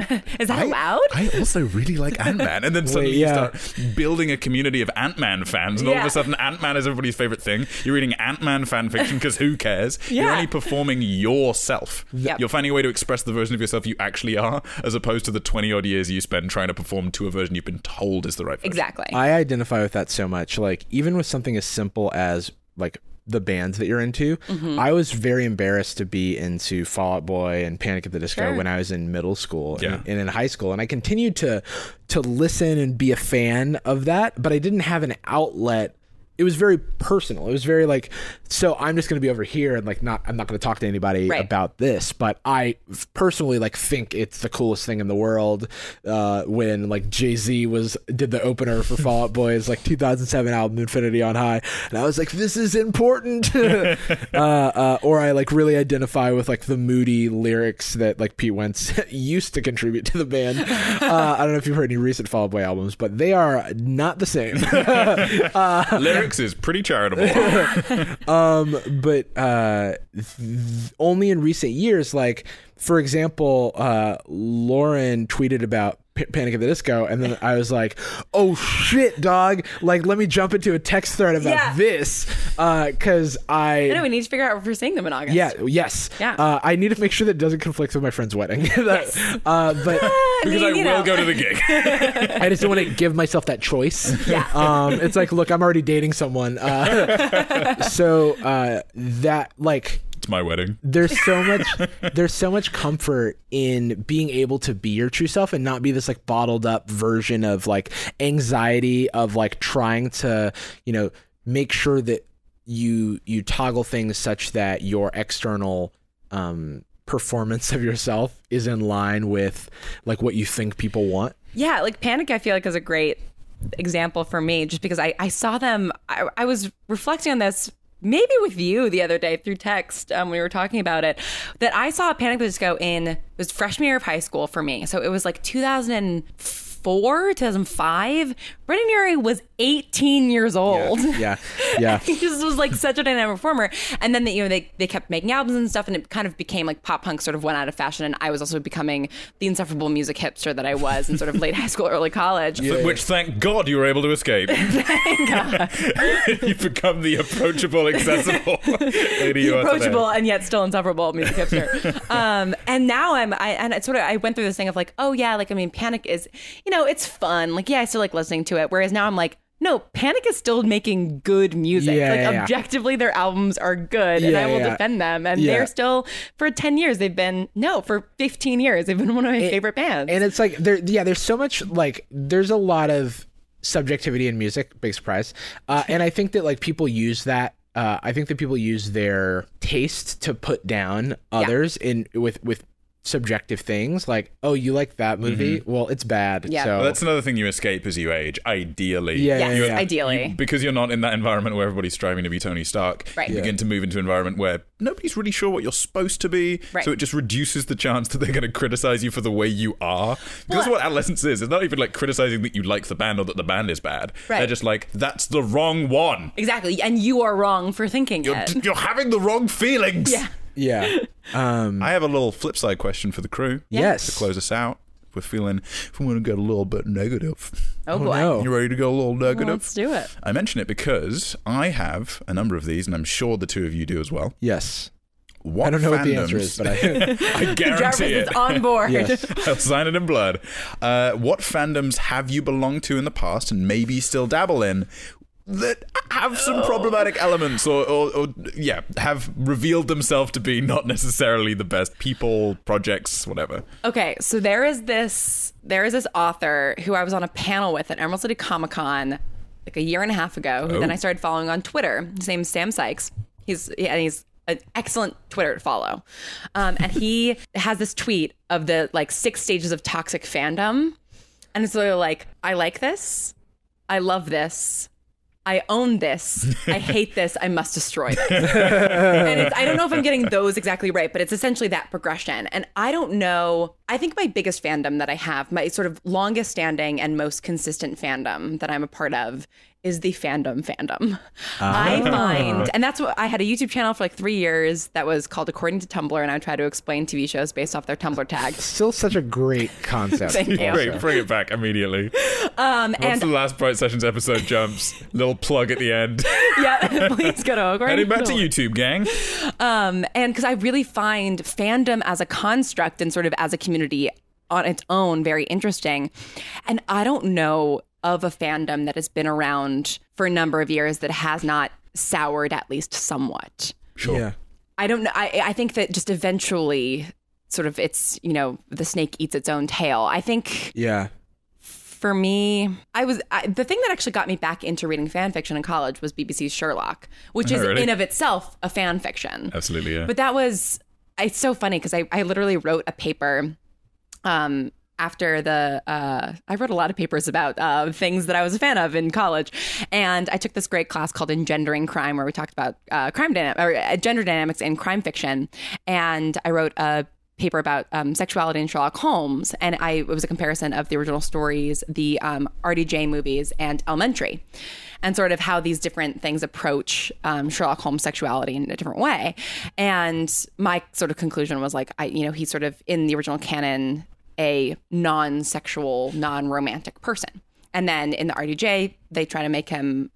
[SPEAKER 4] Is that
[SPEAKER 2] I-
[SPEAKER 4] allowed?
[SPEAKER 2] I also really like Ant Man. And then suddenly
[SPEAKER 3] yeah.
[SPEAKER 2] you start building a community of Ant Man fans. And all of
[SPEAKER 4] Yeah.
[SPEAKER 2] a sudden, Ant Man is everybody's favorite thing. You're reading Ant Man fan fiction because who cares? You're
[SPEAKER 4] Yeah.
[SPEAKER 2] only performing yourself.
[SPEAKER 4] Yep.
[SPEAKER 2] You're finding a way to express the version of yourself you actually are, as opposed to the 20 odd years you spend trying to perform to a version you've been told is the right version.
[SPEAKER 4] Exactly.
[SPEAKER 3] I identify with that so much. Like even with something as simple as like the bands that you're into, I was very embarrassed to be into Fall Out Boy and Panic at the Disco when I was in middle school and-
[SPEAKER 2] Yeah.
[SPEAKER 3] and, in high school, and I continued to to listen and be a fan of that, but I didn't have an outlet. It was very personal. It was very like, so I'm just going to be over here and like not. I'm not going to talk to anybody
[SPEAKER 4] Right.
[SPEAKER 3] about about this, but I f- personally like think it's the coolest thing in the world. Uh, when like Jay Z was did the opener for Fall Out Boy's like 2007 album Infinity on High, and I was like, this is important. uh, uh, or I like really identify with like the moody lyrics that like Pete Wentz used to contribute to the band. Uh, I don't know if you've heard any recent Fall Out Boy albums, but they are not the same.
[SPEAKER 2] Lyrics is pretty charitable.
[SPEAKER 3] but uh, th- only in recent years, like for example, uh, Lauren tweeted about P- Panic at the Disco, and then I was like, "Oh shit, dog! Like, let me jump into a text thread about
[SPEAKER 4] Yeah.
[SPEAKER 3] this because I."
[SPEAKER 4] I know we need to figure out if we're seeing them in August.
[SPEAKER 3] yeah. Yes.
[SPEAKER 4] Yeah.
[SPEAKER 3] Uh, I need to make sure that it doesn't conflict with my friend's wedding. That- uh, but
[SPEAKER 4] I
[SPEAKER 2] because I
[SPEAKER 4] mean,
[SPEAKER 2] will
[SPEAKER 4] you know.
[SPEAKER 2] go to the gig.
[SPEAKER 3] I just don't want to give myself that choice. Yeah. Um, it's like, look, I'm already dating someone. Uh, so uh, that, like,
[SPEAKER 2] it's my wedding.
[SPEAKER 3] there's so much there's so much comfort in being able to be your true self and not be this like bottled up version of like anxiety of like trying to you know make sure that you you toggle things such that your external um performance of yourself is in line with like what you think people want
[SPEAKER 4] Yeah, like Panic, I feel like is a great example for me just because I, I saw them. I, I was reflecting on this maybe with you the other day through text um, when we were talking about it that I saw Panic at the Disco in it was freshman year of high school for me. So it was like 2004, 2005. Brendan Urie was 18 years old.
[SPEAKER 3] yeah yeah
[SPEAKER 4] he just was like such a dynamic performer. And then they, you know they they kept making albums and stuff, and it kind of became like pop punk sort of went out of fashion. And I was also becoming the insufferable music hipster that I was in sort of late high school, early college.
[SPEAKER 2] Which, thank God, you were able to escape. You've become the approachable, accessible lady you are today.
[SPEAKER 4] approachable and yet still insufferable music hipster. um, and now I'm I and it's sort of I went through this thing of like, oh yeah, like I mean, Panic is you know it's fun. Like yeah, I still like listening to it. Whereas now I'm like. No, Panic is still making good music.
[SPEAKER 3] Yeah,
[SPEAKER 4] like
[SPEAKER 3] yeah, yeah.
[SPEAKER 4] objectively, their albums are good, and
[SPEAKER 3] Yeah,
[SPEAKER 4] I will
[SPEAKER 3] yeah.
[SPEAKER 4] defend them. And
[SPEAKER 3] Yeah.
[SPEAKER 4] they're still for ten years. They've been no for fifteen years. They've been one of my favorite bands.
[SPEAKER 3] and it's like there yeah there's so much like there's a lot of subjectivity in music big surprise uh, and i think that like people use that uh, i think that people use their taste to put down others in with with subjective things like oh you like that movie well it's bad
[SPEAKER 4] Mm-hmm. Yeah.
[SPEAKER 3] so
[SPEAKER 2] Well, that's another thing you escape as you age, ideally.
[SPEAKER 3] yeah,
[SPEAKER 4] yes,
[SPEAKER 3] yeah, yeah.
[SPEAKER 4] ideally.
[SPEAKER 2] Because you're not in that environment where everybody's striving to be Tony Stark,
[SPEAKER 4] Right.
[SPEAKER 2] you
[SPEAKER 4] Yeah.
[SPEAKER 2] begin to move into an environment where nobody's really sure what you're supposed to be.
[SPEAKER 4] Right.
[SPEAKER 2] So it just reduces the chance that they're going to criticize you for the way you are. Because that's what adolescence is. It's not even like criticizing that you like the band or that the band is bad.
[SPEAKER 4] Right.
[SPEAKER 2] They're just like, that's the wrong one.
[SPEAKER 4] exactly. And you are wrong for thinking
[SPEAKER 2] You're,
[SPEAKER 4] it.
[SPEAKER 2] you're having the wrong feelings.
[SPEAKER 4] Yeah.
[SPEAKER 3] yeah.
[SPEAKER 2] I have a little flip side question for the crew
[SPEAKER 3] yes
[SPEAKER 2] to close us out. we're feeling if we want to get a little bit negative.
[SPEAKER 5] Oh,
[SPEAKER 3] Oh,
[SPEAKER 5] boy.
[SPEAKER 3] no.
[SPEAKER 2] You ready to go a little negative?
[SPEAKER 4] Let's do it.
[SPEAKER 2] I mention it because I have a number of these, and I'm sure the two of you do as well.
[SPEAKER 3] Yes.
[SPEAKER 2] What
[SPEAKER 3] I don't know what the
[SPEAKER 2] fandoms-
[SPEAKER 3] answer is, but I,
[SPEAKER 2] I
[SPEAKER 4] Jarvis
[SPEAKER 2] guarantee
[SPEAKER 4] is
[SPEAKER 2] it.
[SPEAKER 4] on board.
[SPEAKER 3] yes.
[SPEAKER 2] I'll sign it in blood. Uh, what fandoms have you belonged to in the past and maybe still dabble in that have some problematic elements or, or, or yeah, have revealed themselves to be not necessarily the best people, projects, whatever?
[SPEAKER 4] Okay, so there is this there is this author who I was on a panel with at Emerald City Comic Con like a year and a half ago. Who then
[SPEAKER 2] Oh.
[SPEAKER 4] I started following on Twitter. His name's Sam Sykes. He's and he's an excellent Twitter to follow. Um, and he has this tweet of the like six stages of toxic fandom, and it's literally like I like this, I love this. I own this. I hate this. I must destroy this and it's, I don't know if I'm getting those exactly right, but it's essentially that progression. And I don't know. I think my biggest fandom that I have, my sort of longest standing and most consistent fandom that I'm a part of, is the fandom fandom.
[SPEAKER 2] Ah.
[SPEAKER 4] I find, and that's what I had a YouTube channel for like three years that was called According to Tumblr, and I would try to explain TV shows based off their Tumblr tag.
[SPEAKER 3] Still such a great concept.
[SPEAKER 4] Thank you.
[SPEAKER 2] Great, bring it back immediately. Um, Once
[SPEAKER 4] and-
[SPEAKER 2] the last Bright Sessions episode jumps, little plug at the end.
[SPEAKER 4] yeah, please go to According
[SPEAKER 2] Heading back to
[SPEAKER 4] Tumblr.
[SPEAKER 2] YouTube, gang.
[SPEAKER 4] Um, and because I really find fandom as a construct and sort of as a community on its own very interesting. And I don't know of a fandom that has been around for a number of years that has not soured at least somewhat.
[SPEAKER 2] Sure.
[SPEAKER 1] Yeah.
[SPEAKER 4] I don't know. I, I think that just eventually, sort of, it's, you know, the snake eats its own tail. I think
[SPEAKER 1] Yeah.
[SPEAKER 4] for me, I was I, the thing that actually got me back into reading fan fiction in college was BBC's Sherlock, which is
[SPEAKER 2] really?
[SPEAKER 4] in of itself a fan fiction.
[SPEAKER 2] Absolutely, yeah.
[SPEAKER 4] But that was it's so funny because I, I literally wrote a paper um after the uh I wrote a lot of papers about uh things that I was a fan of in college. And I took this great class called Engendering Crime where we talked about uh crime dyna- or uh, gender dynamics in crime fiction. And I wrote a paper about um, sexuality in Sherlock Holmes, and I it was a comparison of the original stories, the um, RDJ movies, and Elementary, and sort of how these different things approach um, Sherlock Holmes' sexuality in a different way. And my sort of conclusion was like, I you know, he's sort of in the original canon a non-sexual, non-romantic person, and then in the RDJ they try to make him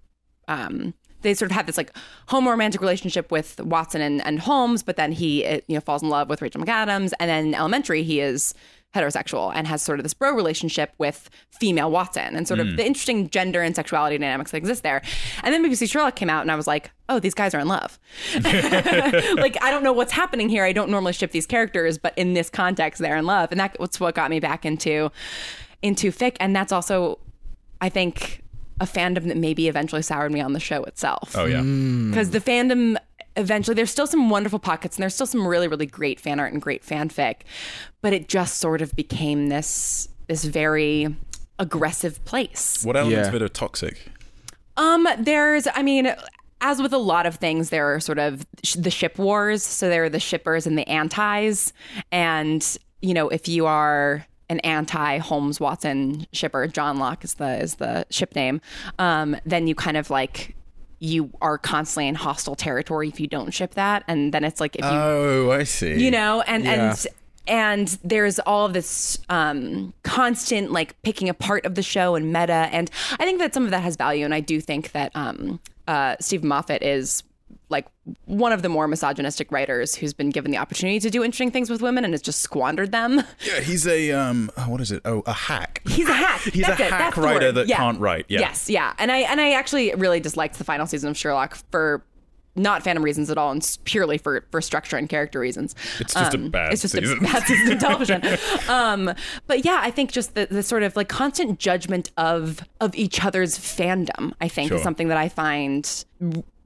[SPEAKER 4] um, they sort of have this like home romantic relationship with Watson and, and Holmes, but then he uh, you know falls in love with Rachel McAdams, and then in elementary he is heterosexual and has sort of this bro relationship with female Watson, and sort of the interesting gender and sexuality dynamics that exist there. And then BBC Sherlock came out, and I was like, oh, these guys are in love. like I don't know what's happening here. I don't normally ship these characters, but in this context, they're in love, and that's what got me back into into fic, and that's also I think a fandom that maybe eventually soured me on the show itself.
[SPEAKER 2] oh, yeah.
[SPEAKER 4] Because the fandom eventually, there's still some wonderful pockets and there's still some really, really great fan art and great fanfic, but it just sort of became this this very aggressive place.
[SPEAKER 2] What elements
[SPEAKER 1] Yeah.
[SPEAKER 2] of it are toxic?
[SPEAKER 4] Um, there's, I mean, as with a lot of things, there are sort of sh- the ship wars. So there are the shippers and the antis. And, you know, if you are an anti Holmes Watson shipper, John Locke is the is the ship name, um, then you kind of like you are constantly in hostile territory if you don't ship that. And then it's like if you
[SPEAKER 2] Oh, I see.
[SPEAKER 4] you know and and and there's all this um constant like picking apart of the show and meta and i think that some of that has value and i do think that um uh steve moffat is like one of the more misogynistic writers who's been given the opportunity to do interesting things with women and has just squandered them
[SPEAKER 2] Yeah, he's a um. oh, What is it? Oh, a hack.
[SPEAKER 4] he's a hack
[SPEAKER 2] He's
[SPEAKER 4] That's
[SPEAKER 2] a
[SPEAKER 4] it.
[SPEAKER 2] hack
[SPEAKER 4] That's the
[SPEAKER 2] writer
[SPEAKER 4] word.
[SPEAKER 2] that
[SPEAKER 4] Yeah.
[SPEAKER 2] can't write. Yeah.
[SPEAKER 4] yes yeah and i and i actually really disliked the final season of sherlock for not fandom reasons at all, and s- purely for for structure and character reasons. Um,
[SPEAKER 2] It's just a bad
[SPEAKER 4] It's just
[SPEAKER 2] season.
[SPEAKER 4] a bad season of television. um, but yeah, I think just the, the sort of like constant judgment of of each other's fandom. I think is
[SPEAKER 2] Sure.
[SPEAKER 4] something that I find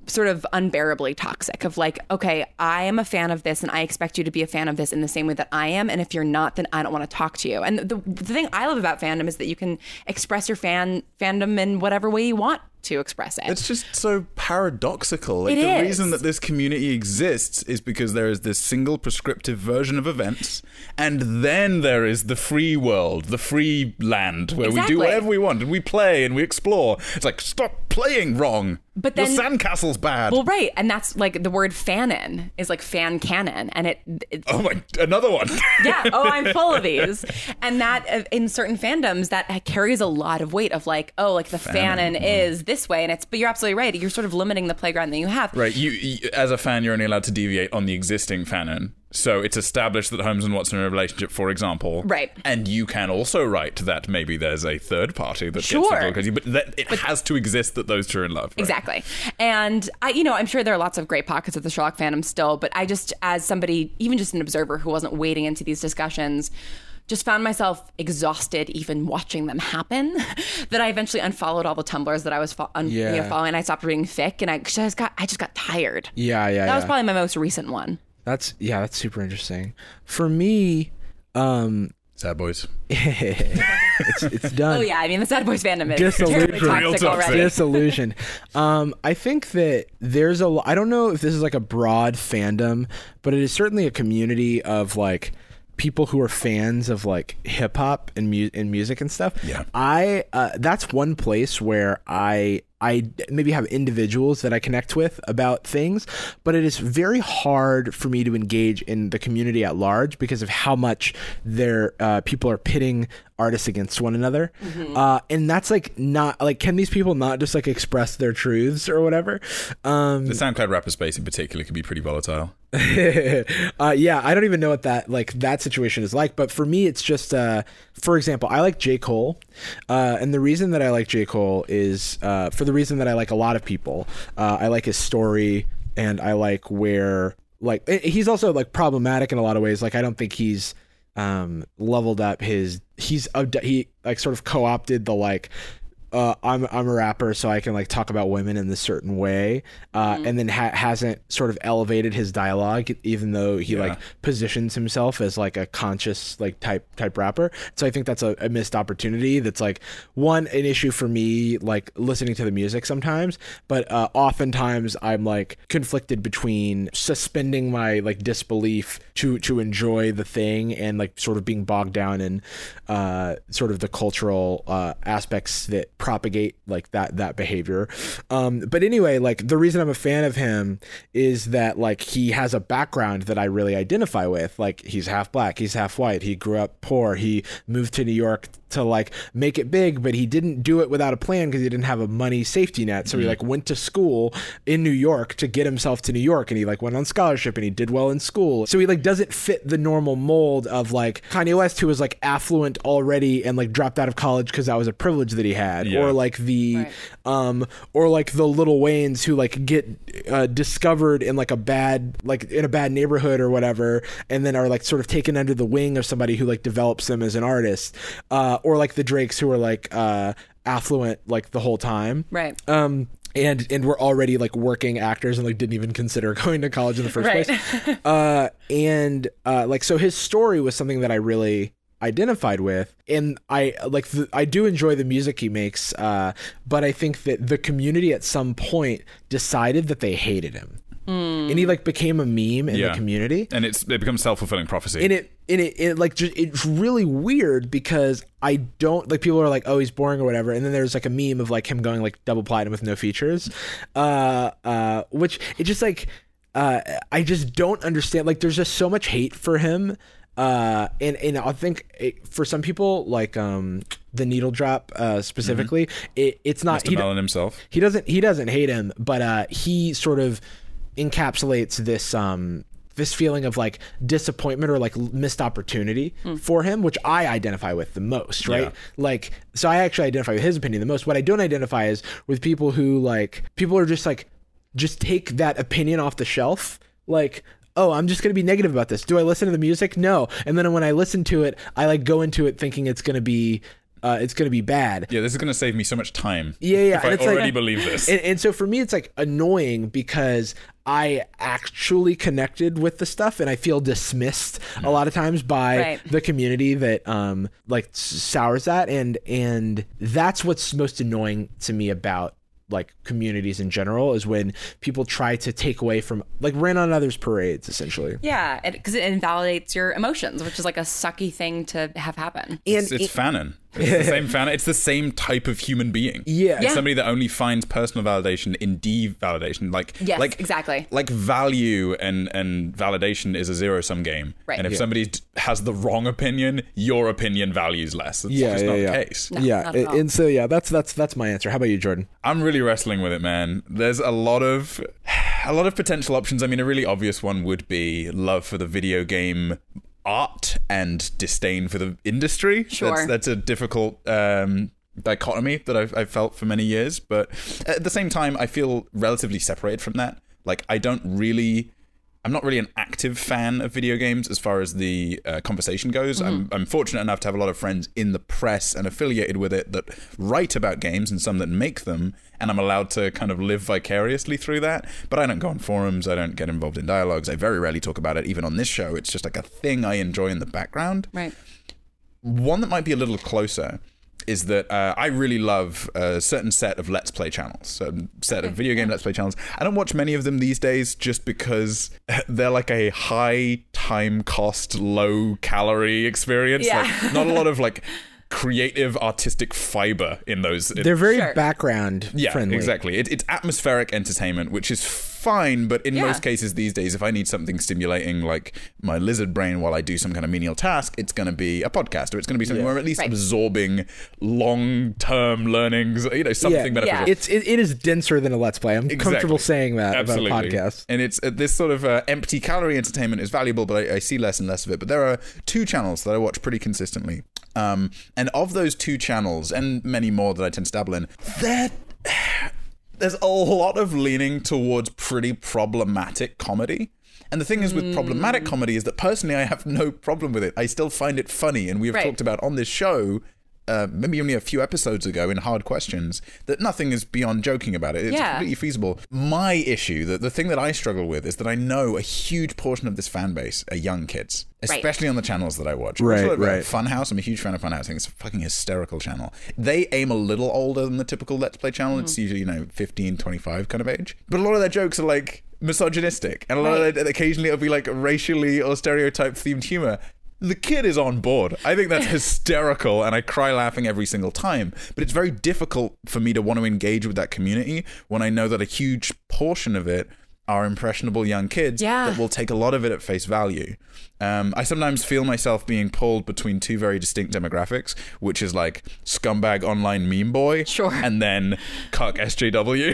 [SPEAKER 4] sort of unbearably toxic of like okay i am a fan of this and i expect you to be a fan of this in the same way that i am and if you're not then i don't want to talk to you and the, the thing i love about fandom is that you can express your fan fandom in whatever way you want to express it
[SPEAKER 2] It's just so paradoxical. Like
[SPEAKER 4] It
[SPEAKER 2] the
[SPEAKER 4] is.
[SPEAKER 2] reason that this community exists is because there is this single prescriptive version of events, and then there is the free world, the free land where we
[SPEAKER 4] Exactly.
[SPEAKER 2] do whatever we want and we play and we explore. It's like stop playing wrong.
[SPEAKER 4] But
[SPEAKER 2] Your
[SPEAKER 4] then-
[SPEAKER 2] sandcastle's bad.
[SPEAKER 4] Well, right, and that's like the word fanon is like fan canon, and it, it
[SPEAKER 2] oh my, another one.
[SPEAKER 4] yeah, oh, I'm full of these, and that uh, in certain fandoms that carries a lot of weight of like, oh, like the fanon, is this way, and it's but you're absolutely right, you're sort of limiting the playground that you have,
[SPEAKER 2] Right, you, you as a fan, you're only allowed to deviate on the existing fanon. So it's established that Holmes and Watson are in a relationship, for example.
[SPEAKER 4] Right.
[SPEAKER 2] and you can also write that maybe there's a third party that
[SPEAKER 4] Sure.
[SPEAKER 2] gets involved, 'cause you- but that it has to exist that those two are in love. right?
[SPEAKER 4] Exactly. And I you know, I'm sure there are lots of great pockets of the Sherlock fandom still, but I just as somebody even just an observer who wasn't wading into these discussions just found myself exhausted even watching them happen that I eventually unfollowed all the tumblers that I was fo- un- you know,
[SPEAKER 3] Yeah.
[SPEAKER 4] following. I stopped reading fic and I, 'cause I just got I just got tired.
[SPEAKER 3] Yeah, yeah,
[SPEAKER 4] That was
[SPEAKER 3] yeah.
[SPEAKER 4] probably my most recent one.
[SPEAKER 3] That's yeah, that's super interesting. For me, um
[SPEAKER 2] Sad boys.
[SPEAKER 3] it's it's done.
[SPEAKER 4] Oh yeah, I mean the Sad Boys fandom is
[SPEAKER 3] Just a
[SPEAKER 4] terribly
[SPEAKER 3] little-
[SPEAKER 2] Real
[SPEAKER 4] toxic
[SPEAKER 2] toxic.
[SPEAKER 4] already.
[SPEAKER 3] disillusion. Um, I think that there's a. lo- I don't know if this is like a broad fandom, but it is certainly a community of like people who are fans of like hip hop and mu- and music and stuff.
[SPEAKER 2] Yeah.
[SPEAKER 3] I uh, that's one place where I I maybe have individuals that I connect with about things, but it is very hard for me to engage in the community at large because of how much their uh, people are pitting artists against one another, uh, and that's like not like can these people not just like express their truths or whatever? Um,
[SPEAKER 2] The SoundCloud rapper space in particular can be pretty volatile.
[SPEAKER 3] uh, yeah, I don't even know what that like that situation is like. But for me, it's just uh, for example, I like J Cole, uh, and the reason that I like J Cole is uh, for the reason that I like a lot of people. Uh, I like his story, and I like where like eh, he's also like problematic in a lot of ways. Like I don't think he's um leveled up his he's abd- he like sort of co-opted the like uh, I'm I'm a rapper, so I can like talk about women in this certain way, uh, and then ha- hasn't sort of elevated his dialogue, even though he like positions himself as like a conscious like type type rapper. So I think that's a, a missed opportunity. That's like one an issue for me, like listening to the music sometimes, but uh, oftentimes I'm like conflicted between suspending my like disbelief to to enjoy the thing and like sort of being bogged down in uh, sort of the cultural uh, aspects that propagate like that that behavior. Um, but anyway, like the reason I'm a fan of him is that like he has a background that I really identify with. Like he's half black, he's half white. He grew up poor. He moved to New York to like make it big, but he didn't do it without a plan because he didn't have a money safety net. So he like went to school in New York to get himself to New York, and he like went on scholarship and he did well in school. So he like doesn't fit the normal mold of like Kanye West, who was like affluent already and like dropped out of college because that was a privilege that he had,
[SPEAKER 2] Yeah.
[SPEAKER 3] or like the um or like the little waynes who like get uh, discovered in like a bad like in a bad neighborhood or whatever and then are like sort of taken under the wing of somebody who like develops them as an artist uh or like the drakes who are like uh affluent like the whole time
[SPEAKER 4] Right.
[SPEAKER 3] um and and we're already like working actors and like didn't even consider going to college in the first
[SPEAKER 4] Right.
[SPEAKER 3] place uh and uh like so his story was something that i really identified with and i like the, i do enjoy the music he makes uh but i think that the community at some point decided that they hated him and he like became a meme in
[SPEAKER 2] Yeah.
[SPEAKER 3] the community
[SPEAKER 2] And it's it becomes self fulfilling prophecy.
[SPEAKER 3] and it and it, it like just it's really weird because I don't like people are like oh he's boring or whatever and then there's like a meme of like him going like double platinum with no features, uh uh which it just like uh I just don't understand like there's just so much hate for him uh and and I think it, for some people like um the needle drop uh specifically it, it's not
[SPEAKER 2] Mr.
[SPEAKER 3] he d-
[SPEAKER 2] Mellon himself.
[SPEAKER 3] he doesn't he doesn't hate him but uh he sort of encapsulates this um this feeling of like disappointment or like l- missed opportunity for him which i identify with the most right
[SPEAKER 2] Yeah.
[SPEAKER 3] like so i actually identify with his opinion the most what i don't identify is with people who like people are just like just take that opinion off the shelf like oh i'm just going to be negative about this do i listen to the music no and then when i listen to it i like go into it thinking it's going to be uh, it's going to be bad
[SPEAKER 2] Yeah, this is going to save me so much time.
[SPEAKER 3] Yeah, yeah,
[SPEAKER 2] If
[SPEAKER 3] and
[SPEAKER 2] I
[SPEAKER 3] it's like-
[SPEAKER 2] already believe this.
[SPEAKER 3] and, and so for me, it's like annoying because I actually connected with the stuff, and I feel dismissed
[SPEAKER 2] Mm.
[SPEAKER 3] a lot of times by
[SPEAKER 4] Right.
[SPEAKER 3] the community that um like s- sours that, and and that's what's most annoying to me about like communities in general is when people try to take away from like rain on others parades essentially.
[SPEAKER 4] Yeah, because it, invalidates your emotions, which is like a sucky thing to have happen.
[SPEAKER 2] it's, it's fanon. It's the same fan. It's the same type of human being.
[SPEAKER 3] Yeah.
[SPEAKER 2] It's
[SPEAKER 3] Yeah.
[SPEAKER 2] somebody that only finds personal validation in devalidation. Like,
[SPEAKER 5] Yes,
[SPEAKER 2] like
[SPEAKER 5] exactly.
[SPEAKER 2] Like value and and validation is a zero sum game.
[SPEAKER 5] Right.
[SPEAKER 2] And if
[SPEAKER 5] Yeah.
[SPEAKER 2] somebody d- has the wrong opinion, your opinion values less. It's
[SPEAKER 1] Yeah,
[SPEAKER 2] just
[SPEAKER 1] yeah,
[SPEAKER 2] not
[SPEAKER 1] yeah.
[SPEAKER 2] the case.
[SPEAKER 1] yeah,
[SPEAKER 5] not at
[SPEAKER 1] a- and so yeah, that's that's that's my answer. How about you, Jordan?
[SPEAKER 2] I'm really wrestling with it, man. There's a lot of a lot of potential options. I mean, a really obvious one would be love for the video game art and disdain for the industry.
[SPEAKER 5] Sure.
[SPEAKER 2] that's, that's a difficult um, dichotomy that I've, I've felt for many years. But at the same time, I feel relatively separated from that. Like, I don't really. I'm not really an active fan of video games as far as the uh, conversation goes. I'm, I'm fortunate enough to have a lot of friends in the press and affiliated with it that write about games and some that make them, and I'm allowed to kind of live vicariously through that. But I don't go on forums, I don't get involved in dialogues, I very rarely talk about it, even on this show. It's just like a thing I enjoy in the background.
[SPEAKER 5] Right.
[SPEAKER 2] One that might be a little closer is that uh, I really love a certain set of Let's Play channels, a set of video game Let's Play channels. I don't watch many of them these days just because they're like a high time cost, low calorie experience.
[SPEAKER 4] Yeah.
[SPEAKER 2] Like, not a lot of like creative artistic fiber in those. in-
[SPEAKER 3] They're very
[SPEAKER 4] Sure.
[SPEAKER 3] background
[SPEAKER 2] yeah,
[SPEAKER 3] friendly.
[SPEAKER 2] exactly. It, it's atmospheric entertainment, which is fine, but in
[SPEAKER 4] Yeah.
[SPEAKER 2] most cases these days, if I need something stimulating like my lizard brain while I do some kind of menial task, it's going to be a podcast or it's going to be something where I'm at least
[SPEAKER 5] Right.
[SPEAKER 2] absorbing long term learnings, you know, something beneficial.
[SPEAKER 3] It's it, it is denser than a let's play. I'm comfortable
[SPEAKER 2] Exactly.
[SPEAKER 3] saying that
[SPEAKER 2] Absolutely.
[SPEAKER 3] about podcasts.
[SPEAKER 2] And it's uh, this sort of uh, empty calorie entertainment is valuable, but I, I see less and less of it. But there are two channels that I watch pretty consistently. Um, and of those two channels, and many more that I tend to dabble in, there, there's a lot of leaning towards pretty problematic comedy. And the thing is
[SPEAKER 4] Hmm.
[SPEAKER 2] with problematic comedy is that personally I have no problem with it. I still find it funny, and we have
[SPEAKER 4] Right.
[SPEAKER 2] talked about on this show, uh, maybe only a few episodes ago in Hard Questions, that nothing is beyond joking about it. It's
[SPEAKER 4] Yeah.
[SPEAKER 2] completely feasible. My issue, the, the thing that I struggle with, is that I know a huge portion of this fan base are young kids, especially on the channels that I watch. I watch a
[SPEAKER 1] Right,
[SPEAKER 2] lot of, uh,
[SPEAKER 1] right.
[SPEAKER 2] Funhouse, I'm a huge fan of Funhouse. I think it's a fucking hysterical channel. They aim a little older than the typical Let's Play channel. It's usually, you know, 15, 25 kind of age. But a lot of their jokes are like misogynistic, and a lot of their, occasionally it'll be like racially or stereotype themed humor. The kid is on board. I think that's hysterical, and I cry laughing every single time. But it's very difficult for me to want to engage with that community when I know that a huge portion of it are impressionable young kids
[SPEAKER 4] Yeah.
[SPEAKER 2] that will take a lot of it at face value. Um, I sometimes feel myself being pulled between two very distinct demographics, which is like scumbag online meme boy,
[SPEAKER 4] Sure.
[SPEAKER 2] and then cuck SJW.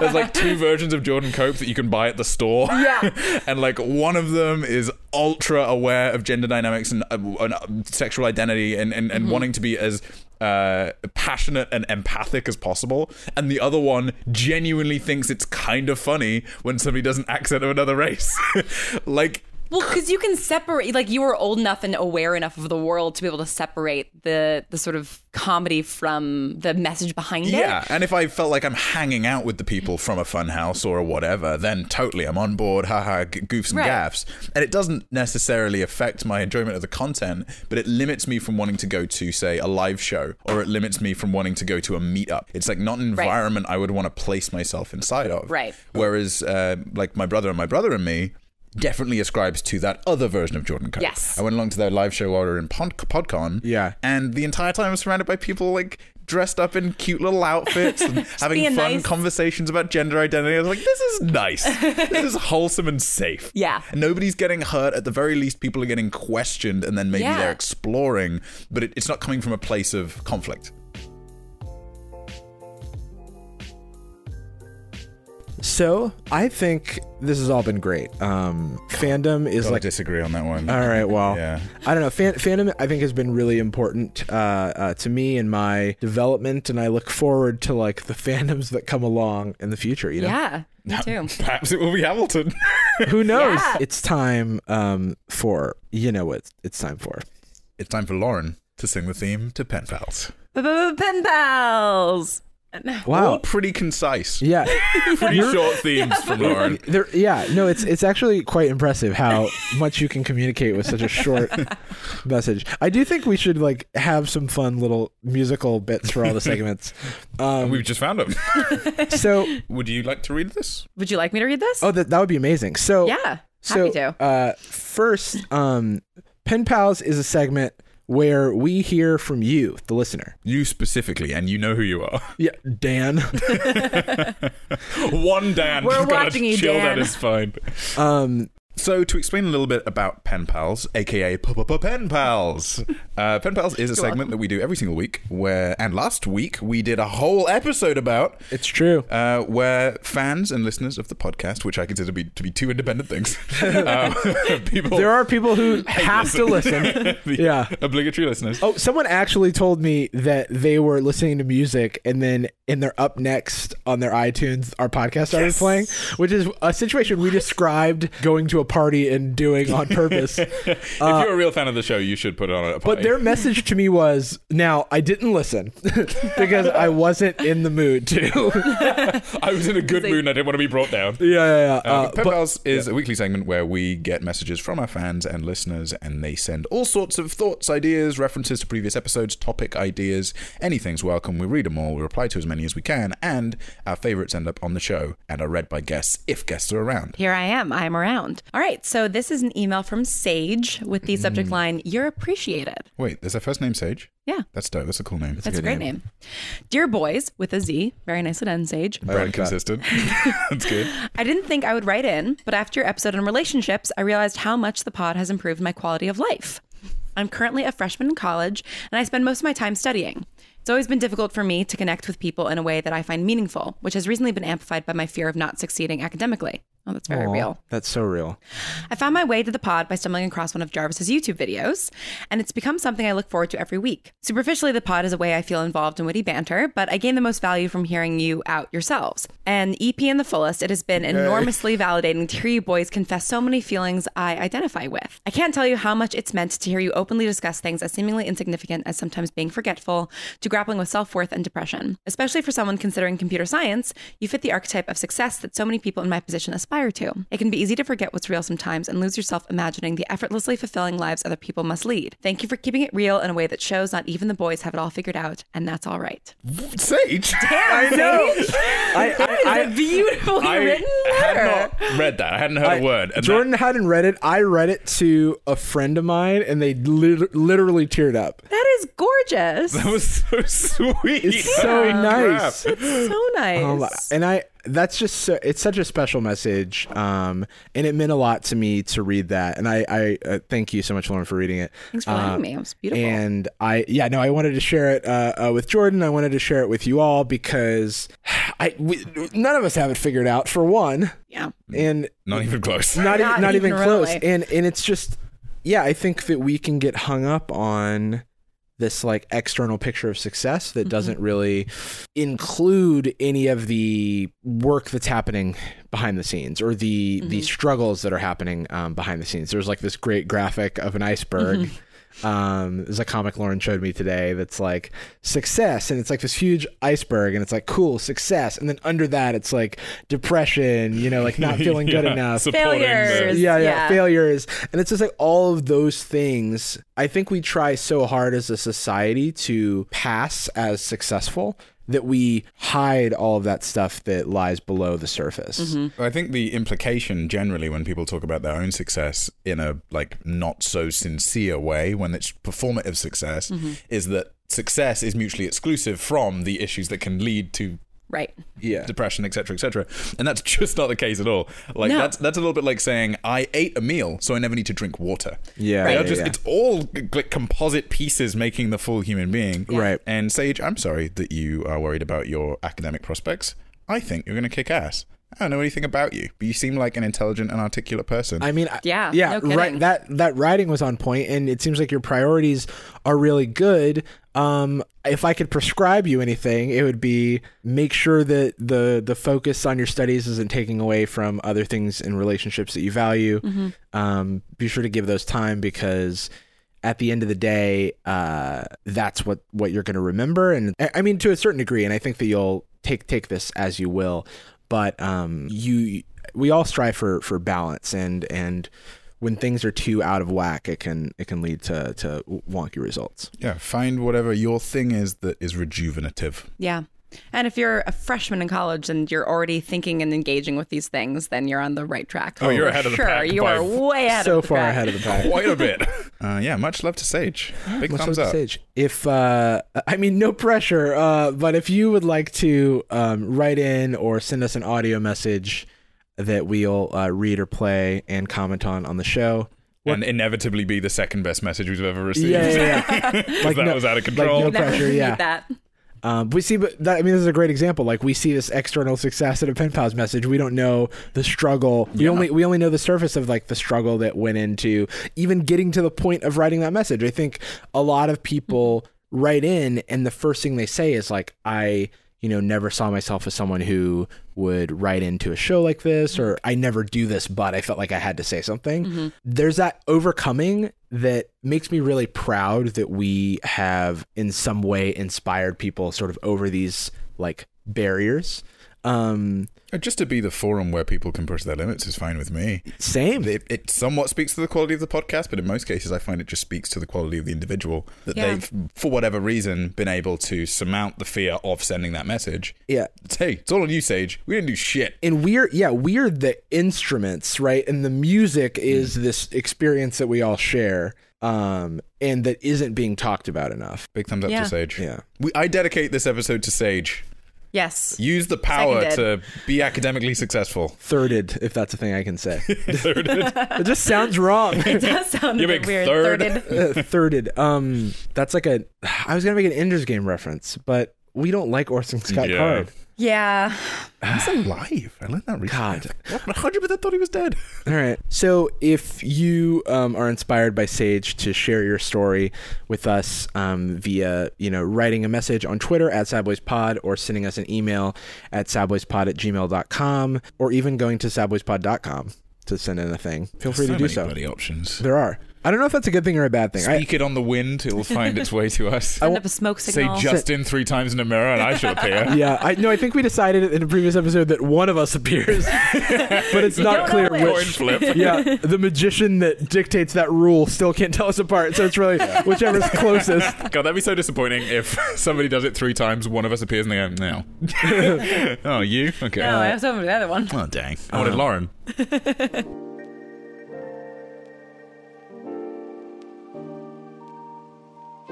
[SPEAKER 2] There's like two versions of Jordan Cope that you can buy at the store, yeah, and like one of them is ultra aware of gender dynamics and, uh, and sexual identity and and, and wanting to be as uh, passionate and empathic as possible, and the other one genuinely thinks it's kind of funny when somebody does an accent of another race, like.
[SPEAKER 4] Well, because you can separate, like you were old enough and aware enough of the world to be able to separate the the sort of comedy from the message behind it.
[SPEAKER 2] Yeah, and if I felt like I'm hanging out with the people from a fun house or a whatever, then totally I'm on board. Haha, g- goofs and
[SPEAKER 4] Right.
[SPEAKER 2] gaffs. And it doesn't necessarily affect my enjoyment of the content, but it limits me from wanting to go to, say, a live show, or it limits me from wanting to go to a meetup. It's like not an environment I would want to place myself inside of.
[SPEAKER 4] Right.
[SPEAKER 2] Whereas, uh, like my brother and my brother and me. Definitely ascribes to that other version of Jordan Cope.
[SPEAKER 4] Yes.
[SPEAKER 2] I went along to their live show while we were in Pod- PodCon.
[SPEAKER 1] Yeah.
[SPEAKER 2] And the entire time I'm surrounded by people like dressed up in cute little outfits and having
[SPEAKER 4] being
[SPEAKER 2] fun
[SPEAKER 4] nice.
[SPEAKER 2] conversations about gender identity. I was like, this is nice. this is wholesome and safe.
[SPEAKER 4] Yeah.
[SPEAKER 2] Nobody's getting hurt. At the very least, people are getting questioned and then maybe
[SPEAKER 4] Yeah.
[SPEAKER 2] they're exploring, but it, it's not coming from a place of conflict.
[SPEAKER 1] So I think this has all been great. Um, fandom is
[SPEAKER 2] I
[SPEAKER 1] like
[SPEAKER 2] disagree on that
[SPEAKER 3] Uh,
[SPEAKER 2] one.
[SPEAKER 1] All right. Well,
[SPEAKER 2] Yeah.
[SPEAKER 1] I don't know. Fan- fandom, I think, has been really important uh, uh, to me in my development, and I look forward to like the fandoms that come along in the future. You know,
[SPEAKER 4] Yeah, me too.
[SPEAKER 2] Perhaps it will be Hamilton.
[SPEAKER 1] who knows?
[SPEAKER 4] Yeah.
[SPEAKER 1] It's time um, for you know what it's time for.
[SPEAKER 2] it's time for Lauren to sing the theme to Pen Pals.
[SPEAKER 4] Pen pals.
[SPEAKER 2] All
[SPEAKER 1] Wow.
[SPEAKER 2] pretty concise.
[SPEAKER 1] Yeah.
[SPEAKER 2] Pretty short themes from Lauren.
[SPEAKER 1] There, yeah. No, it's it's actually quite impressive how much you can communicate with such a short message. I do think we should like have some fun little musical bits for all the segments. Um,
[SPEAKER 2] We've just found them.
[SPEAKER 1] so,
[SPEAKER 2] Would you like to read this?
[SPEAKER 4] Would you like me to read this?
[SPEAKER 1] oh, that that would be amazing.
[SPEAKER 3] oh.
[SPEAKER 1] So,
[SPEAKER 4] yeah, happy
[SPEAKER 1] So,
[SPEAKER 4] to.
[SPEAKER 1] Uh, first, um, Pen Pals is a segment
[SPEAKER 3] where we hear from you, the listener.
[SPEAKER 2] You specifically, and you know who you are.
[SPEAKER 3] Yeah, Dan.
[SPEAKER 2] One Dan.
[SPEAKER 4] We're
[SPEAKER 2] just got a
[SPEAKER 4] watching you,
[SPEAKER 2] chill
[SPEAKER 4] Dan.
[SPEAKER 2] down his spine.
[SPEAKER 3] Um,
[SPEAKER 2] So to explain a little bit about Pen Pals, aka Pen Pals. Uh, Pen Pals is a segment that we do every single week. Where and last week we did a whole episode about
[SPEAKER 3] it's true.
[SPEAKER 2] uh, where fans and listeners of the podcast, which I consider to be, to be two independent things, um, people
[SPEAKER 3] There are people who have to listen.
[SPEAKER 2] the
[SPEAKER 3] Yeah.
[SPEAKER 2] obligatory listeners.
[SPEAKER 3] Oh, someone actually told me that they were listening to music and then in their up next on their iTunes, our podcast started
[SPEAKER 2] Yes.
[SPEAKER 3] playing, which is a situation we described going to a party and doing on purpose.
[SPEAKER 2] if you're a real fan of the show, you should put it on a
[SPEAKER 3] Oh, uh, But
[SPEAKER 2] party.
[SPEAKER 3] their message to me was, now I didn't listen because I wasn't in the mood to.
[SPEAKER 2] I was in a good mood. and I didn't want to be brought down.
[SPEAKER 3] yeah, yeah, yeah.
[SPEAKER 2] Uh,
[SPEAKER 3] Uh,
[SPEAKER 2] Pen
[SPEAKER 3] but
[SPEAKER 2] Pals is a weekly segment where we get messages from our fans and listeners, and they send all sorts of thoughts, ideas, references to previous episodes, topic ideas. Anything's welcome. We read them all, we reply to as many as we can, and our favorites end up on the show and are read by guests if guests are around.
[SPEAKER 4] Here I am. I'm around. All right. So this is an email from Sage with the subject line, You're appreciated.
[SPEAKER 2] Wait, there's our first name Sage?
[SPEAKER 4] Yeah.
[SPEAKER 2] That's dope. That's a cool name.
[SPEAKER 4] That's a great name. Dear boys, with a Z, very nicely done, Sage.
[SPEAKER 2] Brand consistent. That's good.
[SPEAKER 4] I didn't think I would write in, but after your episode on relationships, I realized how much the pod has improved my quality of life. I'm currently a freshman in college, and I spend most of my time studying. It's always been difficult for me to connect with people in a way that I find meaningful, which has recently been amplified by my fear of not succeeding academically. Oh, that's very real.
[SPEAKER 3] that's so real.
[SPEAKER 4] I found my way to the pod by stumbling across one of Jarvis's YouTube videos, and it's become something I look forward to every week. Superficially, the pod is a way I feel involved in witty banter, but I gain the most value from hearing you out yourselves. And EP in the fullest, it has been enormously validating to hear you boys confess so many feelings I identify with. I can't tell you how much it's meant to hear you openly discuss things as seemingly insignificant as sometimes being forgetful to grappling with self worth and depression. Especially for someone considering computer science, you fit the archetype of success that so many people in my position aspire to. It can be easy to forget what's real sometimes and lose yourself imagining the effortlessly fulfilling lives other people must lead. Thank you for keeping it real in a way that shows not even the boys have it all figured out, and that's all right.
[SPEAKER 2] Sage?
[SPEAKER 3] I know. I, I, I,
[SPEAKER 4] Beautifully written letter.
[SPEAKER 2] had not read that. I hadn't heard a word. And
[SPEAKER 3] Jordan hadn't read it. I read it to a friend of mine, and they lit- literally teared up.
[SPEAKER 4] that is gorgeous.
[SPEAKER 2] that, that was so sweet.
[SPEAKER 3] It's so nice.
[SPEAKER 4] so nice.
[SPEAKER 3] Oh, lo- and I that's just so, it's such a special message, um, and it meant a lot to me to read that. And I, I uh, thank you so much, Lauren, for reading it.
[SPEAKER 4] Thanks for
[SPEAKER 2] Uh,
[SPEAKER 4] letting me. It was beautiful.
[SPEAKER 3] And I, yeah, no, I wanted to share it uh, uh, with Jordan. I wanted to share it with you all because I, we, none of us have it figured out for one,
[SPEAKER 4] yeah.
[SPEAKER 3] and
[SPEAKER 2] Not even close.
[SPEAKER 3] not,
[SPEAKER 4] Not
[SPEAKER 3] even, not even,
[SPEAKER 4] even
[SPEAKER 3] close.
[SPEAKER 4] really.
[SPEAKER 3] And and it's just, yeah, I think that we can get hung up on this like external picture of success that doesn't really include any of the work that's happening behind the scenes or the the struggles that are happening um, behind the scenes. There's like this great graphic of an iceberg. Um, there's a comic Lauren showed me today that's like success, and it's like this huge iceberg, and it's like cool success, and then under that it's like depression, you know, like not feeling good
[SPEAKER 2] Yeah,
[SPEAKER 3] enough,
[SPEAKER 2] supporting the-
[SPEAKER 4] Failures.
[SPEAKER 3] yeah, yeah,
[SPEAKER 4] Yeah.
[SPEAKER 3] failures. And it's just like all of those things. I think we try so hard as a society to pass as successful that we hide all of that stuff that lies below the surface.
[SPEAKER 2] I think the implication generally when people talk about their own success in a like not so sincere way, when it's performative success, is that success is mutually exclusive from the issues that can lead to
[SPEAKER 4] Right.
[SPEAKER 3] Yeah.
[SPEAKER 2] depression, etc., etc. And that's just not the case at all. Like
[SPEAKER 4] No.
[SPEAKER 2] that's that's a little bit like saying I ate a meal, so I never need to drink water.
[SPEAKER 3] Yeah,
[SPEAKER 2] They
[SPEAKER 3] yeah,
[SPEAKER 2] are just
[SPEAKER 3] yeah.
[SPEAKER 2] it's all like composite pieces making the full human being.
[SPEAKER 3] Right.
[SPEAKER 2] And Sage, I'm sorry that you are worried about your academic prospects. I think you're going to kick ass. I don't know anything about you, but you seem like an intelligent and articulate person.
[SPEAKER 3] I mean, I-
[SPEAKER 4] Yeah,
[SPEAKER 3] yeah,
[SPEAKER 4] no
[SPEAKER 3] right.
[SPEAKER 4] kidding.
[SPEAKER 3] That that writing was on point, and it seems like your priorities are really good. Um, if I could prescribe you anything, it would be make sure that the the focus on your studies isn't taking away from other things and relationships that you value.
[SPEAKER 4] Mm-hmm.
[SPEAKER 3] Um, be sure to give those time because at the end of the day, uh, that's what what you're going to remember. And I I mean, to a certain degree, and I think that you'll take take this as you will. But um, you, we all strive for for balance, and and when things are too out of whack, it can it can lead to to wonky results.
[SPEAKER 2] yeah, find whatever your thing is that is rejuvenative.
[SPEAKER 4] Yeah. And if you're a freshman in college and you're already thinking and engaging with these things, then you're on the right track.
[SPEAKER 2] Oh, you're
[SPEAKER 4] For
[SPEAKER 2] ahead of the
[SPEAKER 4] sure.
[SPEAKER 2] pack
[SPEAKER 4] You
[SPEAKER 2] by
[SPEAKER 4] are way ahead
[SPEAKER 3] so
[SPEAKER 4] of the
[SPEAKER 3] far
[SPEAKER 4] pack.
[SPEAKER 3] ahead of the pack.
[SPEAKER 2] Quite a bit. Uh, yeah, much love to Sage. Big
[SPEAKER 3] Much
[SPEAKER 2] thumbs
[SPEAKER 3] love to
[SPEAKER 2] up.
[SPEAKER 3] Sage. If uh, I mean, no pressure, uh, but if you would like to um, write in or send us an audio message that we'll uh, read or play and comment on on the show,
[SPEAKER 2] And inevitably be the second best message we've ever received.
[SPEAKER 3] yeah, yeah, yeah.
[SPEAKER 2] 'Cause that was out of control.
[SPEAKER 3] no
[SPEAKER 4] Never
[SPEAKER 3] pressure,
[SPEAKER 4] need
[SPEAKER 3] yeah.
[SPEAKER 4] that.
[SPEAKER 3] Um, we see, but that, I mean, this is a great example. Like we see this external success at a pen pals message. We don't know the struggle. We only we only know the surface of like the struggle that went into even getting to the point of writing that message. I think a lot of people write in, and the first thing they say is like, I you know never saw myself as someone who would write into a show like this or i never do this but i felt like i had to say something there's that overcoming that makes me really proud that we have in some way inspired people sort of over these like barriers um
[SPEAKER 2] Uh, Just to be the forum where people can push their limits is fine with me.
[SPEAKER 3] same
[SPEAKER 2] It, it somewhat speaks to the quality of the podcast, but in most cases, I find it just speaks to the quality of the individual that
[SPEAKER 4] Yeah.
[SPEAKER 2] they've, for whatever reason, been able to surmount the fear of sending that message.
[SPEAKER 3] yeah
[SPEAKER 2] It's, hey, it's all on you, Sage. We didn't do shit.
[SPEAKER 3] and we're yeah we're the instruments right and the music is this experience that we all share um and that isn't being talked about enough
[SPEAKER 2] Big thumbs up
[SPEAKER 4] Yeah.
[SPEAKER 2] to Sage.
[SPEAKER 3] Yeah.
[SPEAKER 2] We, I dedicate this episode to Sage.
[SPEAKER 7] Yes.
[SPEAKER 2] Use the power
[SPEAKER 7] Seconded.
[SPEAKER 2] to be academically successful.
[SPEAKER 3] thirded if that's a thing i can say
[SPEAKER 2] Thirded.
[SPEAKER 3] it just sounds wrong
[SPEAKER 4] It does sound
[SPEAKER 2] You
[SPEAKER 4] a bit
[SPEAKER 2] make
[SPEAKER 4] weird.
[SPEAKER 2] third.
[SPEAKER 4] Thirded.
[SPEAKER 3] Uh, thirded. Um, that's like a. I was gonna make an Ender's Game reference, but we don't like Orson Scott
[SPEAKER 2] Yeah.
[SPEAKER 3] Card.
[SPEAKER 4] Yeah.
[SPEAKER 2] He's alive. I learned that recently.
[SPEAKER 3] God.
[SPEAKER 2] What? 100% thought he was dead.
[SPEAKER 3] All right. So if you um, are inspired by Sage to share your story with us um, via, you know, writing a message on Twitter at SadboysPod or sending us an email at sadboyspod at gmail.com or even going to sadboyspod.com to send in a thing, feel free to do so.
[SPEAKER 2] Bloody options.
[SPEAKER 3] There are. I don't know if that's a good thing or a bad thing. I,
[SPEAKER 2] Speak it on the wind. It'll find its way to us.
[SPEAKER 4] Send up a smoke
[SPEAKER 2] Say
[SPEAKER 4] signal.
[SPEAKER 2] Justin three times in a mirror and I shall appear.
[SPEAKER 3] yeah, I no, I think we decided in a previous episode that one of us appears, but it's
[SPEAKER 4] don't
[SPEAKER 3] not clear
[SPEAKER 4] know
[SPEAKER 3] which.
[SPEAKER 2] Coin flip.
[SPEAKER 3] Yeah, the magician that dictates that rule still can't tell us apart, so it's really whichever's closest.
[SPEAKER 2] God, that'd be so disappointing if somebody does it three times, one of us appears and they go, no. oh, you? Okay.
[SPEAKER 4] no, I was hoping for the other one.
[SPEAKER 2] oh, dang. I wanted Lauren.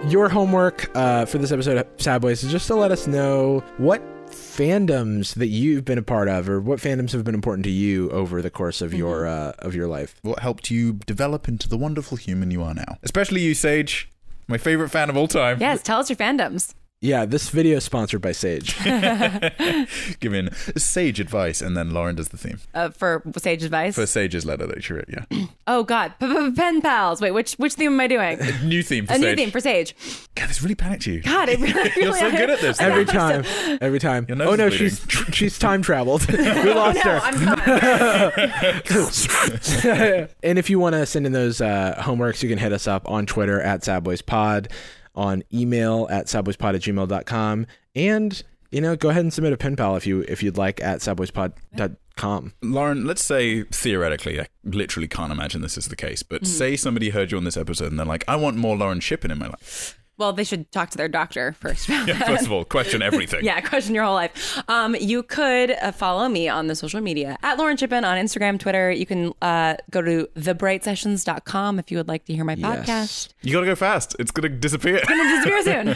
[SPEAKER 3] Your homework uh, for this episode of Sad Boys is just to let us know what fandoms that you've been a part of, or what fandoms have been important to you over the course of your
[SPEAKER 4] Mm-hmm.
[SPEAKER 3] uh, of your life.
[SPEAKER 2] What helped you develop into the wonderful human you are now? Especially you, Sage. My favorite fan of all time.
[SPEAKER 4] Yes, tell us your fandoms.
[SPEAKER 3] Yeah, this video is sponsored by Sage.
[SPEAKER 2] Giving sage advice, and then Lauren does the theme.
[SPEAKER 4] Uh, for sage advice.
[SPEAKER 2] For Sage's letter that she wrote, yeah.
[SPEAKER 4] Oh God, pen pals. Wait, which which theme am I doing?
[SPEAKER 2] New theme for
[SPEAKER 4] A
[SPEAKER 2] Sage.
[SPEAKER 4] new theme for Sage.
[SPEAKER 2] God, this really panicked you.
[SPEAKER 4] God, it really, really
[SPEAKER 2] You're so good at this.
[SPEAKER 3] Every
[SPEAKER 2] Lauren.
[SPEAKER 3] time, every time.
[SPEAKER 2] Your nose
[SPEAKER 3] Oh
[SPEAKER 2] is
[SPEAKER 3] no,
[SPEAKER 2] bleeding.
[SPEAKER 3] she's she's time traveled. we lost
[SPEAKER 4] Oh, No,
[SPEAKER 3] her.
[SPEAKER 4] I'm not.
[SPEAKER 3] and if you want to send in those uh, homeworks, you can hit us up on Twitter at SadboysPod, on email at SadboysPod at gmail.com, and you know, go ahead and submit a pen pal if you if you'd like at sadboyspod.com.
[SPEAKER 2] Lauren, let's say theoretically, I literally can't imagine this is the case, but say somebody heard you on this episode and they're like, I want more Lauren Shippen in my life.
[SPEAKER 4] well, they should talk to their doctor first.
[SPEAKER 2] First of all, question everything.
[SPEAKER 4] Yeah, question your whole life. Um, you could uh, follow me on the social media at Lauren Chippen on Instagram, Twitter. You can uh, go to thebrightsessions.com if you would like to hear my podcast.
[SPEAKER 2] You gotta go fast. It's gonna disappear.
[SPEAKER 4] Disappear soon.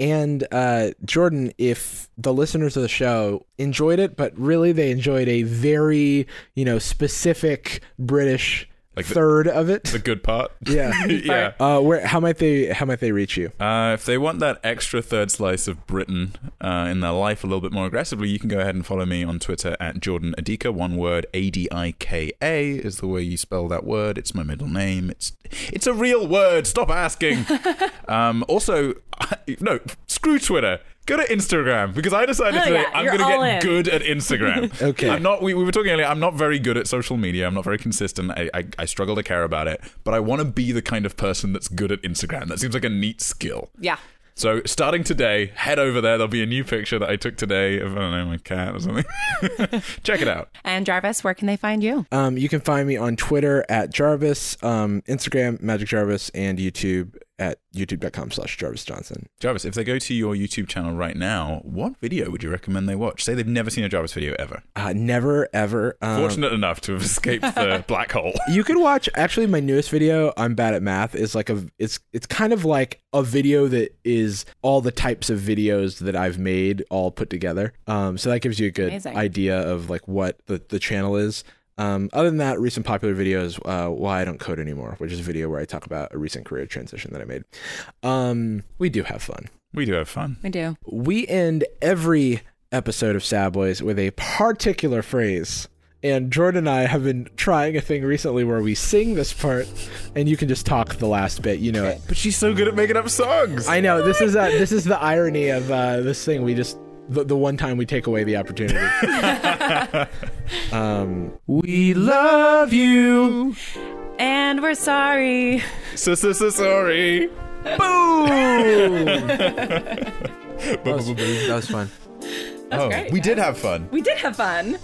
[SPEAKER 3] And uh, Jordan, if the listeners of the show enjoyed it, but really they enjoyed a very, you know, specific British
[SPEAKER 2] Like the-
[SPEAKER 3] third of it.
[SPEAKER 2] the good part.
[SPEAKER 3] Yeah.
[SPEAKER 2] yeah.
[SPEAKER 3] uh, where how might they how might they reach you?
[SPEAKER 2] Uh, if they want that extra third slice of Britain uh, in their life a little bit more aggressively, you can go ahead and follow me on Twitter at Jordan Adika. One word, A D I K A, is the way you spell that word. It's my middle name. It's it's a real word. Stop asking. um, also, no, screw Twitter. Go to Instagram because I decided
[SPEAKER 4] Hell
[SPEAKER 2] today
[SPEAKER 4] Oh, yeah,
[SPEAKER 2] I'm
[SPEAKER 4] you're
[SPEAKER 2] going to
[SPEAKER 4] all
[SPEAKER 2] get
[SPEAKER 4] in.
[SPEAKER 2] good at Instagram.
[SPEAKER 3] Okay.
[SPEAKER 2] I'm not. We, we were talking earlier. I'm not very good at social media. I'm not very consistent. I, I, I struggle to care about it. But I want to be the kind of person that's good at Instagram. That seems like a neat skill.
[SPEAKER 4] yeah.
[SPEAKER 2] So starting today, head over there. There'll be a new picture that I took today of I don't know my cat or something. Check it out.
[SPEAKER 4] And Jarvis, where can they find you?
[SPEAKER 2] Uh,
[SPEAKER 3] Um, you can find me on Twitter at Jarvis, um, Instagram Magic Jarvis, and YouTube at youtube.com slash Jarvis Johnson.
[SPEAKER 2] Jarvis, if they go to your YouTube channel right now, what video would you recommend they watch? Say they've never seen a Jarvis video ever.
[SPEAKER 3] Uh, never, ever. Um,
[SPEAKER 2] Fortunate enough to have escaped the black hole.
[SPEAKER 3] you could watch actually my newest video i'm bad at math is like a it's it's kind of like a video that is all the types of videos that i've made all put together um so that gives you a good
[SPEAKER 4] Amazing.
[SPEAKER 3] idea of like what the, the channel is um, other than that, recent popular videos, uh, why I don't code anymore, which is a video where I talk about a recent career transition that I made. Um, we do have fun.
[SPEAKER 2] We do have fun.
[SPEAKER 4] We do.
[SPEAKER 3] We end every episode of Sad Boys with a particular phrase. And Jordan and I have been trying a thing recently where we sing this part and you can just talk the last bit, you know it.
[SPEAKER 2] But she's so good at making up songs.
[SPEAKER 3] I know this is uh, this is the irony of uh, this thing we just the, the one time we take away the opportunity. um, we love you.
[SPEAKER 4] And we're
[SPEAKER 2] Oh.
[SPEAKER 4] sorry.
[SPEAKER 2] So, so, so sorry.
[SPEAKER 8] That was fun.
[SPEAKER 2] oh, we did have fun.
[SPEAKER 4] We did have fun.